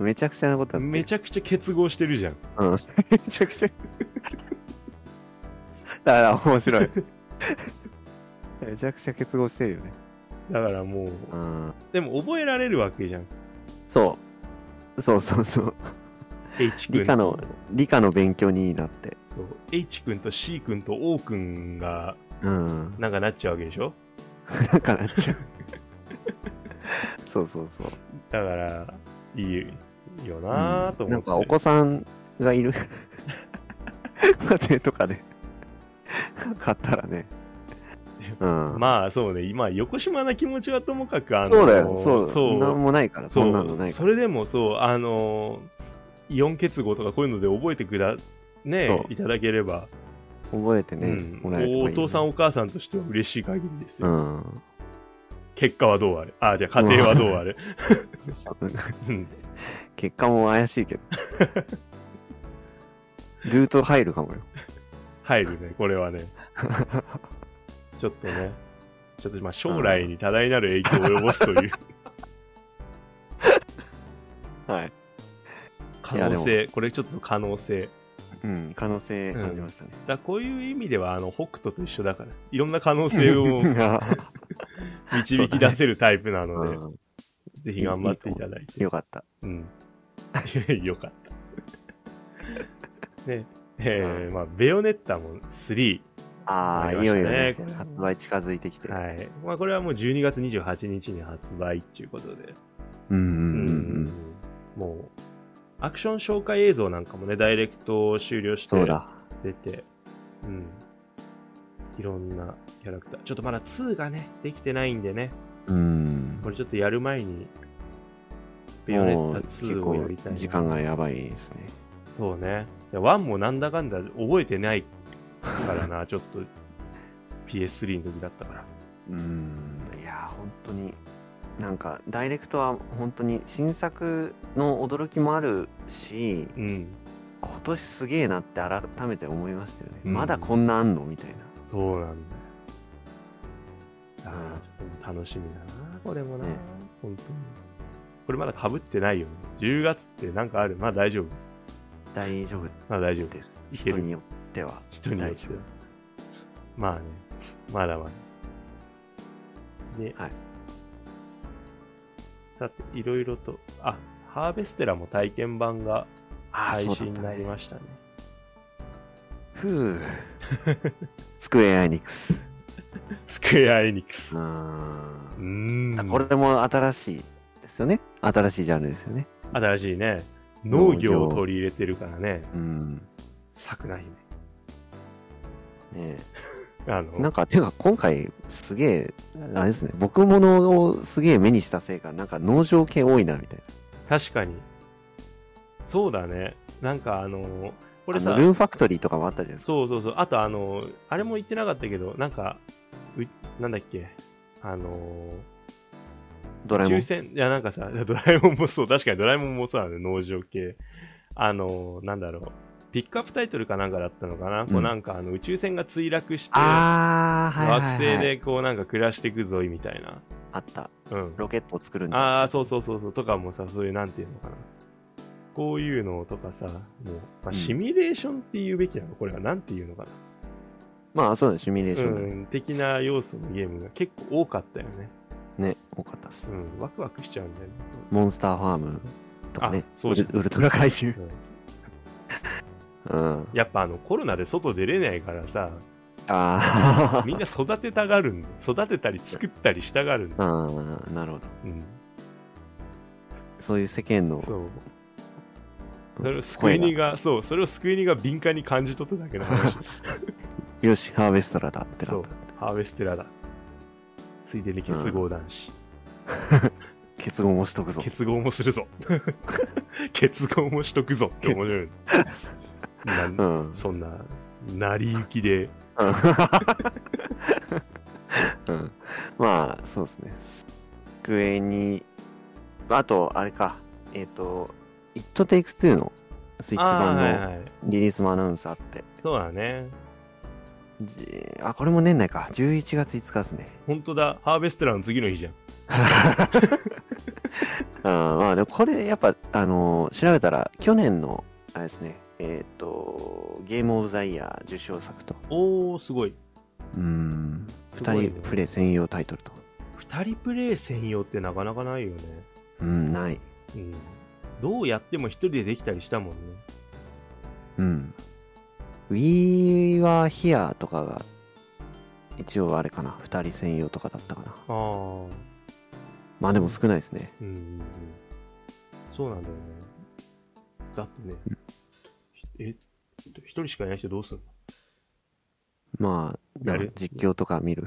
[SPEAKER 3] めちゃくちゃなこと
[SPEAKER 2] る
[SPEAKER 3] だって
[SPEAKER 2] めちゃくちゃ結合してるじゃん。
[SPEAKER 3] うんめちゃく ちゃ。だから面白 い。めちゃくちゃ結合してるよね。
[SPEAKER 2] だからもう、
[SPEAKER 3] うん。
[SPEAKER 2] でも覚えられるわけじゃん。
[SPEAKER 3] そう。そうそうそう。
[SPEAKER 2] H 君
[SPEAKER 3] 理科の、理科の勉強にいいなって。
[SPEAKER 2] そう H 君と C 君と O 君が
[SPEAKER 3] うん。
[SPEAKER 2] なんかなっちゃうわけでしょ
[SPEAKER 3] だからちゃ う。そうそうそう。
[SPEAKER 2] だからいいよなぁと思って、
[SPEAKER 3] なんかお子さんがいる家庭とかで買ったらね。うん。
[SPEAKER 2] まあそうね今横島な気持ちはともかくあの
[SPEAKER 3] そうだよ、そう。
[SPEAKER 2] そう
[SPEAKER 3] なんもないから、
[SPEAKER 2] そ
[SPEAKER 3] そ
[SPEAKER 2] うん
[SPEAKER 3] なのないか
[SPEAKER 2] それでもそうあのイオン結合とかこういうので覚えてくだね
[SPEAKER 3] そう
[SPEAKER 2] いただければ、
[SPEAKER 3] ら。覚えてね、
[SPEAKER 2] う
[SPEAKER 3] も
[SPEAKER 2] ん
[SPEAKER 3] らえればいいね
[SPEAKER 2] お父さんお母さんとしては嬉しい限りですよ、
[SPEAKER 3] うん。
[SPEAKER 2] 結果はどうあれあじゃあ家庭はどうあれ
[SPEAKER 3] そう
[SPEAKER 2] うん
[SPEAKER 3] 結果も怪し いけど。ルート入るかもよ。
[SPEAKER 2] 入るねこれ はねちょっとねちょっとまあ将来に多大なる影響を及ぼすと いう
[SPEAKER 3] はい。
[SPEAKER 2] 可
[SPEAKER 3] いやで
[SPEAKER 2] 能
[SPEAKER 3] も
[SPEAKER 2] 性、これちょっと可能性。
[SPEAKER 3] うん、可能性感じましたね。
[SPEAKER 2] だこういう意味では、あの、北斗と一緒だから、いろんな可能性を 導き出せるタイプなので、
[SPEAKER 3] う
[SPEAKER 2] ぜひ頑張っていただい
[SPEAKER 3] ん、
[SPEAKER 2] て。
[SPEAKER 3] よかった。
[SPEAKER 2] うん。 よか った。ね、えー
[SPEAKER 3] うん
[SPEAKER 2] まあ、ベヨネッタも3。
[SPEAKER 3] あ
[SPEAKER 2] あ
[SPEAKER 3] あ、
[SPEAKER 2] りま
[SPEAKER 3] い
[SPEAKER 2] した
[SPEAKER 3] よいよ
[SPEAKER 2] ね
[SPEAKER 3] ね
[SPEAKER 2] これ。
[SPEAKER 3] 発売近づいてきて。
[SPEAKER 2] はい。まあ、これはもう12月28日に発売っていうことで。
[SPEAKER 3] うんう
[SPEAKER 2] うん
[SPEAKER 3] うん。
[SPEAKER 2] もう、アクション紹介映像なんかもね、ダイレクト終了して、
[SPEAKER 3] そうだ。
[SPEAKER 2] 出て、うん。いろんなキャラクター。ちょっとまだ2がね、できてないんでね、
[SPEAKER 3] うん。
[SPEAKER 2] これちょっとやる前に、ベヨネ
[SPEAKER 3] も
[SPEAKER 2] ッ
[SPEAKER 3] う
[SPEAKER 2] タ
[SPEAKER 3] 結
[SPEAKER 2] 2をや
[SPEAKER 3] 構
[SPEAKER 2] りたいな。
[SPEAKER 3] 時間がやばいですね。
[SPEAKER 2] そうね。で1もなんだかんだ覚えてないからな、 ちょっと PS3 の時だったから。
[SPEAKER 3] うん。いやー、本当に。なんかダイレクトは本当に新作の驚きもあるし
[SPEAKER 2] うん。
[SPEAKER 3] 今年すげえなって改めて思いましたよね、
[SPEAKER 2] うん
[SPEAKER 3] まだこんなあんのみたいな
[SPEAKER 2] そうなんだよ。ああ、ちょっと楽しみだな、これもな、
[SPEAKER 3] ね
[SPEAKER 2] 本当に。これまだ被ってないよね。10月ってなんかあるまあ大丈夫。
[SPEAKER 3] 大丈夫
[SPEAKER 2] まあ大丈夫。
[SPEAKER 3] です
[SPEAKER 2] いける
[SPEAKER 3] 人によっては
[SPEAKER 2] 人によっ
[SPEAKER 3] 大
[SPEAKER 2] て
[SPEAKER 3] 丈夫
[SPEAKER 2] まあね、まだまだ。で、
[SPEAKER 3] はい
[SPEAKER 2] さて、いろいろと、あ、ハーベステラも体験版が
[SPEAKER 3] ああ
[SPEAKER 2] 配
[SPEAKER 3] そうだ
[SPEAKER 2] 信
[SPEAKER 3] っ
[SPEAKER 2] に
[SPEAKER 3] た
[SPEAKER 2] なり
[SPEAKER 3] ね
[SPEAKER 2] ましたね。
[SPEAKER 3] ふう スクエアエニックス
[SPEAKER 2] スクエア・エニック
[SPEAKER 3] う
[SPEAKER 2] ス。
[SPEAKER 3] ー
[SPEAKER 2] うんーん。
[SPEAKER 3] これも新しいですよね新しいジャンルですよね
[SPEAKER 2] 新しいね。農業を
[SPEAKER 3] 農業
[SPEAKER 2] 取り入れてるからね。
[SPEAKER 3] うん
[SPEAKER 2] 桜姫。
[SPEAKER 3] ねえ
[SPEAKER 2] あ
[SPEAKER 3] な
[SPEAKER 2] の
[SPEAKER 3] ん、かてか今回すげえあれですね僕ものをすげえ目にしたせいかなんか農場系多いなみたいな
[SPEAKER 2] 確かに。そうだね。なんかあの、これ
[SPEAKER 3] あの
[SPEAKER 2] さ、
[SPEAKER 3] ルーンファクトリーとかもあったじゃないですか
[SPEAKER 2] そうそうそう。あと、あの、あれも言ってなかったけど、なんか、うなんだっけ、あの、
[SPEAKER 3] ドラえも
[SPEAKER 2] 抽
[SPEAKER 3] ん
[SPEAKER 2] 選、いや、なんかさ、 ドラえもんもそう、確かにドラえもんもそうなのよ、農場系。あの、なんだろう。ピックアップタイトルかなんかだったのかな、こうなんかあの宇宙船が墜落して、
[SPEAKER 3] ああはいはい、
[SPEAKER 2] 惑
[SPEAKER 3] はい、
[SPEAKER 2] 星でこうなんか暮らしていくぞいみたいな。
[SPEAKER 3] あった
[SPEAKER 2] うん。
[SPEAKER 3] ロケットを作るんじゃ
[SPEAKER 2] ああ、そう
[SPEAKER 3] う
[SPEAKER 2] そうそうそう、とかもさ、そういうなんていうのかな。こういうのとかさ、もう、ま
[SPEAKER 3] う
[SPEAKER 2] あ、
[SPEAKER 3] ん
[SPEAKER 2] シミュレーションっていうべきなのこれはなんていうのかな。
[SPEAKER 3] まあそうだシミュレーションだね、
[SPEAKER 2] うん、的な要素のゲームが結構多かったよね。
[SPEAKER 3] ね多かったっす
[SPEAKER 2] うん、ワクワクしちゃうんだよね。
[SPEAKER 3] モンスターファームとかね
[SPEAKER 2] あそう
[SPEAKER 3] ウルウルトラ怪獣
[SPEAKER 2] うん
[SPEAKER 3] うん
[SPEAKER 2] やっぱあのコロナで外出れないか らさ、
[SPEAKER 3] あー
[SPEAKER 2] みんな育てたがるんだ。育てたり作ったりしたがるんだ。
[SPEAKER 3] あーなるほど
[SPEAKER 2] うん、
[SPEAKER 3] そういう世間の
[SPEAKER 2] そう。それをスクエニが、そう、それをスクエニが敏感に感じ取っただけの話。
[SPEAKER 3] よしハーベストラだってな
[SPEAKER 2] そ
[SPEAKER 3] っ
[SPEAKER 2] う
[SPEAKER 3] た、
[SPEAKER 2] ハーベステラだ。ついでに結合男子。
[SPEAKER 3] 結合もしとくぞ
[SPEAKER 2] 結合もするぞ。 結合もしとくぞって 面白い。
[SPEAKER 3] う
[SPEAKER 2] なんそんな、成り行きで、
[SPEAKER 3] うんうん、まあそうですね机にあとあれかえっ、と「ItTakes2」のスイッチ版
[SPEAKER 2] あーは
[SPEAKER 3] の
[SPEAKER 2] いはい、
[SPEAKER 3] リリースもアナウンスあって
[SPEAKER 2] そうだね。
[SPEAKER 3] じあこれも年内か11月5日ですね
[SPEAKER 2] 本当だ、ハーベストラの次の日じゃん。
[SPEAKER 3] あーまあでもこれやっぱあのー調べたら去年のあれですねえっ、とゲームオブザイヤー受賞作と
[SPEAKER 2] おー、すごい。
[SPEAKER 3] うーん
[SPEAKER 2] すごい
[SPEAKER 3] 2
[SPEAKER 2] ね
[SPEAKER 3] 人プレイ専用タイトルと
[SPEAKER 2] 2人プレイ専用ってなかなかないよね。
[SPEAKER 3] うんない
[SPEAKER 2] うん。どうやっても1人でできたりしたもんね。
[SPEAKER 3] うん We are here とかが一応あれかな2人専用とかだったかな
[SPEAKER 2] あー、
[SPEAKER 3] まあでも少ないですね
[SPEAKER 2] うんうんうん。そうなんだよね。だってね、え、1人しかいない人どうすんの
[SPEAKER 3] まあ
[SPEAKER 2] や
[SPEAKER 3] なん
[SPEAKER 2] る
[SPEAKER 3] か実況とか見る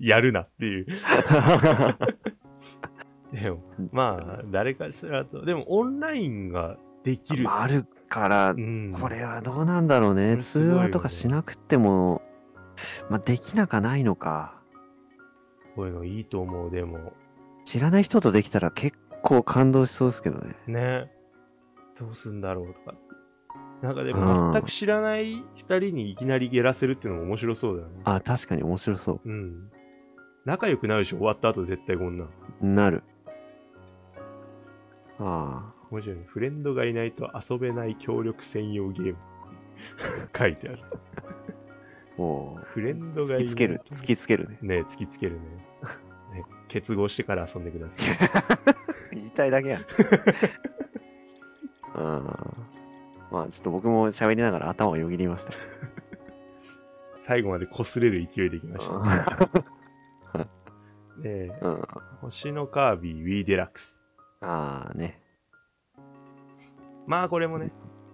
[SPEAKER 2] やるなっていう。 でも、まあ、誰かしらと。でも、オンラインがで きる。
[SPEAKER 3] あるから
[SPEAKER 2] うん
[SPEAKER 3] これはどうなんだろうね。
[SPEAKER 2] これ
[SPEAKER 3] 通
[SPEAKER 2] すごいよね
[SPEAKER 3] 話とかしなくても、まあ、できなかないのか。
[SPEAKER 2] こういうのいいと思う、でも。
[SPEAKER 3] 知らない人とできたら結構感動しそうですけどね。
[SPEAKER 2] ね。どうすんだろうとか。なんかで
[SPEAKER 3] う
[SPEAKER 2] も、
[SPEAKER 3] ん
[SPEAKER 2] 全く知らない二人にいきなりゲラせるっていうのも面白そうだよね。
[SPEAKER 3] あ、確かに面白そ
[SPEAKER 2] うん。仲良くなるでしょ、終わった後絶対こんなん。
[SPEAKER 3] う。なる。あ
[SPEAKER 2] 面白いね。フレンドがいないと遊べない協力専用ゲーム。 書いてある。
[SPEAKER 3] あ、もう、
[SPEAKER 2] フレンドが
[SPEAKER 3] 突
[SPEAKER 2] いない
[SPEAKER 3] きつける、
[SPEAKER 2] と
[SPEAKER 3] 突きつけるね。
[SPEAKER 2] ね突きつけるねね。結合してから遊んでくださ い。
[SPEAKER 3] 言いたいだけ やん。あまあ、ちょっと僕も喋りながら頭をよぎりました。
[SPEAKER 2] 最後まで擦れる勢いでいきましたね。 えー
[SPEAKER 3] うん、
[SPEAKER 2] 星のカービィ Wii デラックス。
[SPEAKER 3] ああね。
[SPEAKER 2] まあこれもね、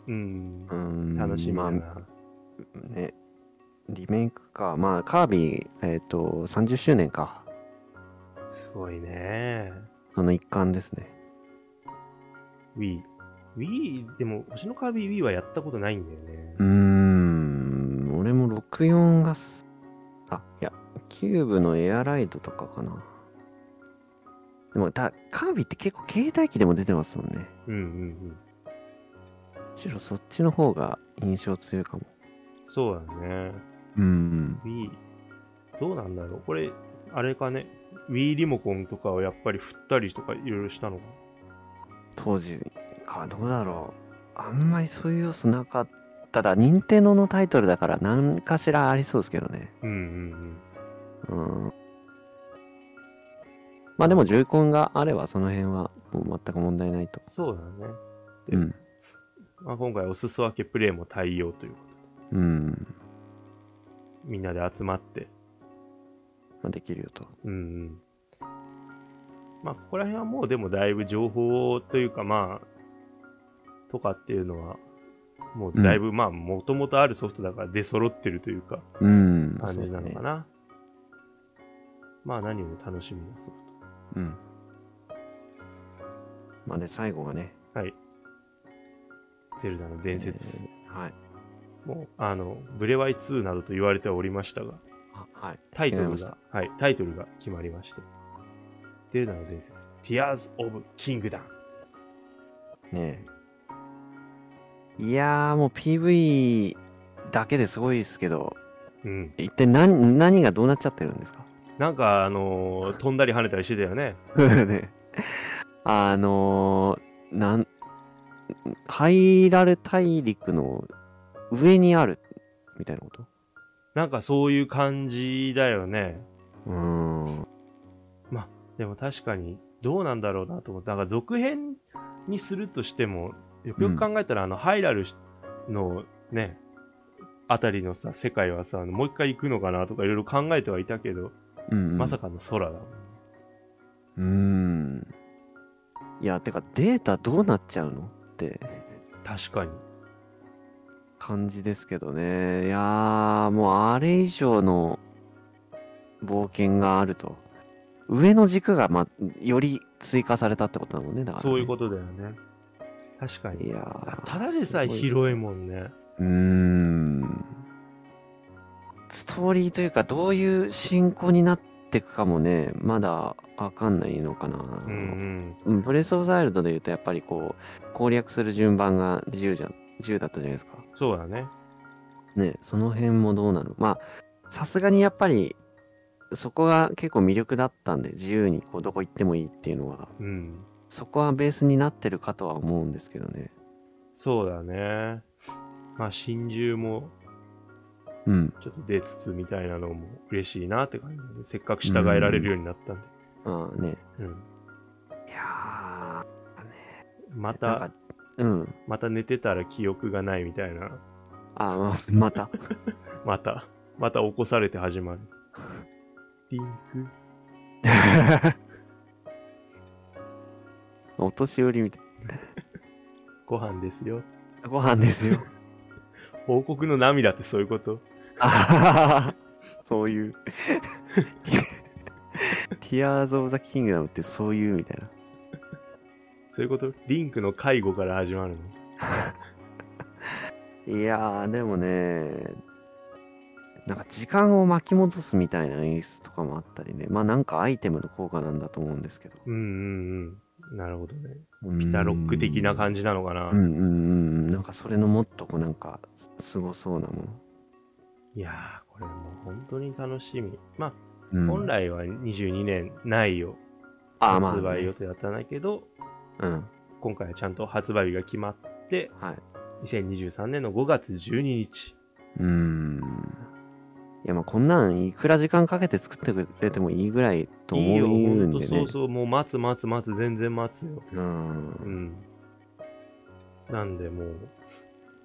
[SPEAKER 2] うん、
[SPEAKER 3] うん。
[SPEAKER 2] 楽しみだ
[SPEAKER 3] まあ
[SPEAKER 2] な。
[SPEAKER 3] ね、リメイクか。まあ、カービィ、えっ、と、30周年か。
[SPEAKER 2] すごいね。
[SPEAKER 3] その一環ですね。
[SPEAKER 2] Wii。Wii、でも星のカービィ Wii はやったことないんだよね
[SPEAKER 3] う。ーん、俺も64がす、あ、いや、キューブのエアライドとかかな。でも、だ、カービィって結構携帯機でも出てますもんね。
[SPEAKER 2] うんうんうん。
[SPEAKER 3] むしろそっちの方が印象強いかも。
[SPEAKER 2] そうだね。
[SPEAKER 3] うん。
[SPEAKER 2] Wii。どうなんだろうこれ、あれかね。Wii リモコンとかをやっぱり振ったりとかいろいろしたのかな。
[SPEAKER 3] 当時か、どうだろう。あんまりそういう要素なかっただ、任天堂のタイトルだから何かしらありそうですけどね。
[SPEAKER 2] うんうんうん。
[SPEAKER 3] うんまあでも重ンがあればその辺はもう全く問題ないと。
[SPEAKER 2] そうだね。
[SPEAKER 3] うん。
[SPEAKER 2] まあ、今回お裾分けプレイも対応ということで。
[SPEAKER 3] うん。
[SPEAKER 2] みんなで集まって。
[SPEAKER 3] まあ、できるよと。
[SPEAKER 2] うんうん。まあ、ここら辺はもうでもだいぶ情報というかまあ、とかっていうのは、もうだいぶまあ、もともとあるソフトだから出揃ってるというか、
[SPEAKER 3] うん。
[SPEAKER 2] 感じなの
[SPEAKER 3] そ
[SPEAKER 2] か
[SPEAKER 3] うだね
[SPEAKER 2] な。まあ、何より楽しみなソフ
[SPEAKER 3] うん。まあで、最後はね。
[SPEAKER 2] ト。はい。ゼルダの伝説。
[SPEAKER 3] えーはい。
[SPEAKER 2] もう、あの、ブレワイ2などと言われてはおりましたが、
[SPEAKER 3] あはい。
[SPEAKER 2] タイト
[SPEAKER 3] 違い
[SPEAKER 2] ル
[SPEAKER 3] ました
[SPEAKER 2] が、はい、タイトルが決まりまして。ゼルダの伝説、Tears of Kingdom。
[SPEAKER 3] ねえ。いやーもう PV だけですごいですけど、
[SPEAKER 2] うん。
[SPEAKER 3] 一体何、何がどうなっちゃってるん ですか
[SPEAKER 2] なんか、あのー飛んだり跳ねたりしてたよね。
[SPEAKER 3] ねあのー、なん、ハイラル大陸の上にあるみたいなこと
[SPEAKER 2] なんかそういう感じだよね。
[SPEAKER 3] うーん。
[SPEAKER 2] でも確かに、どうなんだろうなと思って、なんか続編にするとしても、よくよく考えたら、あの、ハイラルのね、あたりのさ、世界はさ、もう一回行くのかなとかいろいろ考えてはいたけど、
[SPEAKER 3] うん、
[SPEAKER 2] まさ
[SPEAKER 3] か。
[SPEAKER 2] かの空だもん。
[SPEAKER 3] うーん。いや、てかデータどうなっちゃうのって
[SPEAKER 2] 確かに。
[SPEAKER 3] 感じですけどね。いやー、もうあれ以上の冒険があると。上の軸が、ま、より追加されたってことだもんね、だから、
[SPEAKER 2] そういうことだよね。確か
[SPEAKER 3] と。い
[SPEAKER 2] に。
[SPEAKER 3] やー
[SPEAKER 2] ただでさえ
[SPEAKER 3] すご
[SPEAKER 2] 広いもんね。
[SPEAKER 3] うーん。ストーリーというか、どういう進行になっていくかもね、まだわかんないのかな。
[SPEAKER 2] うんうん
[SPEAKER 3] うんブレス・オブ・ザ・ワイルドで言うと、やっぱりこう、攻略する順番が自由じゃん、自由だったじゃないですか。
[SPEAKER 2] そうだね。
[SPEAKER 3] ね、その辺もどうなるまあ、さすがにやっぱり、そこが結構魅力だったんで、自由にこうどこ行ってもいいっていうのは、
[SPEAKER 2] うん。
[SPEAKER 3] そこはベースになってるかとは思うんですけどね。
[SPEAKER 2] そうだね。まあ、真珠も
[SPEAKER 3] うん。
[SPEAKER 2] ちょっと出つつみたいなのも嬉しいなって感じだね。せっかく従えられるようになったんで。
[SPEAKER 3] ああね。
[SPEAKER 2] うん。
[SPEAKER 3] いや
[SPEAKER 2] ま
[SPEAKER 3] ー、なん
[SPEAKER 2] た
[SPEAKER 3] か、、うん。
[SPEAKER 2] また寝てたら記憶がないみたいな。
[SPEAKER 3] ああ、また。
[SPEAKER 2] また、また起こされて始まる。 リンク。
[SPEAKER 3] お年寄りみたい。
[SPEAKER 2] ご飯ですよ。
[SPEAKER 3] ご飯ですよ。
[SPEAKER 2] 報告の涙ってそういうこと
[SPEAKER 3] あはははそういう。ティアーズ・オブ・ザ・キングダムってそういうみたいな。
[SPEAKER 2] そういうことリンクの介護から始まるの。
[SPEAKER 3] いやー、でもね、なんか時間を巻き戻すみたいな演出とかもあったりね。まあなんかアイテムの効果なんだと思うんですけど。
[SPEAKER 2] うんうんうん。なるほどね。
[SPEAKER 3] ピ
[SPEAKER 2] ピタロック的な感
[SPEAKER 3] じ。
[SPEAKER 2] じなのかな。
[SPEAKER 3] うんうんうんうん。なんかそれのもっとこうなんかすごそうなもの。
[SPEAKER 2] いやー、これもう本当に楽しみ。まあ、
[SPEAKER 3] うん、
[SPEAKER 2] 本来は22年ないよ。
[SPEAKER 3] あーまあ
[SPEAKER 2] 発売
[SPEAKER 3] ね
[SPEAKER 2] 予定だったんだけど、
[SPEAKER 3] うん。
[SPEAKER 2] 今回はちゃんと発売日が決まって、
[SPEAKER 3] はい。
[SPEAKER 2] 2023年の5月12日。
[SPEAKER 3] うーん。いや、まあこんなんいくら時間かけて作ってくれてもいいぐらいと
[SPEAKER 2] いい
[SPEAKER 3] 思
[SPEAKER 2] よ、
[SPEAKER 3] う
[SPEAKER 2] ほ
[SPEAKER 3] ん
[SPEAKER 2] んと
[SPEAKER 3] で
[SPEAKER 2] そ
[SPEAKER 3] ね
[SPEAKER 2] う。そう、もう待つ待つ待つ、全然待つよ。
[SPEAKER 3] う。
[SPEAKER 2] うんん。なんでも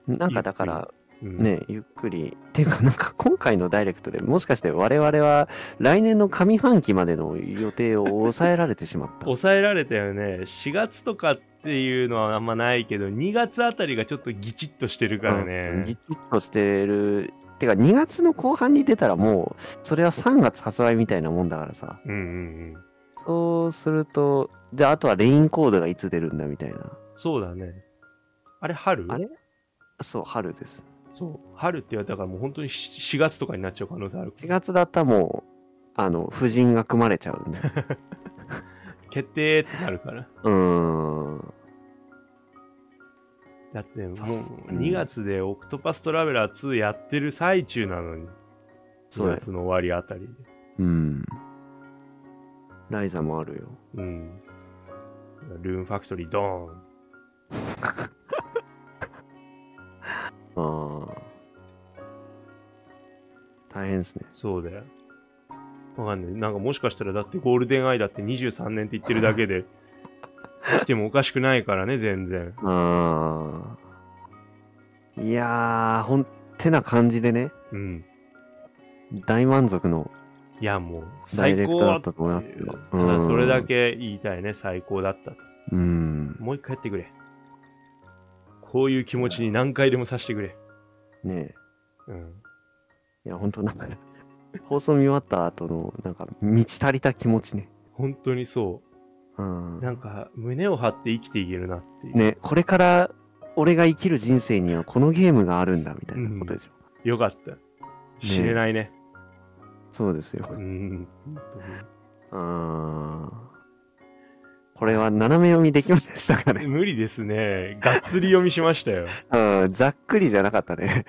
[SPEAKER 2] う、
[SPEAKER 3] なんかだから
[SPEAKER 2] うん、
[SPEAKER 3] ね、ゆっくり。っていうかなんか今回のダイレクトでもしかして我々は来年の上半期までの予定を抑えられてしまった。
[SPEAKER 2] 抑えられたよね。4月とかっていうのはあんまないけど、2月あたりがちょっとギチッとしてるから
[SPEAKER 3] うんギ
[SPEAKER 2] ね。
[SPEAKER 3] チッとしてる。てか2月の後半に出たらもうそれは3月発売みたいなもんだからさ。
[SPEAKER 2] うんうんうん。
[SPEAKER 3] そうすると、じゃああとはレインコードがいつ出るんだみたいな。
[SPEAKER 2] そうだね。あれ、春
[SPEAKER 3] あれそう、春です。
[SPEAKER 2] そう。春って言われたからもう本当に4月とかになっちゃう可能性ある。
[SPEAKER 3] 4月だったらもう、あの、婦人が組まれちゃ うんで。
[SPEAKER 2] 決定ってなるから。
[SPEAKER 3] うーん。
[SPEAKER 2] だってもう
[SPEAKER 3] さすうん
[SPEAKER 2] 2月でオクトパストラベラー2やってる最中なのに、
[SPEAKER 3] そ
[SPEAKER 2] 2
[SPEAKER 3] うだよ
[SPEAKER 2] 月の終わりあたりで。
[SPEAKER 3] うん。ライザもあるよ。
[SPEAKER 2] うん。ルーンファクトリードーン。
[SPEAKER 3] ああ。大変ですね。
[SPEAKER 2] そうだよ。わかんない。なんかもしかしたらだってゴールデンアイだって23年って言ってるだ けで、来てもおかしくないからね、全然。
[SPEAKER 3] ああ。いやー、ほん、てな感じでね、
[SPEAKER 2] うん。
[SPEAKER 3] 大満足の
[SPEAKER 2] いや、もう、
[SPEAKER 3] ダイ
[SPEAKER 2] 最
[SPEAKER 3] レク
[SPEAKER 2] 高
[SPEAKER 3] トだ
[SPEAKER 2] だ
[SPEAKER 3] っ
[SPEAKER 2] った
[SPEAKER 3] たと思います
[SPEAKER 2] て
[SPEAKER 3] け
[SPEAKER 2] いう
[SPEAKER 3] ど。
[SPEAKER 2] ただそれだ。け言いたいね、最高だったと。
[SPEAKER 3] うん。
[SPEAKER 2] もう一回やってくれ。こういう気持ちに何回でもさせてくれ。
[SPEAKER 3] ねえ。
[SPEAKER 2] うん。
[SPEAKER 3] いや、本当なんか、放送見終わった後の、なんか、満ち足りた気持ちね。
[SPEAKER 2] 本当にそうう。
[SPEAKER 3] ん。
[SPEAKER 2] なんか、胸を張って生きていけるなっていう。
[SPEAKER 3] ね、これから、俺が生きる人生にはこのゲームがあるんだ、みたいなことでしょ。
[SPEAKER 2] よかった。死ねないね。
[SPEAKER 3] そうですよ
[SPEAKER 2] う。ん。本当に
[SPEAKER 3] うん。これは斜め読みできませんでしたかね。
[SPEAKER 2] 無理ですね。がっつり読みしまし たよ。
[SPEAKER 3] うん、ざっくりじゃなかったね。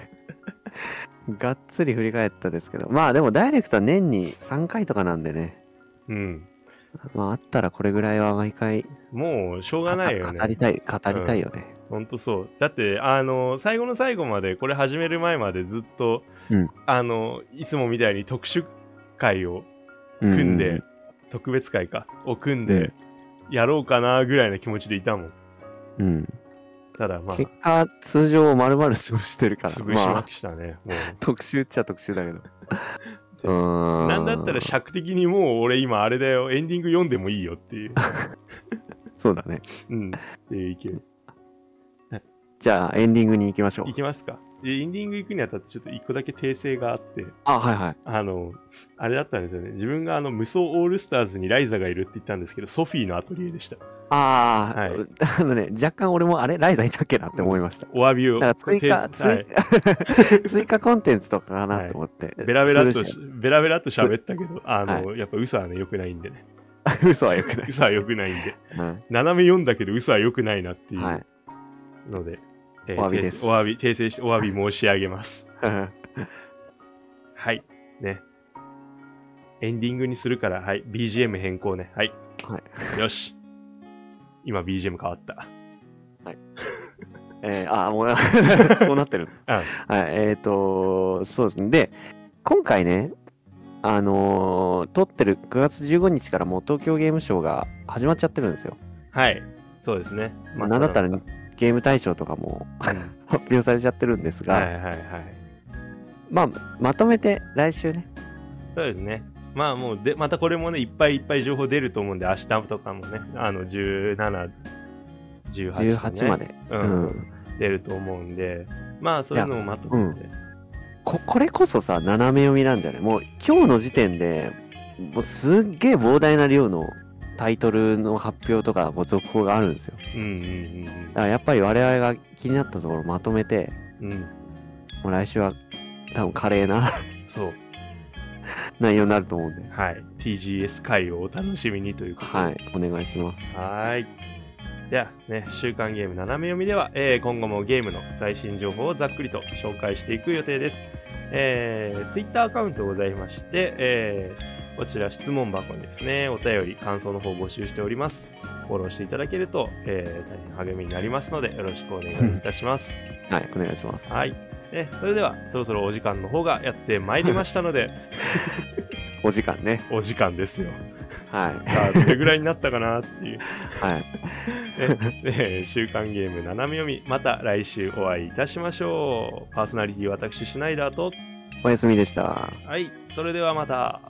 [SPEAKER 3] がっつり振り返ったですけど。まあでもダイレクトは年に3回とかなんでね。
[SPEAKER 2] うん。
[SPEAKER 3] まああったらこれぐらいは毎回
[SPEAKER 2] もう、しょう
[SPEAKER 3] 語
[SPEAKER 2] がないよ
[SPEAKER 3] 語り
[SPEAKER 2] ね。
[SPEAKER 3] たい、語りたいよね。
[SPEAKER 2] ほんとそう。だって、あの、最後の最後まで、これ始める前までずっと、
[SPEAKER 3] うん
[SPEAKER 2] あの、いつもみたいに特殊会を
[SPEAKER 3] ううう
[SPEAKER 2] 組んで、特別会か、を組んで、やろうかなぐらいの気持ちでいたもん。
[SPEAKER 3] うん。
[SPEAKER 2] ただ、まあ、
[SPEAKER 3] 結果、通常丸々潰してるから。
[SPEAKER 2] 潰しま
[SPEAKER 3] まあ、
[SPEAKER 2] くしたね。
[SPEAKER 3] 特集っちゃ特集 だけど。うー
[SPEAKER 2] もう。
[SPEAKER 3] ん。
[SPEAKER 2] なんだったら尺的にもう俺今あれだよ、エンディング読んでもいいよっ ていう。
[SPEAKER 3] そうだね。
[SPEAKER 2] うん。っていう意見。
[SPEAKER 3] じゃあ、エンディングに行きましょう
[SPEAKER 2] い。きますか。でエンディング行くにあたってちょっと一個だけ訂正があって、
[SPEAKER 3] あ、はいはい。
[SPEAKER 2] あの、あれだったんですよね。自分があの、無双オールスターズにライザがいるって言ったんですけど、ソフィーのアトリエでした。
[SPEAKER 3] ああ、
[SPEAKER 2] はい
[SPEAKER 3] あのね、若干俺もあれライザいたっけなって思いました。
[SPEAKER 2] お詫びを。
[SPEAKER 3] だから追加、
[SPEAKER 2] ては
[SPEAKER 3] 追
[SPEAKER 2] い
[SPEAKER 3] 加、 追加コンテンツとかかなと思って。
[SPEAKER 2] ベラベラっ
[SPEAKER 3] す
[SPEAKER 2] と
[SPEAKER 3] るし
[SPEAKER 2] し、ベラベラっと喋ったけど、あの、やっぱ嘘はね、良くないんでね。
[SPEAKER 3] 嘘はよくない。
[SPEAKER 2] 嘘は良くないんで。
[SPEAKER 3] うん
[SPEAKER 2] 斜め読んだけど嘘は良くないなってい
[SPEAKER 3] は
[SPEAKER 2] う
[SPEAKER 3] い。
[SPEAKER 2] ので、えー
[SPEAKER 3] お詫びです
[SPEAKER 2] 訂正お詫び、訂正して、お詫び申し上げます。 はい。ね。エンディングにするから、はい。BGM 変更ね。はい。
[SPEAKER 3] は
[SPEAKER 2] よし。今 BGM 変わった。
[SPEAKER 3] えー、あー、もう、 そうなってる。
[SPEAKER 2] うん
[SPEAKER 3] はい、えっ、と、そうですね。で、今回ね、あのー撮ってる9月15日からもう東京ゲームショウが始まっちゃってるんですよ。
[SPEAKER 2] はい。そうですね。
[SPEAKER 3] まあ、なんだったら
[SPEAKER 2] ね。
[SPEAKER 3] ゲーム大賞とかも 発表されちゃってるんですが、
[SPEAKER 2] はいはいはい。
[SPEAKER 3] まあ、まとめて来週ね、
[SPEAKER 2] そうですね。まあもうで、またこれもね、いっぱいいっぱい情報出ると思うんで、明日とかもね、あの、17、18とかね、
[SPEAKER 3] 18まで。
[SPEAKER 2] う、
[SPEAKER 3] うんん。
[SPEAKER 2] 出ると思うんで、まあそういうのもまとめて。
[SPEAKER 3] こ、これこそさ、斜め読みなんじゃないもう今日の時点で、もうすっげえ膨大な量のタイトルの発表とか、こう続報があるんですよ。
[SPEAKER 2] うんうん
[SPEAKER 3] だからやっぱり我々が気になったところをまとめて、
[SPEAKER 2] うんうん。うん。
[SPEAKER 3] もう来週は多分華麗な
[SPEAKER 2] そう。
[SPEAKER 3] 内容になると思うんで、
[SPEAKER 2] はい。TGS 会をお楽しみにということで。
[SPEAKER 3] はい、お願いします。
[SPEAKER 2] はーい。では、ね、週刊ゲーム斜め読みでは、えー今後もゲームの最新情報をざっくりと紹介していく予定です。えー、Twitter アカウントございまして、えーこちら質問箱にですね、お便り、感想の方を募集しております。フォローしていただけると、えー大変励みになりますので、よろしくお願いいたします。
[SPEAKER 3] はい、お願いします。
[SPEAKER 2] はい。ね、それでは、そろそろお時間の方がやってまいりましたので、
[SPEAKER 3] お時間ね。
[SPEAKER 2] お時間ですよ。
[SPEAKER 3] はい。
[SPEAKER 2] さあ、どれぐらいになったかなっていう。
[SPEAKER 3] はい。
[SPEAKER 2] えー週刊ゲーム斜め読み、また来週お会いいたしましょう。パーソナリティ私、シュナイダーと、
[SPEAKER 3] おやすみでした。
[SPEAKER 2] はい、それではまた。